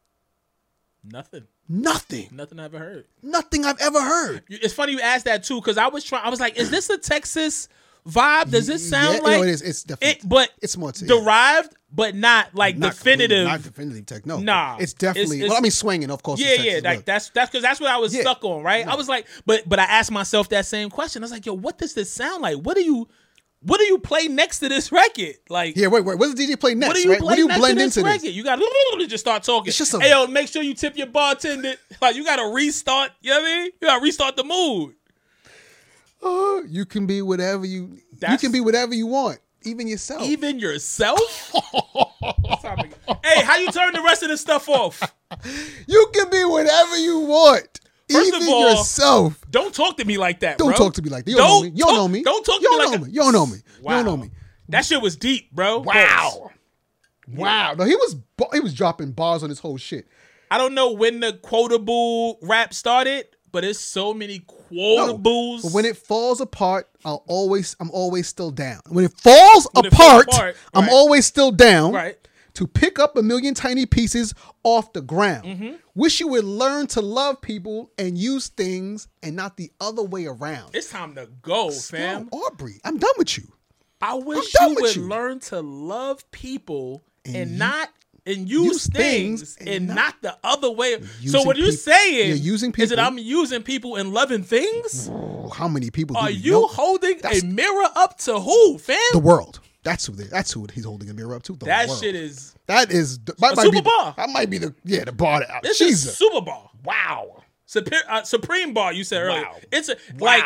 Speaker 2: Nothing.
Speaker 3: Nothing,
Speaker 2: Nothing I ever heard.
Speaker 3: nothing I've ever heard.
Speaker 2: You- It's funny you asked that too, because I was trying. I was like, "Is this a Texas vibe? Does this
Speaker 3: Yeah,
Speaker 2: sound
Speaker 3: no,
Speaker 2: like
Speaker 3: it is? It's definitely,
Speaker 2: it, but
Speaker 3: it's more to it.
Speaker 2: derived, but not like
Speaker 3: Not completely-
Speaker 2: definitive.
Speaker 3: not definitive tech. No,
Speaker 2: Nah.
Speaker 3: it's definitely.
Speaker 2: It's- it's-
Speaker 3: well, I mean, swinging, of course.
Speaker 2: yeah,
Speaker 3: it's
Speaker 2: yeah,
Speaker 3: Texas,
Speaker 2: like
Speaker 3: but-
Speaker 2: that's that's because that's what I was
Speaker 3: Yeah.
Speaker 2: stuck on, right? I was like, but but I asked myself that same question. I was like, yo, what does this sound like? What do you, what do you play next to this record? Like,
Speaker 3: Yeah, wait, wait. What does DJ play next?
Speaker 2: what do you
Speaker 3: right?
Speaker 2: play
Speaker 3: What do you
Speaker 2: next
Speaker 3: blend
Speaker 2: to this
Speaker 3: into
Speaker 2: record?
Speaker 3: this?
Speaker 2: You got to just start talking.
Speaker 3: It's just a-
Speaker 2: hey, yo, make sure you tip your bartender. (laughs) Like, you got to restart. You know what I mean? You got to restart the mood.
Speaker 3: Oh, you can be whatever you. you
Speaker 2: That's-
Speaker 3: can be whatever you want, even yourself.
Speaker 2: Even
Speaker 3: (laughs)
Speaker 2: yourself. hey, how you turn the rest of this stuff off?
Speaker 3: you can be whatever you want,
Speaker 2: First of
Speaker 3: even
Speaker 2: all,
Speaker 3: yourself.
Speaker 2: Don't talk to me like that.
Speaker 3: Don't
Speaker 2: bro.
Speaker 3: talk to me like that. You don't, know me. You don't
Speaker 2: talk-
Speaker 3: know me.
Speaker 2: Don't talk to
Speaker 3: you
Speaker 2: me
Speaker 3: don't
Speaker 2: like
Speaker 3: know
Speaker 2: that.
Speaker 3: me. You don't know me. You don't know
Speaker 2: Wow.
Speaker 3: me.
Speaker 2: That shit was deep, bro. Wow.
Speaker 3: Wow. No, he was ba- he was dropping bars on his whole shit.
Speaker 2: I don't know when the quotable rap started, but there's so many quotables.
Speaker 3: But when it falls apart, I'll always I'm always still down. When it falls
Speaker 2: When it falls
Speaker 3: apart,
Speaker 2: apart,
Speaker 3: I'm
Speaker 2: right.
Speaker 3: always still down.
Speaker 2: Right.
Speaker 3: To pick up a million tiny pieces off the ground.
Speaker 2: Mm-hmm.
Speaker 3: Wish you would learn to love people and use things and not the other way around.
Speaker 2: it's time to go, fam.
Speaker 3: Yo, Aubrey, I'm done with you.
Speaker 2: I wish
Speaker 3: done
Speaker 2: you
Speaker 3: with
Speaker 2: would
Speaker 3: you.
Speaker 2: learn to love people and,
Speaker 3: you-
Speaker 2: not and use things, and, not, the other way. So
Speaker 3: using
Speaker 2: what you're
Speaker 3: peop-
Speaker 2: saying
Speaker 3: You're using
Speaker 2: is that
Speaker 3: people.
Speaker 2: I'm using people and loving things?
Speaker 3: Oh, how many people
Speaker 2: Are
Speaker 3: do we
Speaker 2: you
Speaker 3: know?
Speaker 2: holding
Speaker 3: That's-
Speaker 2: a mirror up to who, fam?
Speaker 3: the world? That's who. They, that's who he's holding a mirror up to. The
Speaker 2: that
Speaker 3: world.
Speaker 2: shit is
Speaker 3: That is that might
Speaker 2: super
Speaker 3: be,
Speaker 2: bar.
Speaker 3: That might be the yeah the bar. That,
Speaker 2: this
Speaker 3: Jesus.
Speaker 2: is Super Bowl. Wow. Super, uh, Supreme Ball, you said earlier.
Speaker 3: Wow.
Speaker 2: It's a, like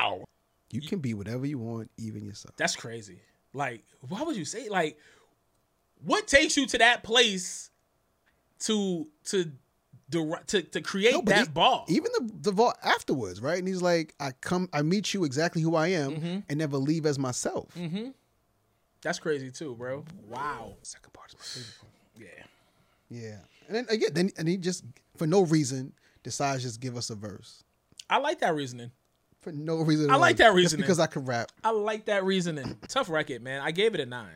Speaker 3: you can be whatever you want, even yourself.
Speaker 2: That's crazy. Like, why would you say like what takes you to that place to to direct to, to create
Speaker 3: No, but
Speaker 2: that
Speaker 3: e-
Speaker 2: ball?
Speaker 3: Even the the vault afterwards, right? And he's like, I come, I meet you exactly who I am,
Speaker 2: Mm-hmm.
Speaker 3: and never leave as myself.
Speaker 2: That's crazy too, bro. Wow.
Speaker 3: Second part is my favorite. part.
Speaker 2: Yeah.
Speaker 3: Yeah, and then again, then and he just for no reason decides just give us a verse
Speaker 2: I like that reasoning.
Speaker 3: for no reason. at
Speaker 2: I
Speaker 3: all.
Speaker 2: like that
Speaker 3: Just
Speaker 2: reasoning.
Speaker 3: because I could rap.
Speaker 2: I like that reasoning. (clears throat) Tough record, man. I gave it a nine.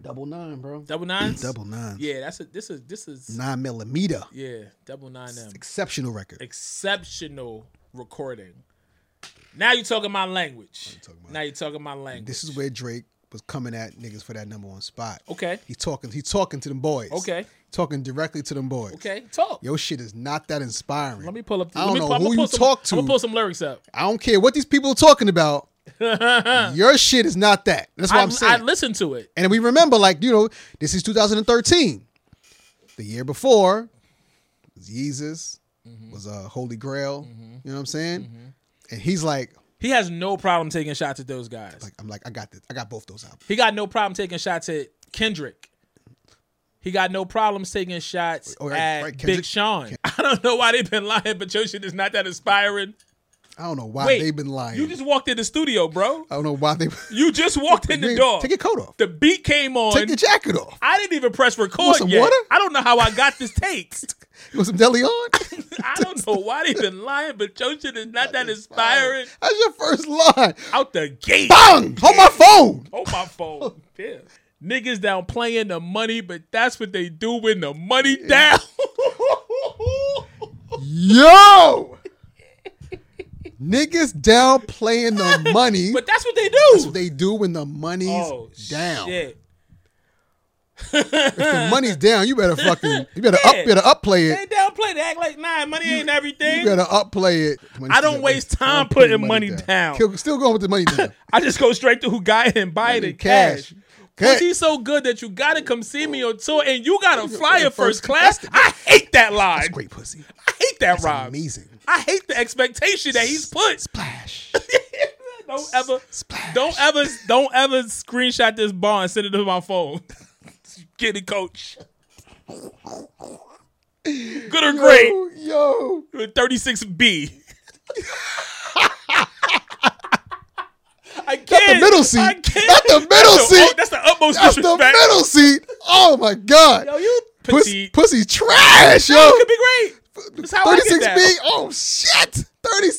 Speaker 3: Double nine, bro.
Speaker 2: Double nines?
Speaker 3: (clears throat) Double nine.
Speaker 2: Yeah, that's a this is this is
Speaker 3: Nine millimeter.
Speaker 2: yeah, double nine M.
Speaker 3: Exceptional record.
Speaker 2: Exceptional recording. Now you talking my language. Now you talking my language.
Speaker 3: This is where Drake was coming at niggas for that number one spot.
Speaker 2: Okay.
Speaker 3: He talking. He talking to them boys.
Speaker 2: Okay.
Speaker 3: Talking directly to them boys.
Speaker 2: Okay, talk.
Speaker 3: Your shit is not that inspiring.
Speaker 2: Let me pull up.
Speaker 3: I don't
Speaker 2: let me
Speaker 3: know
Speaker 2: pull, I'ma
Speaker 3: who
Speaker 2: pull
Speaker 3: you
Speaker 2: some,
Speaker 3: talk to.
Speaker 2: I'm gonna pull some lyrics up.
Speaker 3: I don't care what these people are
Speaker 2: (laughs)
Speaker 3: talking about. your shit is not that. That's what
Speaker 2: I,
Speaker 3: I, am saying.
Speaker 2: I listened to it.
Speaker 3: and we remember, like you know, this is 2013. The year before, was Yeezus
Speaker 2: Mm-hmm.
Speaker 3: was a uh, Holy Grail. You know what I'm saying? And he's like,
Speaker 2: He has no problem taking shots at those guys.
Speaker 3: like, I'm like, I got this. I got both those albums.
Speaker 2: he got no problem taking shots at Kendrick. He got no problems taking shots
Speaker 3: Oh, right,
Speaker 2: at
Speaker 3: right,
Speaker 2: Big
Speaker 3: Kendrick-
Speaker 2: Sean. (laughs) I don't know why they've been lying, but your shit is not that inspiring.
Speaker 3: I don't know why
Speaker 2: Wait,
Speaker 3: they've been lying.
Speaker 2: You just walked in the studio, bro.
Speaker 3: I don't know why they.
Speaker 2: You just (laughs) walked in the door.
Speaker 3: Take your coat off.
Speaker 2: The beat came on.
Speaker 3: Take your jacket off.
Speaker 2: I didn't even press record
Speaker 3: some
Speaker 2: yet.
Speaker 3: water?
Speaker 2: I don't know how I got this tape.
Speaker 3: (laughs) You want some
Speaker 2: (laughs)
Speaker 3: deli on?
Speaker 2: I don't know why they've been lying, but your shit is not that inspiring.
Speaker 3: That's your first line.
Speaker 2: Out the gate.
Speaker 3: Bang!
Speaker 2: (laughs)
Speaker 3: Hold my phone.
Speaker 2: Oh my phone. Yeah. Niggas down playing the money, but that's what they do when the money
Speaker 3: (laughs)
Speaker 2: down.
Speaker 3: Yo! Niggas down
Speaker 2: (laughs)
Speaker 3: playing the money.
Speaker 2: but that's what they do.
Speaker 3: That's what they do when the money's
Speaker 2: oh
Speaker 3: down.
Speaker 2: shit.
Speaker 3: If the money's down, you better fucking you better
Speaker 2: Yeah.
Speaker 3: up better upplay
Speaker 2: They
Speaker 3: it.
Speaker 2: downplay. They act like nah, money ain't everything.
Speaker 3: You better upplay it. Money's
Speaker 2: I don't
Speaker 3: down.
Speaker 2: waste time
Speaker 3: Don't put
Speaker 2: putting money down.
Speaker 3: Kill- Still going with the money down.
Speaker 2: I just go straight to who got it and buy it in (laughs) cash.
Speaker 3: cash.
Speaker 2: Was
Speaker 3: Cash.
Speaker 2: he so good that you gotta come see me on tour and you got a flyer
Speaker 3: first
Speaker 2: first
Speaker 3: class.
Speaker 2: class? I hate that line.
Speaker 3: That's great pussy.
Speaker 2: I hate that
Speaker 3: That's
Speaker 2: rhyme.
Speaker 3: amazing.
Speaker 2: I hate the expectation that he's put.
Speaker 3: Splash.
Speaker 2: (laughs) don't ever,
Speaker 3: Splash.
Speaker 2: don't ever, don't ever screenshot this bar and send it to my phone. (laughs) Get it, coach. Good or great,
Speaker 3: Yo,
Speaker 2: (laughs)
Speaker 3: yo.
Speaker 2: thirty six B. (laughs) I can't.
Speaker 3: the middle seat.
Speaker 2: I can't.
Speaker 3: Not the middle
Speaker 2: that's The,
Speaker 3: seat.
Speaker 2: that's the utmost
Speaker 3: That's the
Speaker 2: disrespect.
Speaker 3: middle seat. Oh my god.
Speaker 2: Yo, you
Speaker 3: Pussy,
Speaker 2: petite.
Speaker 3: pussy trash, yo.
Speaker 2: That could be great. That's how I get that.
Speaker 3: 36B. Oh shit.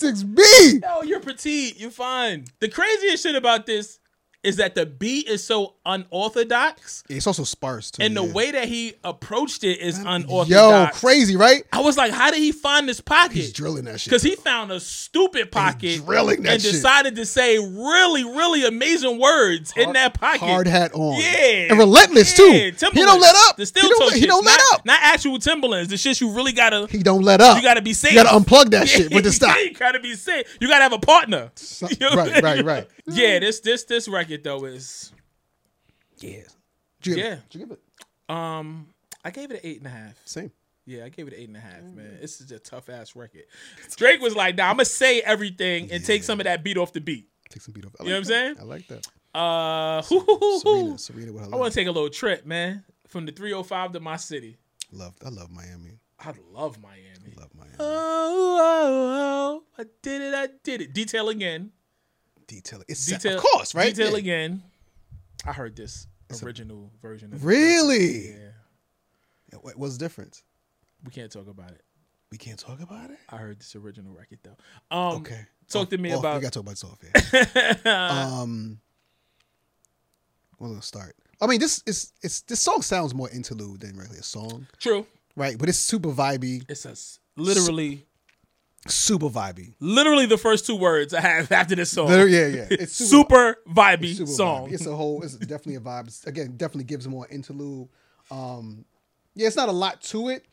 Speaker 3: 36B.
Speaker 2: No, you're petite. You're fine. The craziest shit about this is that the beat is so unorthodox,
Speaker 3: It's also sparse too.
Speaker 2: and the
Speaker 3: yeah.
Speaker 2: way that he approached it is
Speaker 3: Yo,
Speaker 2: unorthodox.
Speaker 3: crazy, right?
Speaker 2: I was like, how did he find this
Speaker 3: He's
Speaker 2: pocket?
Speaker 3: drilling that shit.
Speaker 2: Because he found a stupid pocket
Speaker 3: drilling that
Speaker 2: and
Speaker 3: shit.
Speaker 2: decided to say really, really amazing words in that pocket.
Speaker 3: hard hat on.
Speaker 2: Yeah.
Speaker 3: And relentless
Speaker 2: Yeah,
Speaker 3: too. He don't
Speaker 2: Timberlands.
Speaker 3: let up.
Speaker 2: The
Speaker 3: he
Speaker 2: steel
Speaker 3: don't,
Speaker 2: toe
Speaker 3: let- he don't
Speaker 2: shits,
Speaker 3: let
Speaker 2: not,
Speaker 3: up.
Speaker 2: Not actual Timberlands. The shit you really gotta
Speaker 3: he don't let up.
Speaker 2: you gotta be safe.
Speaker 3: You gotta
Speaker 2: (laughs)
Speaker 3: unplug that shit with the stop.
Speaker 2: you
Speaker 3: (laughs)
Speaker 2: gotta be safe. You gotta have a partner. (laughs) You know what I'm
Speaker 3: right, right,
Speaker 2: saying?
Speaker 3: right.
Speaker 2: Yeah, this this this record though is
Speaker 3: Yeah. Did you give it-
Speaker 2: Yeah.
Speaker 3: did you give it?
Speaker 2: um I gave it an eight and a half.
Speaker 3: Same.
Speaker 2: Yeah, I gave it an eight and a half, man. This is a tough ass record. Drake was like, nah, I'ma say everything and take some of that beat off the beat.
Speaker 3: Take some beat off. I
Speaker 2: You know
Speaker 3: like
Speaker 2: what I'm
Speaker 3: that. I like that.
Speaker 2: Uh, (laughs)
Speaker 3: Serena, Serena with her
Speaker 2: I
Speaker 3: love.
Speaker 2: want to take a little trip, man, from the 305 to my city.
Speaker 3: love. I love Miami.
Speaker 2: I love Miami.
Speaker 3: Love Miami.
Speaker 2: Uh, Oh, oh, oh, I did it, I did it. Detail again.
Speaker 3: Detail. It's
Speaker 2: Detail,
Speaker 3: of course, right?
Speaker 2: Detail
Speaker 3: Yeah.
Speaker 2: again. I heard this original version. Of
Speaker 3: Really?
Speaker 2: Yeah.
Speaker 9: Wait, What's the difference?
Speaker 2: We can't talk about it.
Speaker 9: We can't talk about it.
Speaker 2: I heard this original record though. Um,
Speaker 9: Okay.
Speaker 2: Talk to
Speaker 3: Oh,
Speaker 2: me
Speaker 9: Off-
Speaker 2: about.
Speaker 9: We got to talk about this off air.
Speaker 2: (laughs)
Speaker 9: um, we're gonna start.
Speaker 3: I mean, this is it's this song sounds more interlude than really a song,
Speaker 2: True.
Speaker 3: right? But it's super vibey,
Speaker 2: It's a s- literally,
Speaker 3: super vibey.
Speaker 2: literally the first two words I have (laughs) after this song.
Speaker 3: Literally, yeah, yeah.
Speaker 2: (laughs)
Speaker 3: It's
Speaker 2: super vibey
Speaker 3: super
Speaker 2: song.
Speaker 3: vibe. It's a whole. It's definitely a vibe. It's, again, definitely gives more interlude. Um, yeah, it's not a lot to it.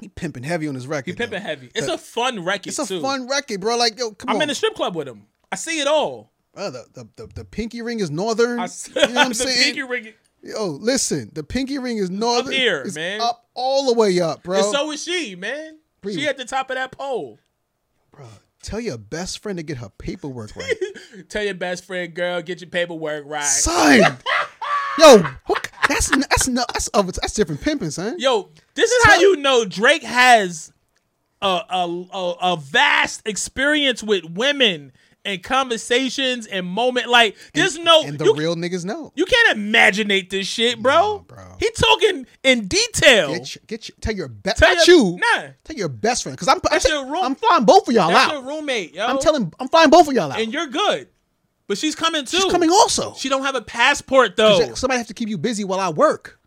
Speaker 3: He pimping heavy on his record.
Speaker 2: He pimping
Speaker 3: though.
Speaker 2: heavy. It's a fun record.
Speaker 3: It's a
Speaker 2: too.
Speaker 3: fun record, bro. Like, yo, come
Speaker 2: I'm
Speaker 3: on.
Speaker 2: in a strip club with him. I see it all.
Speaker 3: Bro, the, the, the, the pinky ring is northern.
Speaker 2: I
Speaker 3: you
Speaker 2: (laughs)
Speaker 3: know what I'm
Speaker 2: the
Speaker 3: saying?
Speaker 2: pinky ring.
Speaker 3: Yo, listen, the pinky ring is northern.
Speaker 2: here,
Speaker 3: It's
Speaker 2: man.
Speaker 3: Up all the way up, bro.
Speaker 2: And so is she, man.
Speaker 3: Breathe.
Speaker 2: She at the top of that pole.
Speaker 3: bro. Tell your best friend to get her
Speaker 2: (laughs)
Speaker 3: paperwork right.
Speaker 2: Tell your best friend, girl, get your paperwork right. (laughs)
Speaker 3: son. Yo, who c- that's n- that's no, that's other, that's different pimping, son.
Speaker 2: Yo, this is how you know Drake has a a, a a vast experience with women and conversations and moment. Like, there's no
Speaker 3: and the
Speaker 2: you,
Speaker 3: real niggas know.
Speaker 2: you can't imaginate this shit, bro.
Speaker 3: bro.
Speaker 2: He talking in detail.
Speaker 3: Get your, get your, tell your best,
Speaker 2: Tell
Speaker 3: not
Speaker 2: your-
Speaker 3: you,
Speaker 2: nah.
Speaker 3: tell your best friend, because I'm I'm,
Speaker 2: That's
Speaker 3: ta-
Speaker 2: your room-
Speaker 3: I'm flying both of y'all
Speaker 2: That's
Speaker 3: out.
Speaker 2: your roommate, yo.
Speaker 3: I'm telling, I'm flying both of y'all out.
Speaker 2: and you're good, but she's coming too.
Speaker 3: She's coming also.
Speaker 2: She don't have a passport though.
Speaker 3: Somebody have to keep you busy while I work.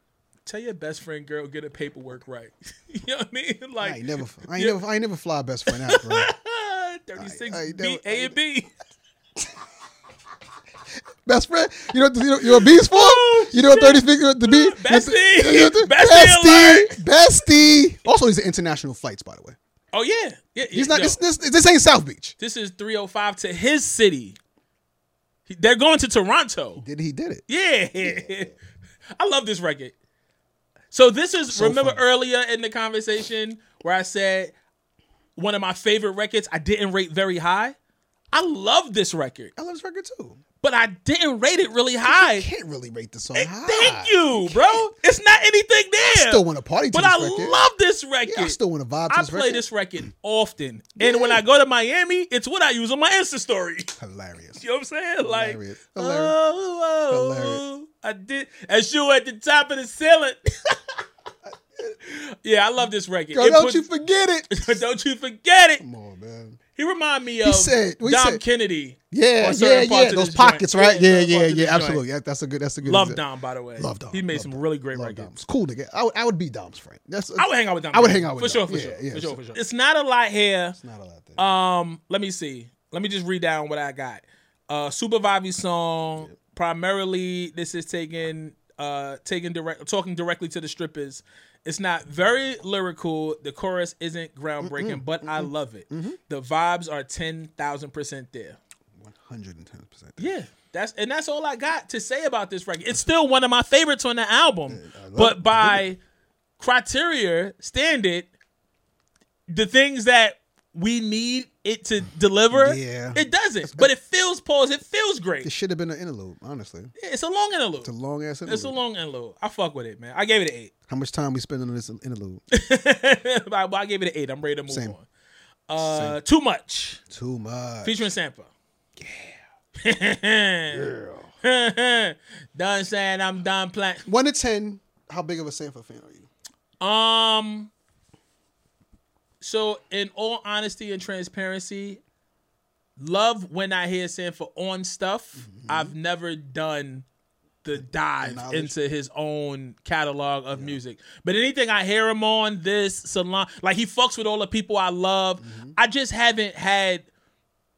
Speaker 2: Tell your best friend, girl, get her paperwork right. (laughs) you know what I mean?
Speaker 3: I
Speaker 2: Like (laughs)
Speaker 3: ain't never, I ain't
Speaker 2: Yeah.
Speaker 3: never, I ain't never fly best friend out,
Speaker 2: (laughs)
Speaker 3: bro.
Speaker 2: thirty six
Speaker 3: I- I
Speaker 2: ah, B
Speaker 3: never-
Speaker 2: A and B.
Speaker 3: best friend, you know, you know, you know what B's for? you know what thirty you know, the B,
Speaker 2: Oh, Bestie.
Speaker 3: you know what the-
Speaker 2: Bestie
Speaker 3: bestie, bestie. Also, these are international flights, by the way.
Speaker 2: Oh yeah, yeah.
Speaker 3: He's not.
Speaker 2: yo,
Speaker 3: This, this, this ain't South Beach.
Speaker 2: this is three hundred five to his city. He- They're going to Toronto.
Speaker 3: Did he did it?
Speaker 2: Yeah. (laughs) I love this record. So this is remember
Speaker 3: fun.
Speaker 2: earlier in the conversation where I said one of my favorite records I didn't rate very high. I love this record,
Speaker 3: I love this record too.
Speaker 2: but I didn't rate it really high.
Speaker 3: I can't really rate the song. high.
Speaker 2: Thank you, bro. It's not anything there.
Speaker 3: I still want to party to
Speaker 2: But
Speaker 3: this
Speaker 2: I
Speaker 3: record.
Speaker 2: love this record.
Speaker 3: Yeah, I still want to vibe to
Speaker 2: I
Speaker 3: this
Speaker 2: play
Speaker 3: record.
Speaker 2: this record often. And when I go to Miami, it's what I use on my Insta story. (laughs)
Speaker 3: Hilarious.
Speaker 2: You know what I'm saying? Like,
Speaker 3: Hilarious.
Speaker 2: oh,
Speaker 3: Hilarious.
Speaker 2: oh, I did. As you at the top of the ceiling. (laughs) yeah, I love this record.
Speaker 3: Girl,
Speaker 2: It
Speaker 3: don't
Speaker 2: puts-
Speaker 3: you forget
Speaker 2: (laughs)
Speaker 3: it.
Speaker 2: don't you forget it.
Speaker 3: Come on, man.
Speaker 2: He remind me of
Speaker 3: said- we
Speaker 2: Dom
Speaker 3: said-
Speaker 2: Kennedy.
Speaker 3: Yeah,
Speaker 2: on
Speaker 3: yeah,
Speaker 2: certain parts
Speaker 3: yeah.
Speaker 2: of
Speaker 3: Those
Speaker 2: this joint.
Speaker 3: pockets, right?
Speaker 2: Yeah,
Speaker 3: Yeah,
Speaker 2: certain
Speaker 3: yeah,
Speaker 2: parts of
Speaker 3: yeah.
Speaker 2: this
Speaker 3: absolutely. Yeah, that's a good. That's a good.
Speaker 2: Love
Speaker 3: example.
Speaker 2: Dom, by the way.
Speaker 3: Love Dom.
Speaker 2: He made
Speaker 3: Love
Speaker 2: some
Speaker 3: Dom.
Speaker 2: really great
Speaker 3: Love
Speaker 2: records.
Speaker 3: Dom. It's cool to get. I would, I would be Dom's friend. That's.
Speaker 2: I would hang out with Dom.
Speaker 3: I would
Speaker 2: Kennedy.
Speaker 3: hang out with
Speaker 2: for
Speaker 3: Dom.
Speaker 2: sure, for
Speaker 3: Yeah,
Speaker 2: sure,
Speaker 3: yeah,
Speaker 2: for sure, for
Speaker 3: it's-
Speaker 2: sure. It's not a lot here.
Speaker 3: Not a lot there.
Speaker 2: Um, let me see. Let me just read down what I got. Uh, Super Vibe song. Primarily, this is taking uh taking direct talking directly to the strippers. It's not very lyrical. The chorus isn't groundbreaking, but I love it.
Speaker 3: mm-hmm.
Speaker 2: The vibes are ten thousand percent there.
Speaker 3: One hundred and ten percent.
Speaker 2: Yeah. That's and that's all I got to say about this record. It's still one of my favorites on the album. But by criteria standard, the things that we need it to deliver,
Speaker 3: Yeah.
Speaker 2: it doesn't. But it feels pause, it feels great.
Speaker 3: It should have been an interlude. Honestly,
Speaker 2: It's a long interlude.
Speaker 3: it's a long ass interlude.
Speaker 2: It's a long interlude. I fuck with it, man. I gave it an eight. (laughs)
Speaker 3: How much time we spend on this interlude?
Speaker 2: I, I gave it an eight. I'm ready to move
Speaker 3: Same.
Speaker 2: on. Uh, too much.
Speaker 3: Too much.
Speaker 2: Featuring Sampa. (laughs) Yeah. done saying I'm done playing.
Speaker 3: One to ten. How big of a Sanford fan are you?
Speaker 2: Um. So, in all honesty and transparency, love when I hear Sanford on stuff. I've never done the dive
Speaker 3: knowledge.
Speaker 2: into his own catalog of music, but anything I hear him on this salon, like he fucks with all the people I love. I just haven't had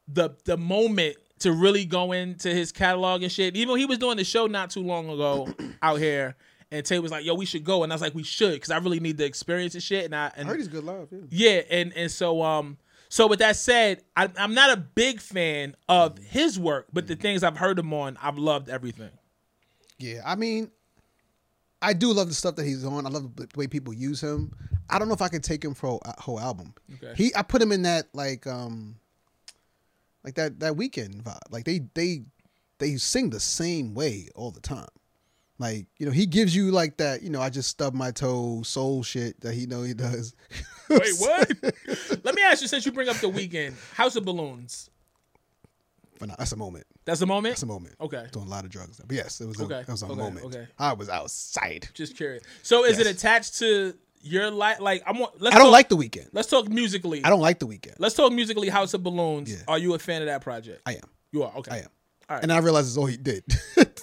Speaker 2: the the moment to really go into his catalog and shit. Even when he was doing the show not too long ago out here, and Tay was like, "Yo, we should go," and I was like, "We should," because I really need the experience and shit. And I and
Speaker 3: I heard he's good live. Yeah.
Speaker 2: yeah, and and so um, so with that said, I, I'm not a big fan of his work, but the things I've heard him on, I've loved everything.
Speaker 3: Yeah, I mean, I do love the stuff that he's on. I love the way people use him. I don't know if I could take him for a whole album.
Speaker 2: Okay.
Speaker 3: He, I put him in that like, um, like that that weekend vibe. Like they they they sing the same way all the time. Like you know, he gives you like that. You know, I just stub my toe soul shit that he know he does.
Speaker 2: (laughs) Wait, what? Let me ask you, since you bring up the weekend, House of Balloons.
Speaker 3: For now, that's a moment.
Speaker 2: That's the moment.
Speaker 3: That's a moment.
Speaker 2: Okay.
Speaker 3: Doing a lot of drugs, but yes, it was a,
Speaker 2: Okay,
Speaker 3: it was a
Speaker 2: okay,
Speaker 3: moment.
Speaker 2: okay.
Speaker 3: I was outside.
Speaker 2: Just curious. So is it
Speaker 3: Yes.
Speaker 2: attached to your life? Like I'm. Let's
Speaker 3: I don't
Speaker 2: talk-
Speaker 3: like the weekend.
Speaker 2: Let's talk musically.
Speaker 3: I don't like the weekend.
Speaker 2: Let's talk musically. House of Balloons.
Speaker 3: Yeah.
Speaker 2: Are you a fan of that project?
Speaker 3: I am.
Speaker 2: you are. Okay.
Speaker 3: I am.
Speaker 2: All right.
Speaker 3: And I realized it's all he did. (laughs)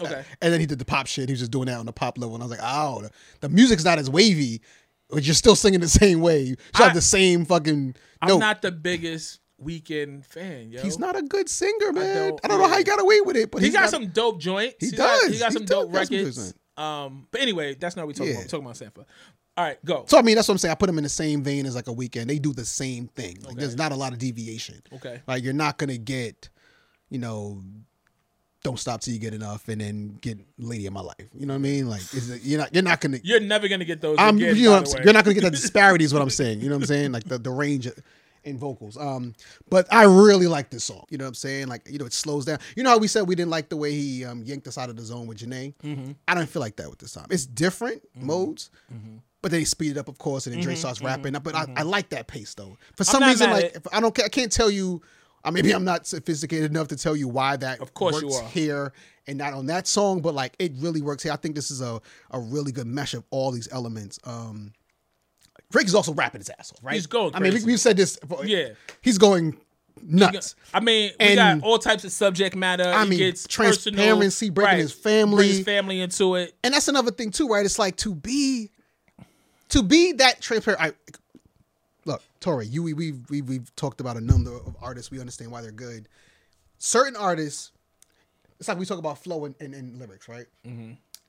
Speaker 2: okay.
Speaker 3: and then he did the pop shit. He was just doing that on the pop level, and I was like, oh, the, the music's not as wavy, but you're still singing the (laughs) same way. You still have the same fucking.
Speaker 2: I'm
Speaker 3: note.
Speaker 2: not the biggest weekend fan. Yo.
Speaker 3: He's not a good singer, man. I don't,
Speaker 2: don't-
Speaker 3: know how he got away with it, but
Speaker 2: he
Speaker 3: he's
Speaker 2: got
Speaker 3: not-
Speaker 2: some dope joints.
Speaker 3: He
Speaker 2: He's got-
Speaker 3: does.
Speaker 2: he got
Speaker 3: He
Speaker 2: some
Speaker 3: does
Speaker 2: dope
Speaker 3: got some good
Speaker 2: records. um, but anyway, that's not what we talking
Speaker 3: Yeah.
Speaker 2: about. We're talking about Sanford. All right, go.
Speaker 3: So I mean, that's what I'm saying. I put them in the same vein as like a weekend. They do the same thing. Like there's not a lot of deviation.
Speaker 2: Okay.
Speaker 3: Like you're not gonna get, you know, don't stop till you get enough, and then get lady in my life. You know what I mean? Like is it, you're not you're not gonna.
Speaker 2: You're never gonna get those.
Speaker 3: I'm
Speaker 2: again,
Speaker 3: you know
Speaker 2: by
Speaker 3: what I'm
Speaker 2: the
Speaker 3: saying?
Speaker 2: way.
Speaker 3: You're
Speaker 2: (laughs)
Speaker 3: not gonna get that disparity is what I'm saying. You know what I'm saying? Like the, the range in vocals. Um, but I really like this song. You know what I'm saying? Like you know it slows down. You know how we said we didn't like the way he um, yanked us out of the zone with Janae.
Speaker 2: Mm-hmm.
Speaker 3: I don't feel like that with this time. It's different modes.
Speaker 2: Mm-hmm.
Speaker 3: But then he speeded up, of course, and then Dre starts rapping. But I, I like that pace though. For some
Speaker 2: not
Speaker 3: reason,
Speaker 2: mad at
Speaker 3: like
Speaker 2: it.
Speaker 3: if- I don't, ca- I can't tell you. I maybe (laughs) I'm not sophisticated enough to tell you why that
Speaker 2: Of course
Speaker 3: works
Speaker 2: you are.
Speaker 3: here and not on that song, but like it really works here. I think this is a a really good mesh of all these elements. Um, Drake is also rapping his ass off, right?
Speaker 2: He's going
Speaker 3: I mean, we,
Speaker 2: crazy.
Speaker 3: we've said this. for-
Speaker 2: Yeah.
Speaker 3: he's going nuts.
Speaker 2: I mean, we
Speaker 3: And-
Speaker 2: got all types of subject matter.
Speaker 3: I
Speaker 2: He
Speaker 3: mean,
Speaker 2: gets
Speaker 3: transparency,
Speaker 2: personal,
Speaker 3: breaking
Speaker 2: right,
Speaker 3: his family.
Speaker 2: bring his family into it.
Speaker 3: and that's another thing too, right? It's like to be, to be that transparent. I, look, Tori, you we we've, we we've talked about a number of artists. We understand why they're good. Certain artists, it's like we talk about flow and, and, and lyrics, right?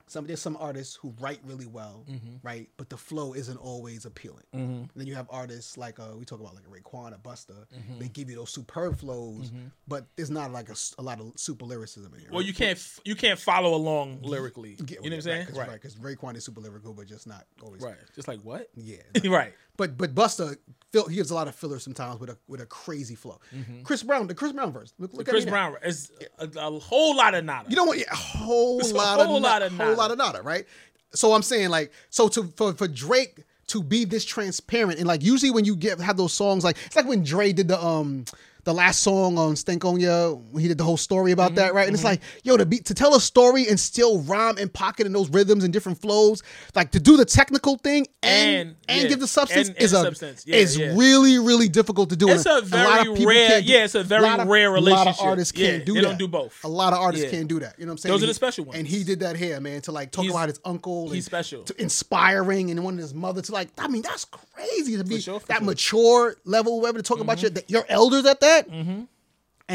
Speaker 3: Some there's some artists who write really well, right? But the flow isn't always appealing. And then you have artists like uh, we talk about like a Raekwon, a Busta. They give you those superb flows, but there's not like a, s- a lot of super lyricism in here.
Speaker 2: Well,
Speaker 3: right?
Speaker 2: you can't f- you can't follow along lyrically.
Speaker 3: Get
Speaker 2: you know what I'm
Speaker 3: yeah,
Speaker 2: saying?
Speaker 3: Right, because Raekwon is super lyrical, but just not always.
Speaker 2: Right. Just like what?
Speaker 3: Yeah.
Speaker 2: right.
Speaker 3: but but Busta, fill, he gives a lot of filler sometimes with a with a crazy flow. Chris Brown, the Chris Brown verse. Look, look
Speaker 2: Mm-hmm.
Speaker 3: at
Speaker 2: Chris
Speaker 3: me now.
Speaker 2: Brown is a, a whole lot of nada.
Speaker 3: You don't want yeah, a whole
Speaker 2: It's a
Speaker 3: lot
Speaker 2: whole
Speaker 3: of
Speaker 2: lot
Speaker 3: nada,
Speaker 2: of
Speaker 3: whole
Speaker 2: nada.
Speaker 3: lot of nada, right? So I'm saying like so to for, for Drake to be this transparent and like usually when you get have those songs like it's like when Dre did the um the last song on Stink on Ya when he did the whole story about
Speaker 2: Mm-hmm,
Speaker 3: that, right? And it's like yo to be to tell a story and still rhyme and pocket in those rhythms and different flows, like to do the technical thing and and,
Speaker 2: And, yeah.
Speaker 3: give the substance
Speaker 2: And-
Speaker 3: is
Speaker 2: and
Speaker 3: a
Speaker 2: substance. Yeah,
Speaker 3: is
Speaker 2: yeah.
Speaker 3: really really difficult to do.
Speaker 2: It's
Speaker 3: And
Speaker 2: a very rare-
Speaker 3: can't
Speaker 2: yeah, it's a very
Speaker 3: lot of-
Speaker 2: rare
Speaker 3: A lot
Speaker 2: relationship.
Speaker 3: of artists can't
Speaker 2: Yeah,
Speaker 3: do
Speaker 2: they
Speaker 3: that.
Speaker 2: don't do both.
Speaker 3: A lot of artists
Speaker 2: Yeah.
Speaker 3: can't do that. You know what I'm saying?
Speaker 2: Those are the
Speaker 3: And he-
Speaker 2: special ones.
Speaker 3: And he did that here, man, to like talk
Speaker 2: He's-
Speaker 3: about his uncle. and
Speaker 2: he's special.
Speaker 3: To inspiring and wanted his mother to like. I mean, that's crazy to be
Speaker 2: sure, for
Speaker 3: that
Speaker 2: sure. Mm-hmm.
Speaker 3: mature level, whatever to talk about your that- your elders at that. And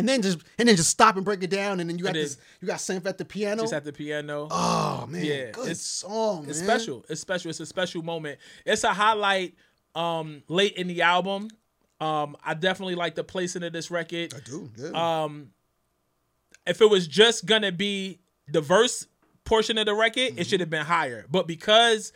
Speaker 3: then just and then just stop and break it down, and then you got
Speaker 2: then-
Speaker 3: this. You got Sanf at the piano.
Speaker 2: Just at the piano.
Speaker 3: oh man,
Speaker 2: Yeah,
Speaker 3: good
Speaker 2: it's-
Speaker 3: song.
Speaker 2: It's
Speaker 3: man.
Speaker 2: special. It's special. It's a special moment. It's a highlight um late in the album. Um I definitely like the placing of this record.
Speaker 3: I do. Yeah.
Speaker 2: Uh, If it was just gonna be the verse portion of the record, it should have been higher. But because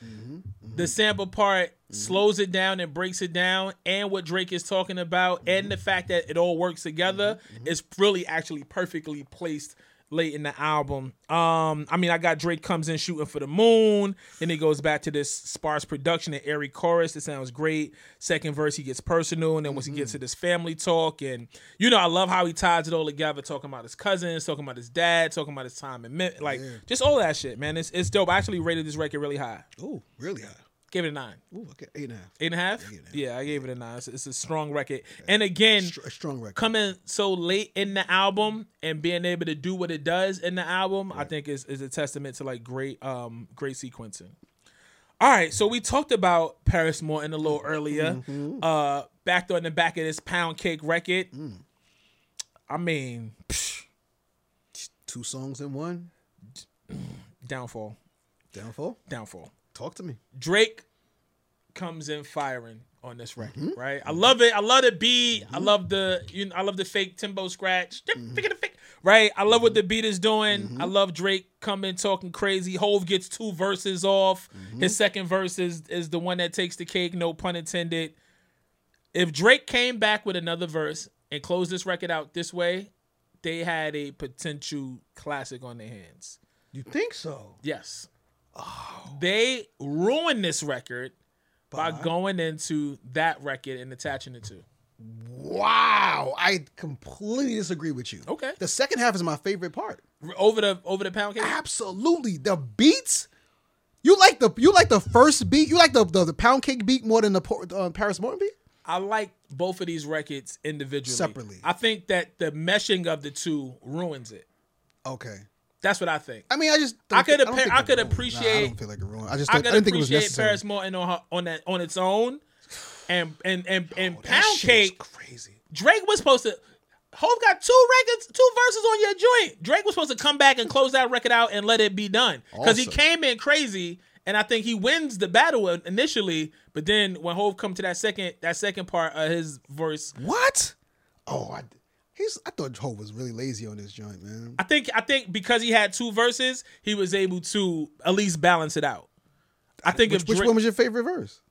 Speaker 2: the sample part slows it down and breaks it down, and what Drake is talking about, and the fact that it all works together, it's really actually perfectly placed late in the album. Um, I mean, I got Drake comes in shooting for the moon, then he goes back to this sparse production and airy chorus. It sounds great. Second verse, he gets personal, and then once he gets to this family talk, and you know, I love how he ties it all together, talking about his cousins, talking about his dad, talking about his time and like just all that shit, man. It's it's dope. I actually rated this record really high.
Speaker 3: oh, really high.
Speaker 2: Gave it a nine.
Speaker 3: Ooh, okay, eight and a half.
Speaker 2: Eight and a half? Yeah, I gave it a nine. It's, it's a strong record. And again,
Speaker 3: Str- a strong record.
Speaker 2: coming so late in the album and being able to do what it does in the album, I think is, is a testament to like great um great sequencing. All right, so we talked about Paris Morton a little earlier.
Speaker 3: Mm-hmm.
Speaker 2: Uh back on the back of this pound cake record.
Speaker 3: Mm.
Speaker 2: I mean, psh,
Speaker 3: Two songs in one.
Speaker 2: downfall.
Speaker 3: Downfall.
Speaker 2: Downfall.
Speaker 3: Talk to me.
Speaker 2: Drake comes in firing on this record, right? I love it. I love the beat. I love the you know, I love the fake Timbo scratch. Right? I love what the beat is doing. I love Drake coming talking crazy. Hove gets two verses off. His second verse is is the one that takes the cake, no pun intended. If Drake came back with another verse and closed this record out this way, they had a potential classic on their hands.
Speaker 3: You think so?
Speaker 2: Yes. They ruined this record by going into that record and attaching it to.
Speaker 3: wow, I completely disagree with you.
Speaker 2: Okay.
Speaker 3: The second half is my favorite part.
Speaker 2: Over the over the pound cake.
Speaker 3: Absolutely. The beats. You like the you like the first beat. You like the the, the pound cake beat more than the Por- uh, Paris Morton beat.
Speaker 2: I like both of these records individually.
Speaker 3: Separately.
Speaker 2: I think that the meshing of the two ruins it.
Speaker 3: Okay.
Speaker 2: That's what I think.
Speaker 3: I mean, I just
Speaker 2: I could
Speaker 3: don't
Speaker 2: appa-
Speaker 3: think
Speaker 2: I
Speaker 3: it
Speaker 2: could
Speaker 3: ruined.
Speaker 2: appreciate-
Speaker 3: Nah, I don't feel like it ruined. I just
Speaker 2: I
Speaker 3: don't, I,
Speaker 2: could
Speaker 3: didn't think it was
Speaker 2: appreciate
Speaker 3: necessary.
Speaker 2: Paris Morton on her on that on its own, and and and and
Speaker 3: Oh, That
Speaker 2: pound
Speaker 3: shit is
Speaker 2: cake.
Speaker 3: crazy.
Speaker 2: Drake was supposed to. Hove got two records, two verses on your joint. Drake was supposed to come back and close that record out and let it be done because he
Speaker 3: Awesome.
Speaker 2: came in crazy, and I think he wins the battle in- initially. But then when Hove come to that second that second part of his verse,
Speaker 3: What? Oh, I he's I thought Joe was really lazy on this joint, man.
Speaker 2: I think I think because he had two verses, he was able to at least balance it out. I think
Speaker 3: Which,
Speaker 2: if
Speaker 3: which
Speaker 2: Drake,
Speaker 3: one was your favorite verse?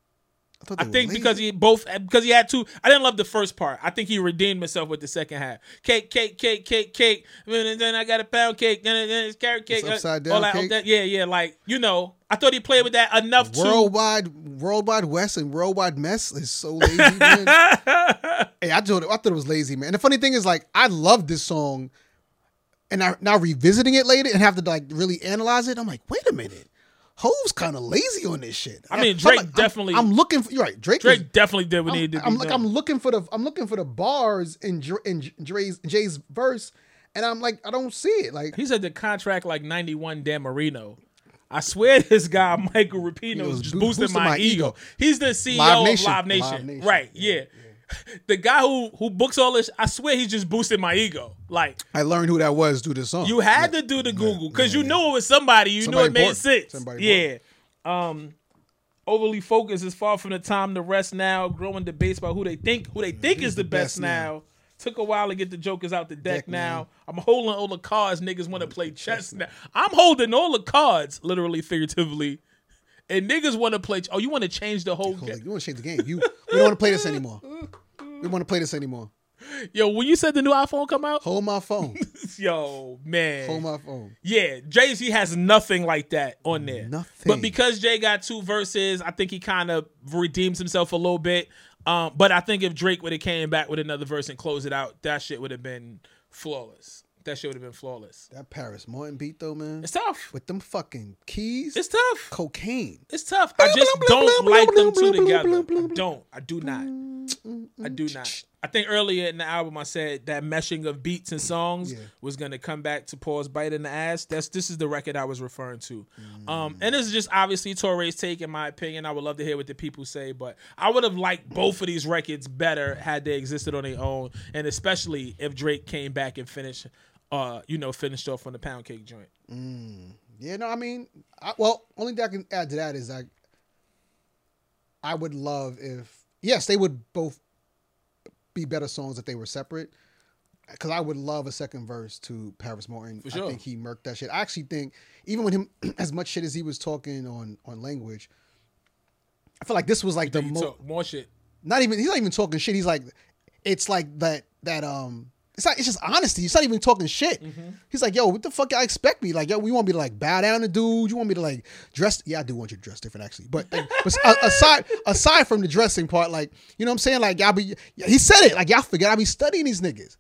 Speaker 3: thought
Speaker 2: I
Speaker 3: they were
Speaker 2: think
Speaker 3: lazy.
Speaker 2: because he both because he had two. I didn't love the first part. I think he redeemed himself with the second half. Cake, cake, cake, cake, cake. And then I got a pound cake. Then then it's carrot cake.
Speaker 3: It's upside
Speaker 2: uh,
Speaker 3: down
Speaker 2: that-
Speaker 3: cake.
Speaker 2: that- yeah, yeah. Like you know, I thought he played with that enough to.
Speaker 3: Worldwide, worldwide West and worldwide mess is so lazy,
Speaker 2: (laughs)
Speaker 3: man. hey, I told it. I thought it was lazy, man. And the funny thing is, like, I love this song, and I now revisiting it later and have to like really analyze it. I'm like, wait a minute, Hove's kind of lazy on this shit.
Speaker 2: I mean,
Speaker 3: I'm
Speaker 2: Drake
Speaker 3: like- I'm-
Speaker 2: definitely-
Speaker 3: I'm, looking for. You're right, Drake. is-
Speaker 2: Drake definitely did what he
Speaker 3: I'm,
Speaker 2: did.
Speaker 3: I'm like, I'm looking for the, I'm looking for the bars in Dre, in Dre's, Jay's verse, and I'm like, I don't see it. Like,
Speaker 2: he said the contract like ninety one Dan Marino. I swear (laughs) this guy Michael Rapino is
Speaker 3: was
Speaker 2: just
Speaker 3: boo-
Speaker 2: boosting
Speaker 3: boosting
Speaker 2: my,
Speaker 3: my
Speaker 2: ego.
Speaker 3: ego.
Speaker 2: He's the CEO
Speaker 3: Live
Speaker 2: of
Speaker 3: Nation.
Speaker 2: Live Nation,
Speaker 3: Live Nation.
Speaker 2: right? Yeah. The guy who who books all this, I swear he's just boosting my ego. Like
Speaker 3: I learned who that was through this song.
Speaker 2: You had to do the Google because you knew it was somebody. You
Speaker 3: Somebody
Speaker 2: knew it made
Speaker 3: important.
Speaker 2: sense.
Speaker 3: Somebody
Speaker 2: yeah. Um, overly focused is far from the time to rest now. Growing debates about who they think who they think is the, best,
Speaker 3: best
Speaker 2: now.
Speaker 3: now.
Speaker 2: Took a while to get the jokers out the deck,
Speaker 3: Deck
Speaker 2: now.
Speaker 3: now.
Speaker 2: I'm holding all the cards. Niggas want to play chess now. I'm holding all the cards, literally figuratively, and niggas want to play. ch- Oh, you want to change the whole
Speaker 3: Hold
Speaker 2: game?
Speaker 3: it. you want to change the game. You we don't want to play this anymore. We want to play this anymore.
Speaker 2: Yo, when you said the new iPhone come out,
Speaker 3: Hold my
Speaker 2: (laughs)
Speaker 3: phone.
Speaker 2: yo man,
Speaker 3: Hold my phone.
Speaker 2: Yeah, Jay Z has nothing like that on there.
Speaker 3: Nothing.
Speaker 2: But because Jay got two verses, I think he kind of redeems himself a little bit. Um, but I think if Drake would have came back with another verse and closed it out, that shit would have been flawless. That shit would have been flawless.
Speaker 3: That Paris Morton beat though, man.
Speaker 2: It's tough.
Speaker 3: With them fucking keys,
Speaker 2: It's tough.
Speaker 3: cocaine.
Speaker 2: It's tough. I just don't like them two together. I don't. I do not. I do not. I think earlier in the album I said that meshing of beats and songs was gonna come back to Paul's bite in the ass. That's this is the record I was referring to. Um, and this is just obviously Torre's take in my opinion. I would love to hear what the people say, but I would have liked both of these records better had they existed on their own, and especially if Drake came back and finished, uh, you know, finished off on the pound cake joint.
Speaker 3: Yeah, no, I mean, I, well, only thing I can add to that is like, I would love if yes, they would both be better songs if they were separate. Because I would love a second verse to Paris Morton.
Speaker 2: sure.
Speaker 3: I think he murked that shit. I actually think even with him (clears throat) as much shit as he was talking on on language, I feel like this was like the
Speaker 2: You
Speaker 3: most.
Speaker 2: talk more shit.
Speaker 3: not even he's not even talking shit. He's like, it's like that that um. It's not. It's just honesty. He's not even talking shit.
Speaker 2: Mm-hmm.
Speaker 3: He's like, "Yo, what the fuck? I expect me like, yo, you want me to like bow down to dude? You want me to like dress? Yeah, I do want you to dress different, actually. But, like, but a- aside aside from the dressing part, like, you know what I'm saying? Like, y'all be. yeah, He said it. Like, y'all forget I be studying these niggas,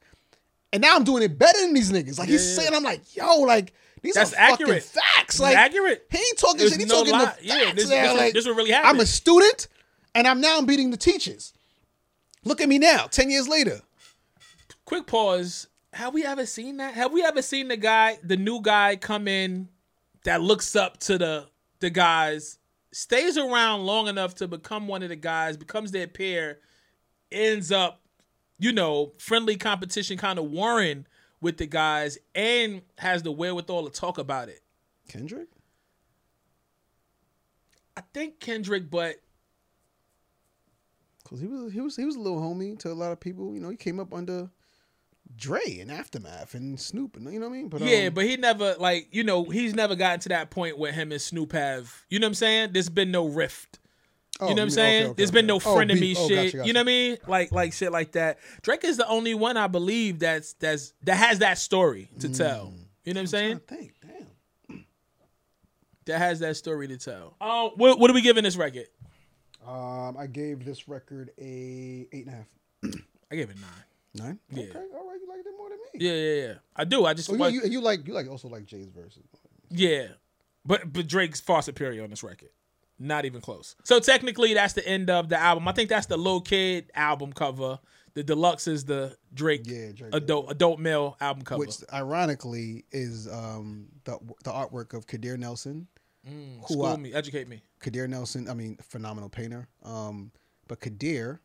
Speaker 3: and now I'm doing it better than these niggas. Like, he's saying, I'm like, yo, like these
Speaker 2: That's
Speaker 3: are fucking
Speaker 2: accurate.
Speaker 3: facts. Like,
Speaker 2: accurate.
Speaker 3: He ain't talking
Speaker 2: There's
Speaker 3: shit. He
Speaker 2: no
Speaker 3: talking
Speaker 2: lie.
Speaker 3: the facts.
Speaker 2: Yeah, this-
Speaker 3: man.
Speaker 2: this-
Speaker 3: like,
Speaker 2: this what really
Speaker 3: I'm a
Speaker 2: happened.
Speaker 3: student, and I'm now beating the teachers. Look at me now, ten years later.
Speaker 2: quick pause. Have we ever seen that? Have we ever seen the guy, the new guy, come in that looks up to the the guys, stays around long enough to become one of the guys, becomes their peer, ends up, you know, friendly competition kind of warring with the guys, and has the wherewithal to talk about it?
Speaker 3: Kendrick,
Speaker 2: I think Kendrick, but
Speaker 3: because he was he was he was a little homie to a lot of people. You know, he came up under Dre and Aftermath and Snoop, and you know what I mean. But
Speaker 2: yeah,
Speaker 3: um,
Speaker 2: but he never like you know he's never gotten to that point where him and Snoop have you know what I'm saying. There's been no rift.
Speaker 3: oh,
Speaker 2: You know what I'm
Speaker 3: mean,
Speaker 2: saying?
Speaker 3: okay, okay,
Speaker 2: There's been no
Speaker 3: okay. Oh,
Speaker 2: frenemy
Speaker 3: beef. Oh,
Speaker 2: shit.
Speaker 3: gotcha, gotcha.
Speaker 2: You know what I mean? Like like shit like that. Drake is the only one I believe that's that's that has that story to
Speaker 3: Mm.
Speaker 2: tell. You know what I'm saying?
Speaker 3: I think. Damn.
Speaker 2: That has that story to tell. Oh, what, what are we giving this record?
Speaker 3: Um, I gave this record a eight and a half.
Speaker 2: I gave it a nine.
Speaker 3: Nine.
Speaker 2: Yeah.
Speaker 3: Okay. All right. You liked it more than me.
Speaker 2: Yeah, yeah, yeah. I do. I just
Speaker 3: Oh, you,
Speaker 2: want-
Speaker 3: you, you like you like also like Jay's verses.
Speaker 2: yeah, but but Drake's far superior on this record. Not even close. So technically, that's the end of the album. I think that's the Lil Kid album cover. The deluxe is the Drake,
Speaker 3: Yeah, Drake.
Speaker 2: adult adult male album cover.
Speaker 3: Which ironically is um the the artwork of Kadir Nelson.
Speaker 2: Mm,
Speaker 3: who
Speaker 2: school
Speaker 3: I-
Speaker 2: me, educate me.
Speaker 3: Kadir Nelson, I mean, phenomenal painter. Um, but Kadir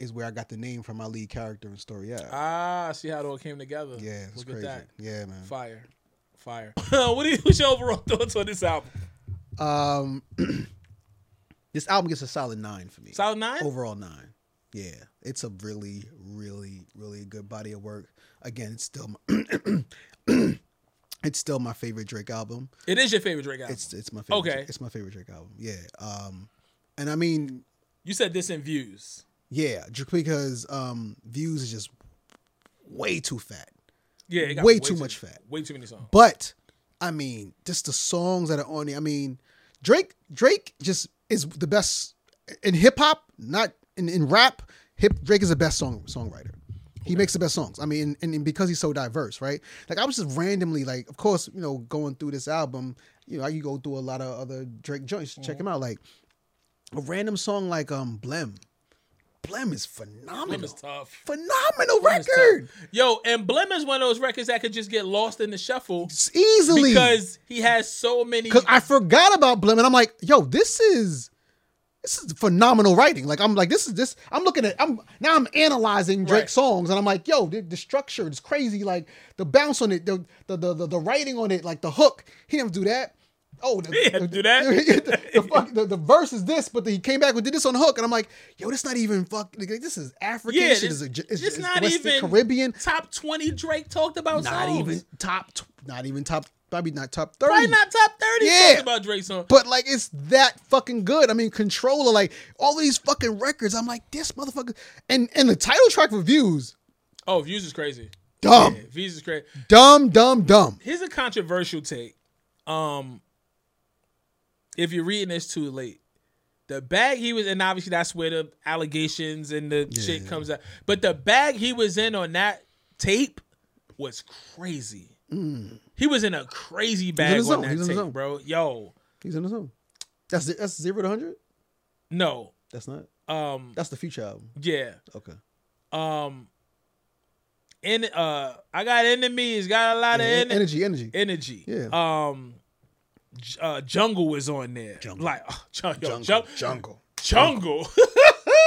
Speaker 3: is where I got the name from my lead character in Story Ave.
Speaker 2: Ah, see how it all came together.
Speaker 3: Yeah, it's
Speaker 2: Look
Speaker 3: crazy.
Speaker 2: at
Speaker 3: Yeah,
Speaker 2: that.
Speaker 3: man.
Speaker 2: Fire. Fire. (laughs) what do you, what's your overall thoughts on this album?
Speaker 3: Um, (clears throat) this album gets a solid nine for me.
Speaker 2: Solid nine?
Speaker 3: Overall nine. Yeah, it's a really, really, really good body of work. Again, it's still my, (clears throat) it's still my favorite Drake album.
Speaker 2: It is your favorite Drake album.
Speaker 3: It's it's my favorite.
Speaker 2: Okay.
Speaker 3: Drake- it's my favorite Drake album. Yeah. Um, and I mean,
Speaker 2: you said this in views.
Speaker 3: yeah, just because um, views is just way too fat.
Speaker 2: Yeah, it got
Speaker 3: Way too much fat.
Speaker 2: Way too many songs.
Speaker 3: But I mean, just the songs that are on it. I mean, Drake Drake just is the best in hip hop, not in, in rap. Hip Drake is the best song songwriter. He makes the best songs. I mean, and, and because he's so diverse, right? Like I was just randomly like, of course, you know, going through this album, you know, you go through a lot of other Drake joints. Check
Speaker 2: Mm-hmm.
Speaker 3: him out. Like a random song like um Blem. Blem is phenomenal.
Speaker 2: Blem is tough.
Speaker 3: Phenomenal
Speaker 2: Blem is tough.
Speaker 3: record.
Speaker 2: Yo, and Blem is one of those records that could just get lost in the shuffle
Speaker 3: It's easily
Speaker 2: because he has so many.
Speaker 3: Cause I forgot about Blim, and I'm like, yo, this is this is phenomenal writing. Like I'm like, this is this. I'm looking at I'm now I'm analyzing Drake's
Speaker 2: Right.
Speaker 3: songs, and I'm like, yo, the, the structure is crazy. Like the bounce on it, the the, the the the writing on it, like the hook. He didn't do that. Oh, the,
Speaker 2: (laughs) He didn't do that.
Speaker 3: (laughs) The, the, fuck, the, the verse is this, but he came back and did this on hook, and I'm like, yo, this not even fuck. Like, this is African.
Speaker 2: yeah,
Speaker 3: shit.
Speaker 2: this-
Speaker 3: This, is a, it's,
Speaker 2: this
Speaker 3: it's not even Caribbean.
Speaker 2: Top twenty Drake talked about
Speaker 3: Not
Speaker 2: songs.
Speaker 3: even top. Tw- not even top. Probably not top thirty.
Speaker 2: Probably not top thirty
Speaker 3: Yeah.
Speaker 2: talked about Drake songs.
Speaker 3: But like it's that fucking good. I mean, controller, like all these fucking records. I'm like, this motherfucker and and the title track reviews,
Speaker 2: Oh, views is crazy.
Speaker 3: dumb,
Speaker 2: Yeah, views is crazy.
Speaker 3: dumb, dumb, dumb.
Speaker 2: Here's a controversial take. Um, if you're reading this too late, the bag he was in, obviously that's where the allegations and the shit comes out. But the bag he was in on that tape was crazy. He was in a crazy bag
Speaker 3: his
Speaker 2: on
Speaker 3: zone. He
Speaker 2: that
Speaker 3: was Mm. in his
Speaker 2: tape,
Speaker 3: zone.
Speaker 2: bro. Yo,
Speaker 3: He's in his own. That's it- that's zero to hundred.
Speaker 2: no,
Speaker 3: That's not.
Speaker 2: um,
Speaker 3: That's the future album.
Speaker 2: yeah,
Speaker 3: Okay.
Speaker 2: um, in uh, I got enemies, got a lot of enemies.
Speaker 3: energy, energy.
Speaker 2: energy.
Speaker 3: Yeah.
Speaker 2: Um, J- uh, jungle was on there. Like (laughs) oh, jung- yo, jung-
Speaker 3: jungle,
Speaker 2: jungle.
Speaker 3: jungle,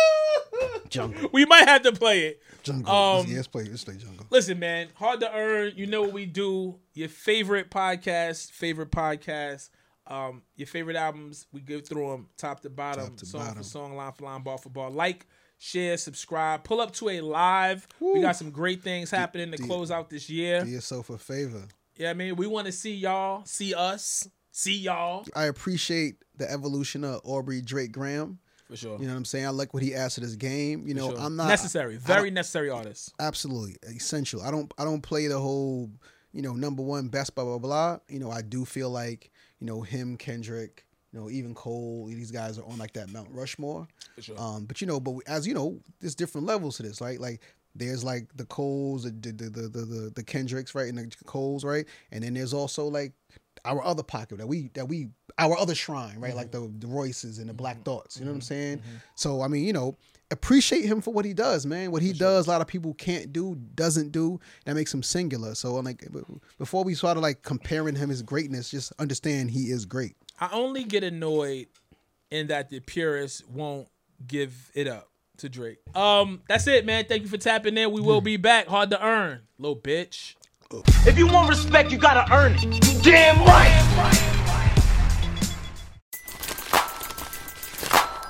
Speaker 2: (laughs)
Speaker 3: jungle,
Speaker 2: we might have to play it.
Speaker 3: jungle.
Speaker 2: Um,
Speaker 3: yeah, let's play. Let's play jungle.
Speaker 2: Listen, man, hard to earn. You know what we do. Your favorite podcast, favorite podcast, um, your favorite albums. We go through them top to bottom,
Speaker 3: Top to
Speaker 2: song
Speaker 3: bottom.
Speaker 2: for song, line for line, ball for ball. Like, share, subscribe. Pull up to a live. We got some great things happening to close out this year.
Speaker 3: Do yourself a favor.
Speaker 2: Yeah, I mean, we want to see y'all, see us, see y'all
Speaker 3: I appreciate the evolution of Aubrey Drake Graham.
Speaker 2: for sure.
Speaker 3: You know what I'm saying? I like what he adds to this game. You know,
Speaker 2: Sure.
Speaker 3: I'm not
Speaker 2: necessary, very necessary artist.
Speaker 3: absolutely essential. I don't I don't play the whole you know number one best blah blah blah. You know I do feel like you know him Kendrick, you know even Cole these guys are on like that Mount Rushmore.
Speaker 2: sure.
Speaker 3: Um, but you know, but as you know, there's different levels to this, right? Like there's like the Coles, the the the the, the, the Kendricks, right, and the Coles, right, and then there's also like our other pocket that we that we our other shrine, right, like the, the Royces and the Black Thoughts. You know what I'm saying? So I mean, you know, appreciate him for what he does, man. What he does, a lot of people can't do, doesn't do. That makes him singular. So I'm like, b- before we started like comparing him his greatness, just understand he is great.
Speaker 2: I only get annoyed in that the purists won't give it up to Drake. Um, that's it, man. Thank you for tapping in. We will be back. Hard to earn, little bitch.
Speaker 1: If you want respect, you gotta earn it. You damn right.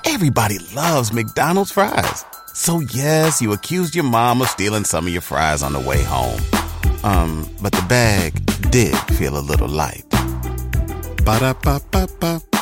Speaker 5: Everybody loves McDonald's fries. So yes, you accused your mom of stealing some of your fries on the way home. Um, but the bag did feel a little light. Ba-da-ba-ba-ba.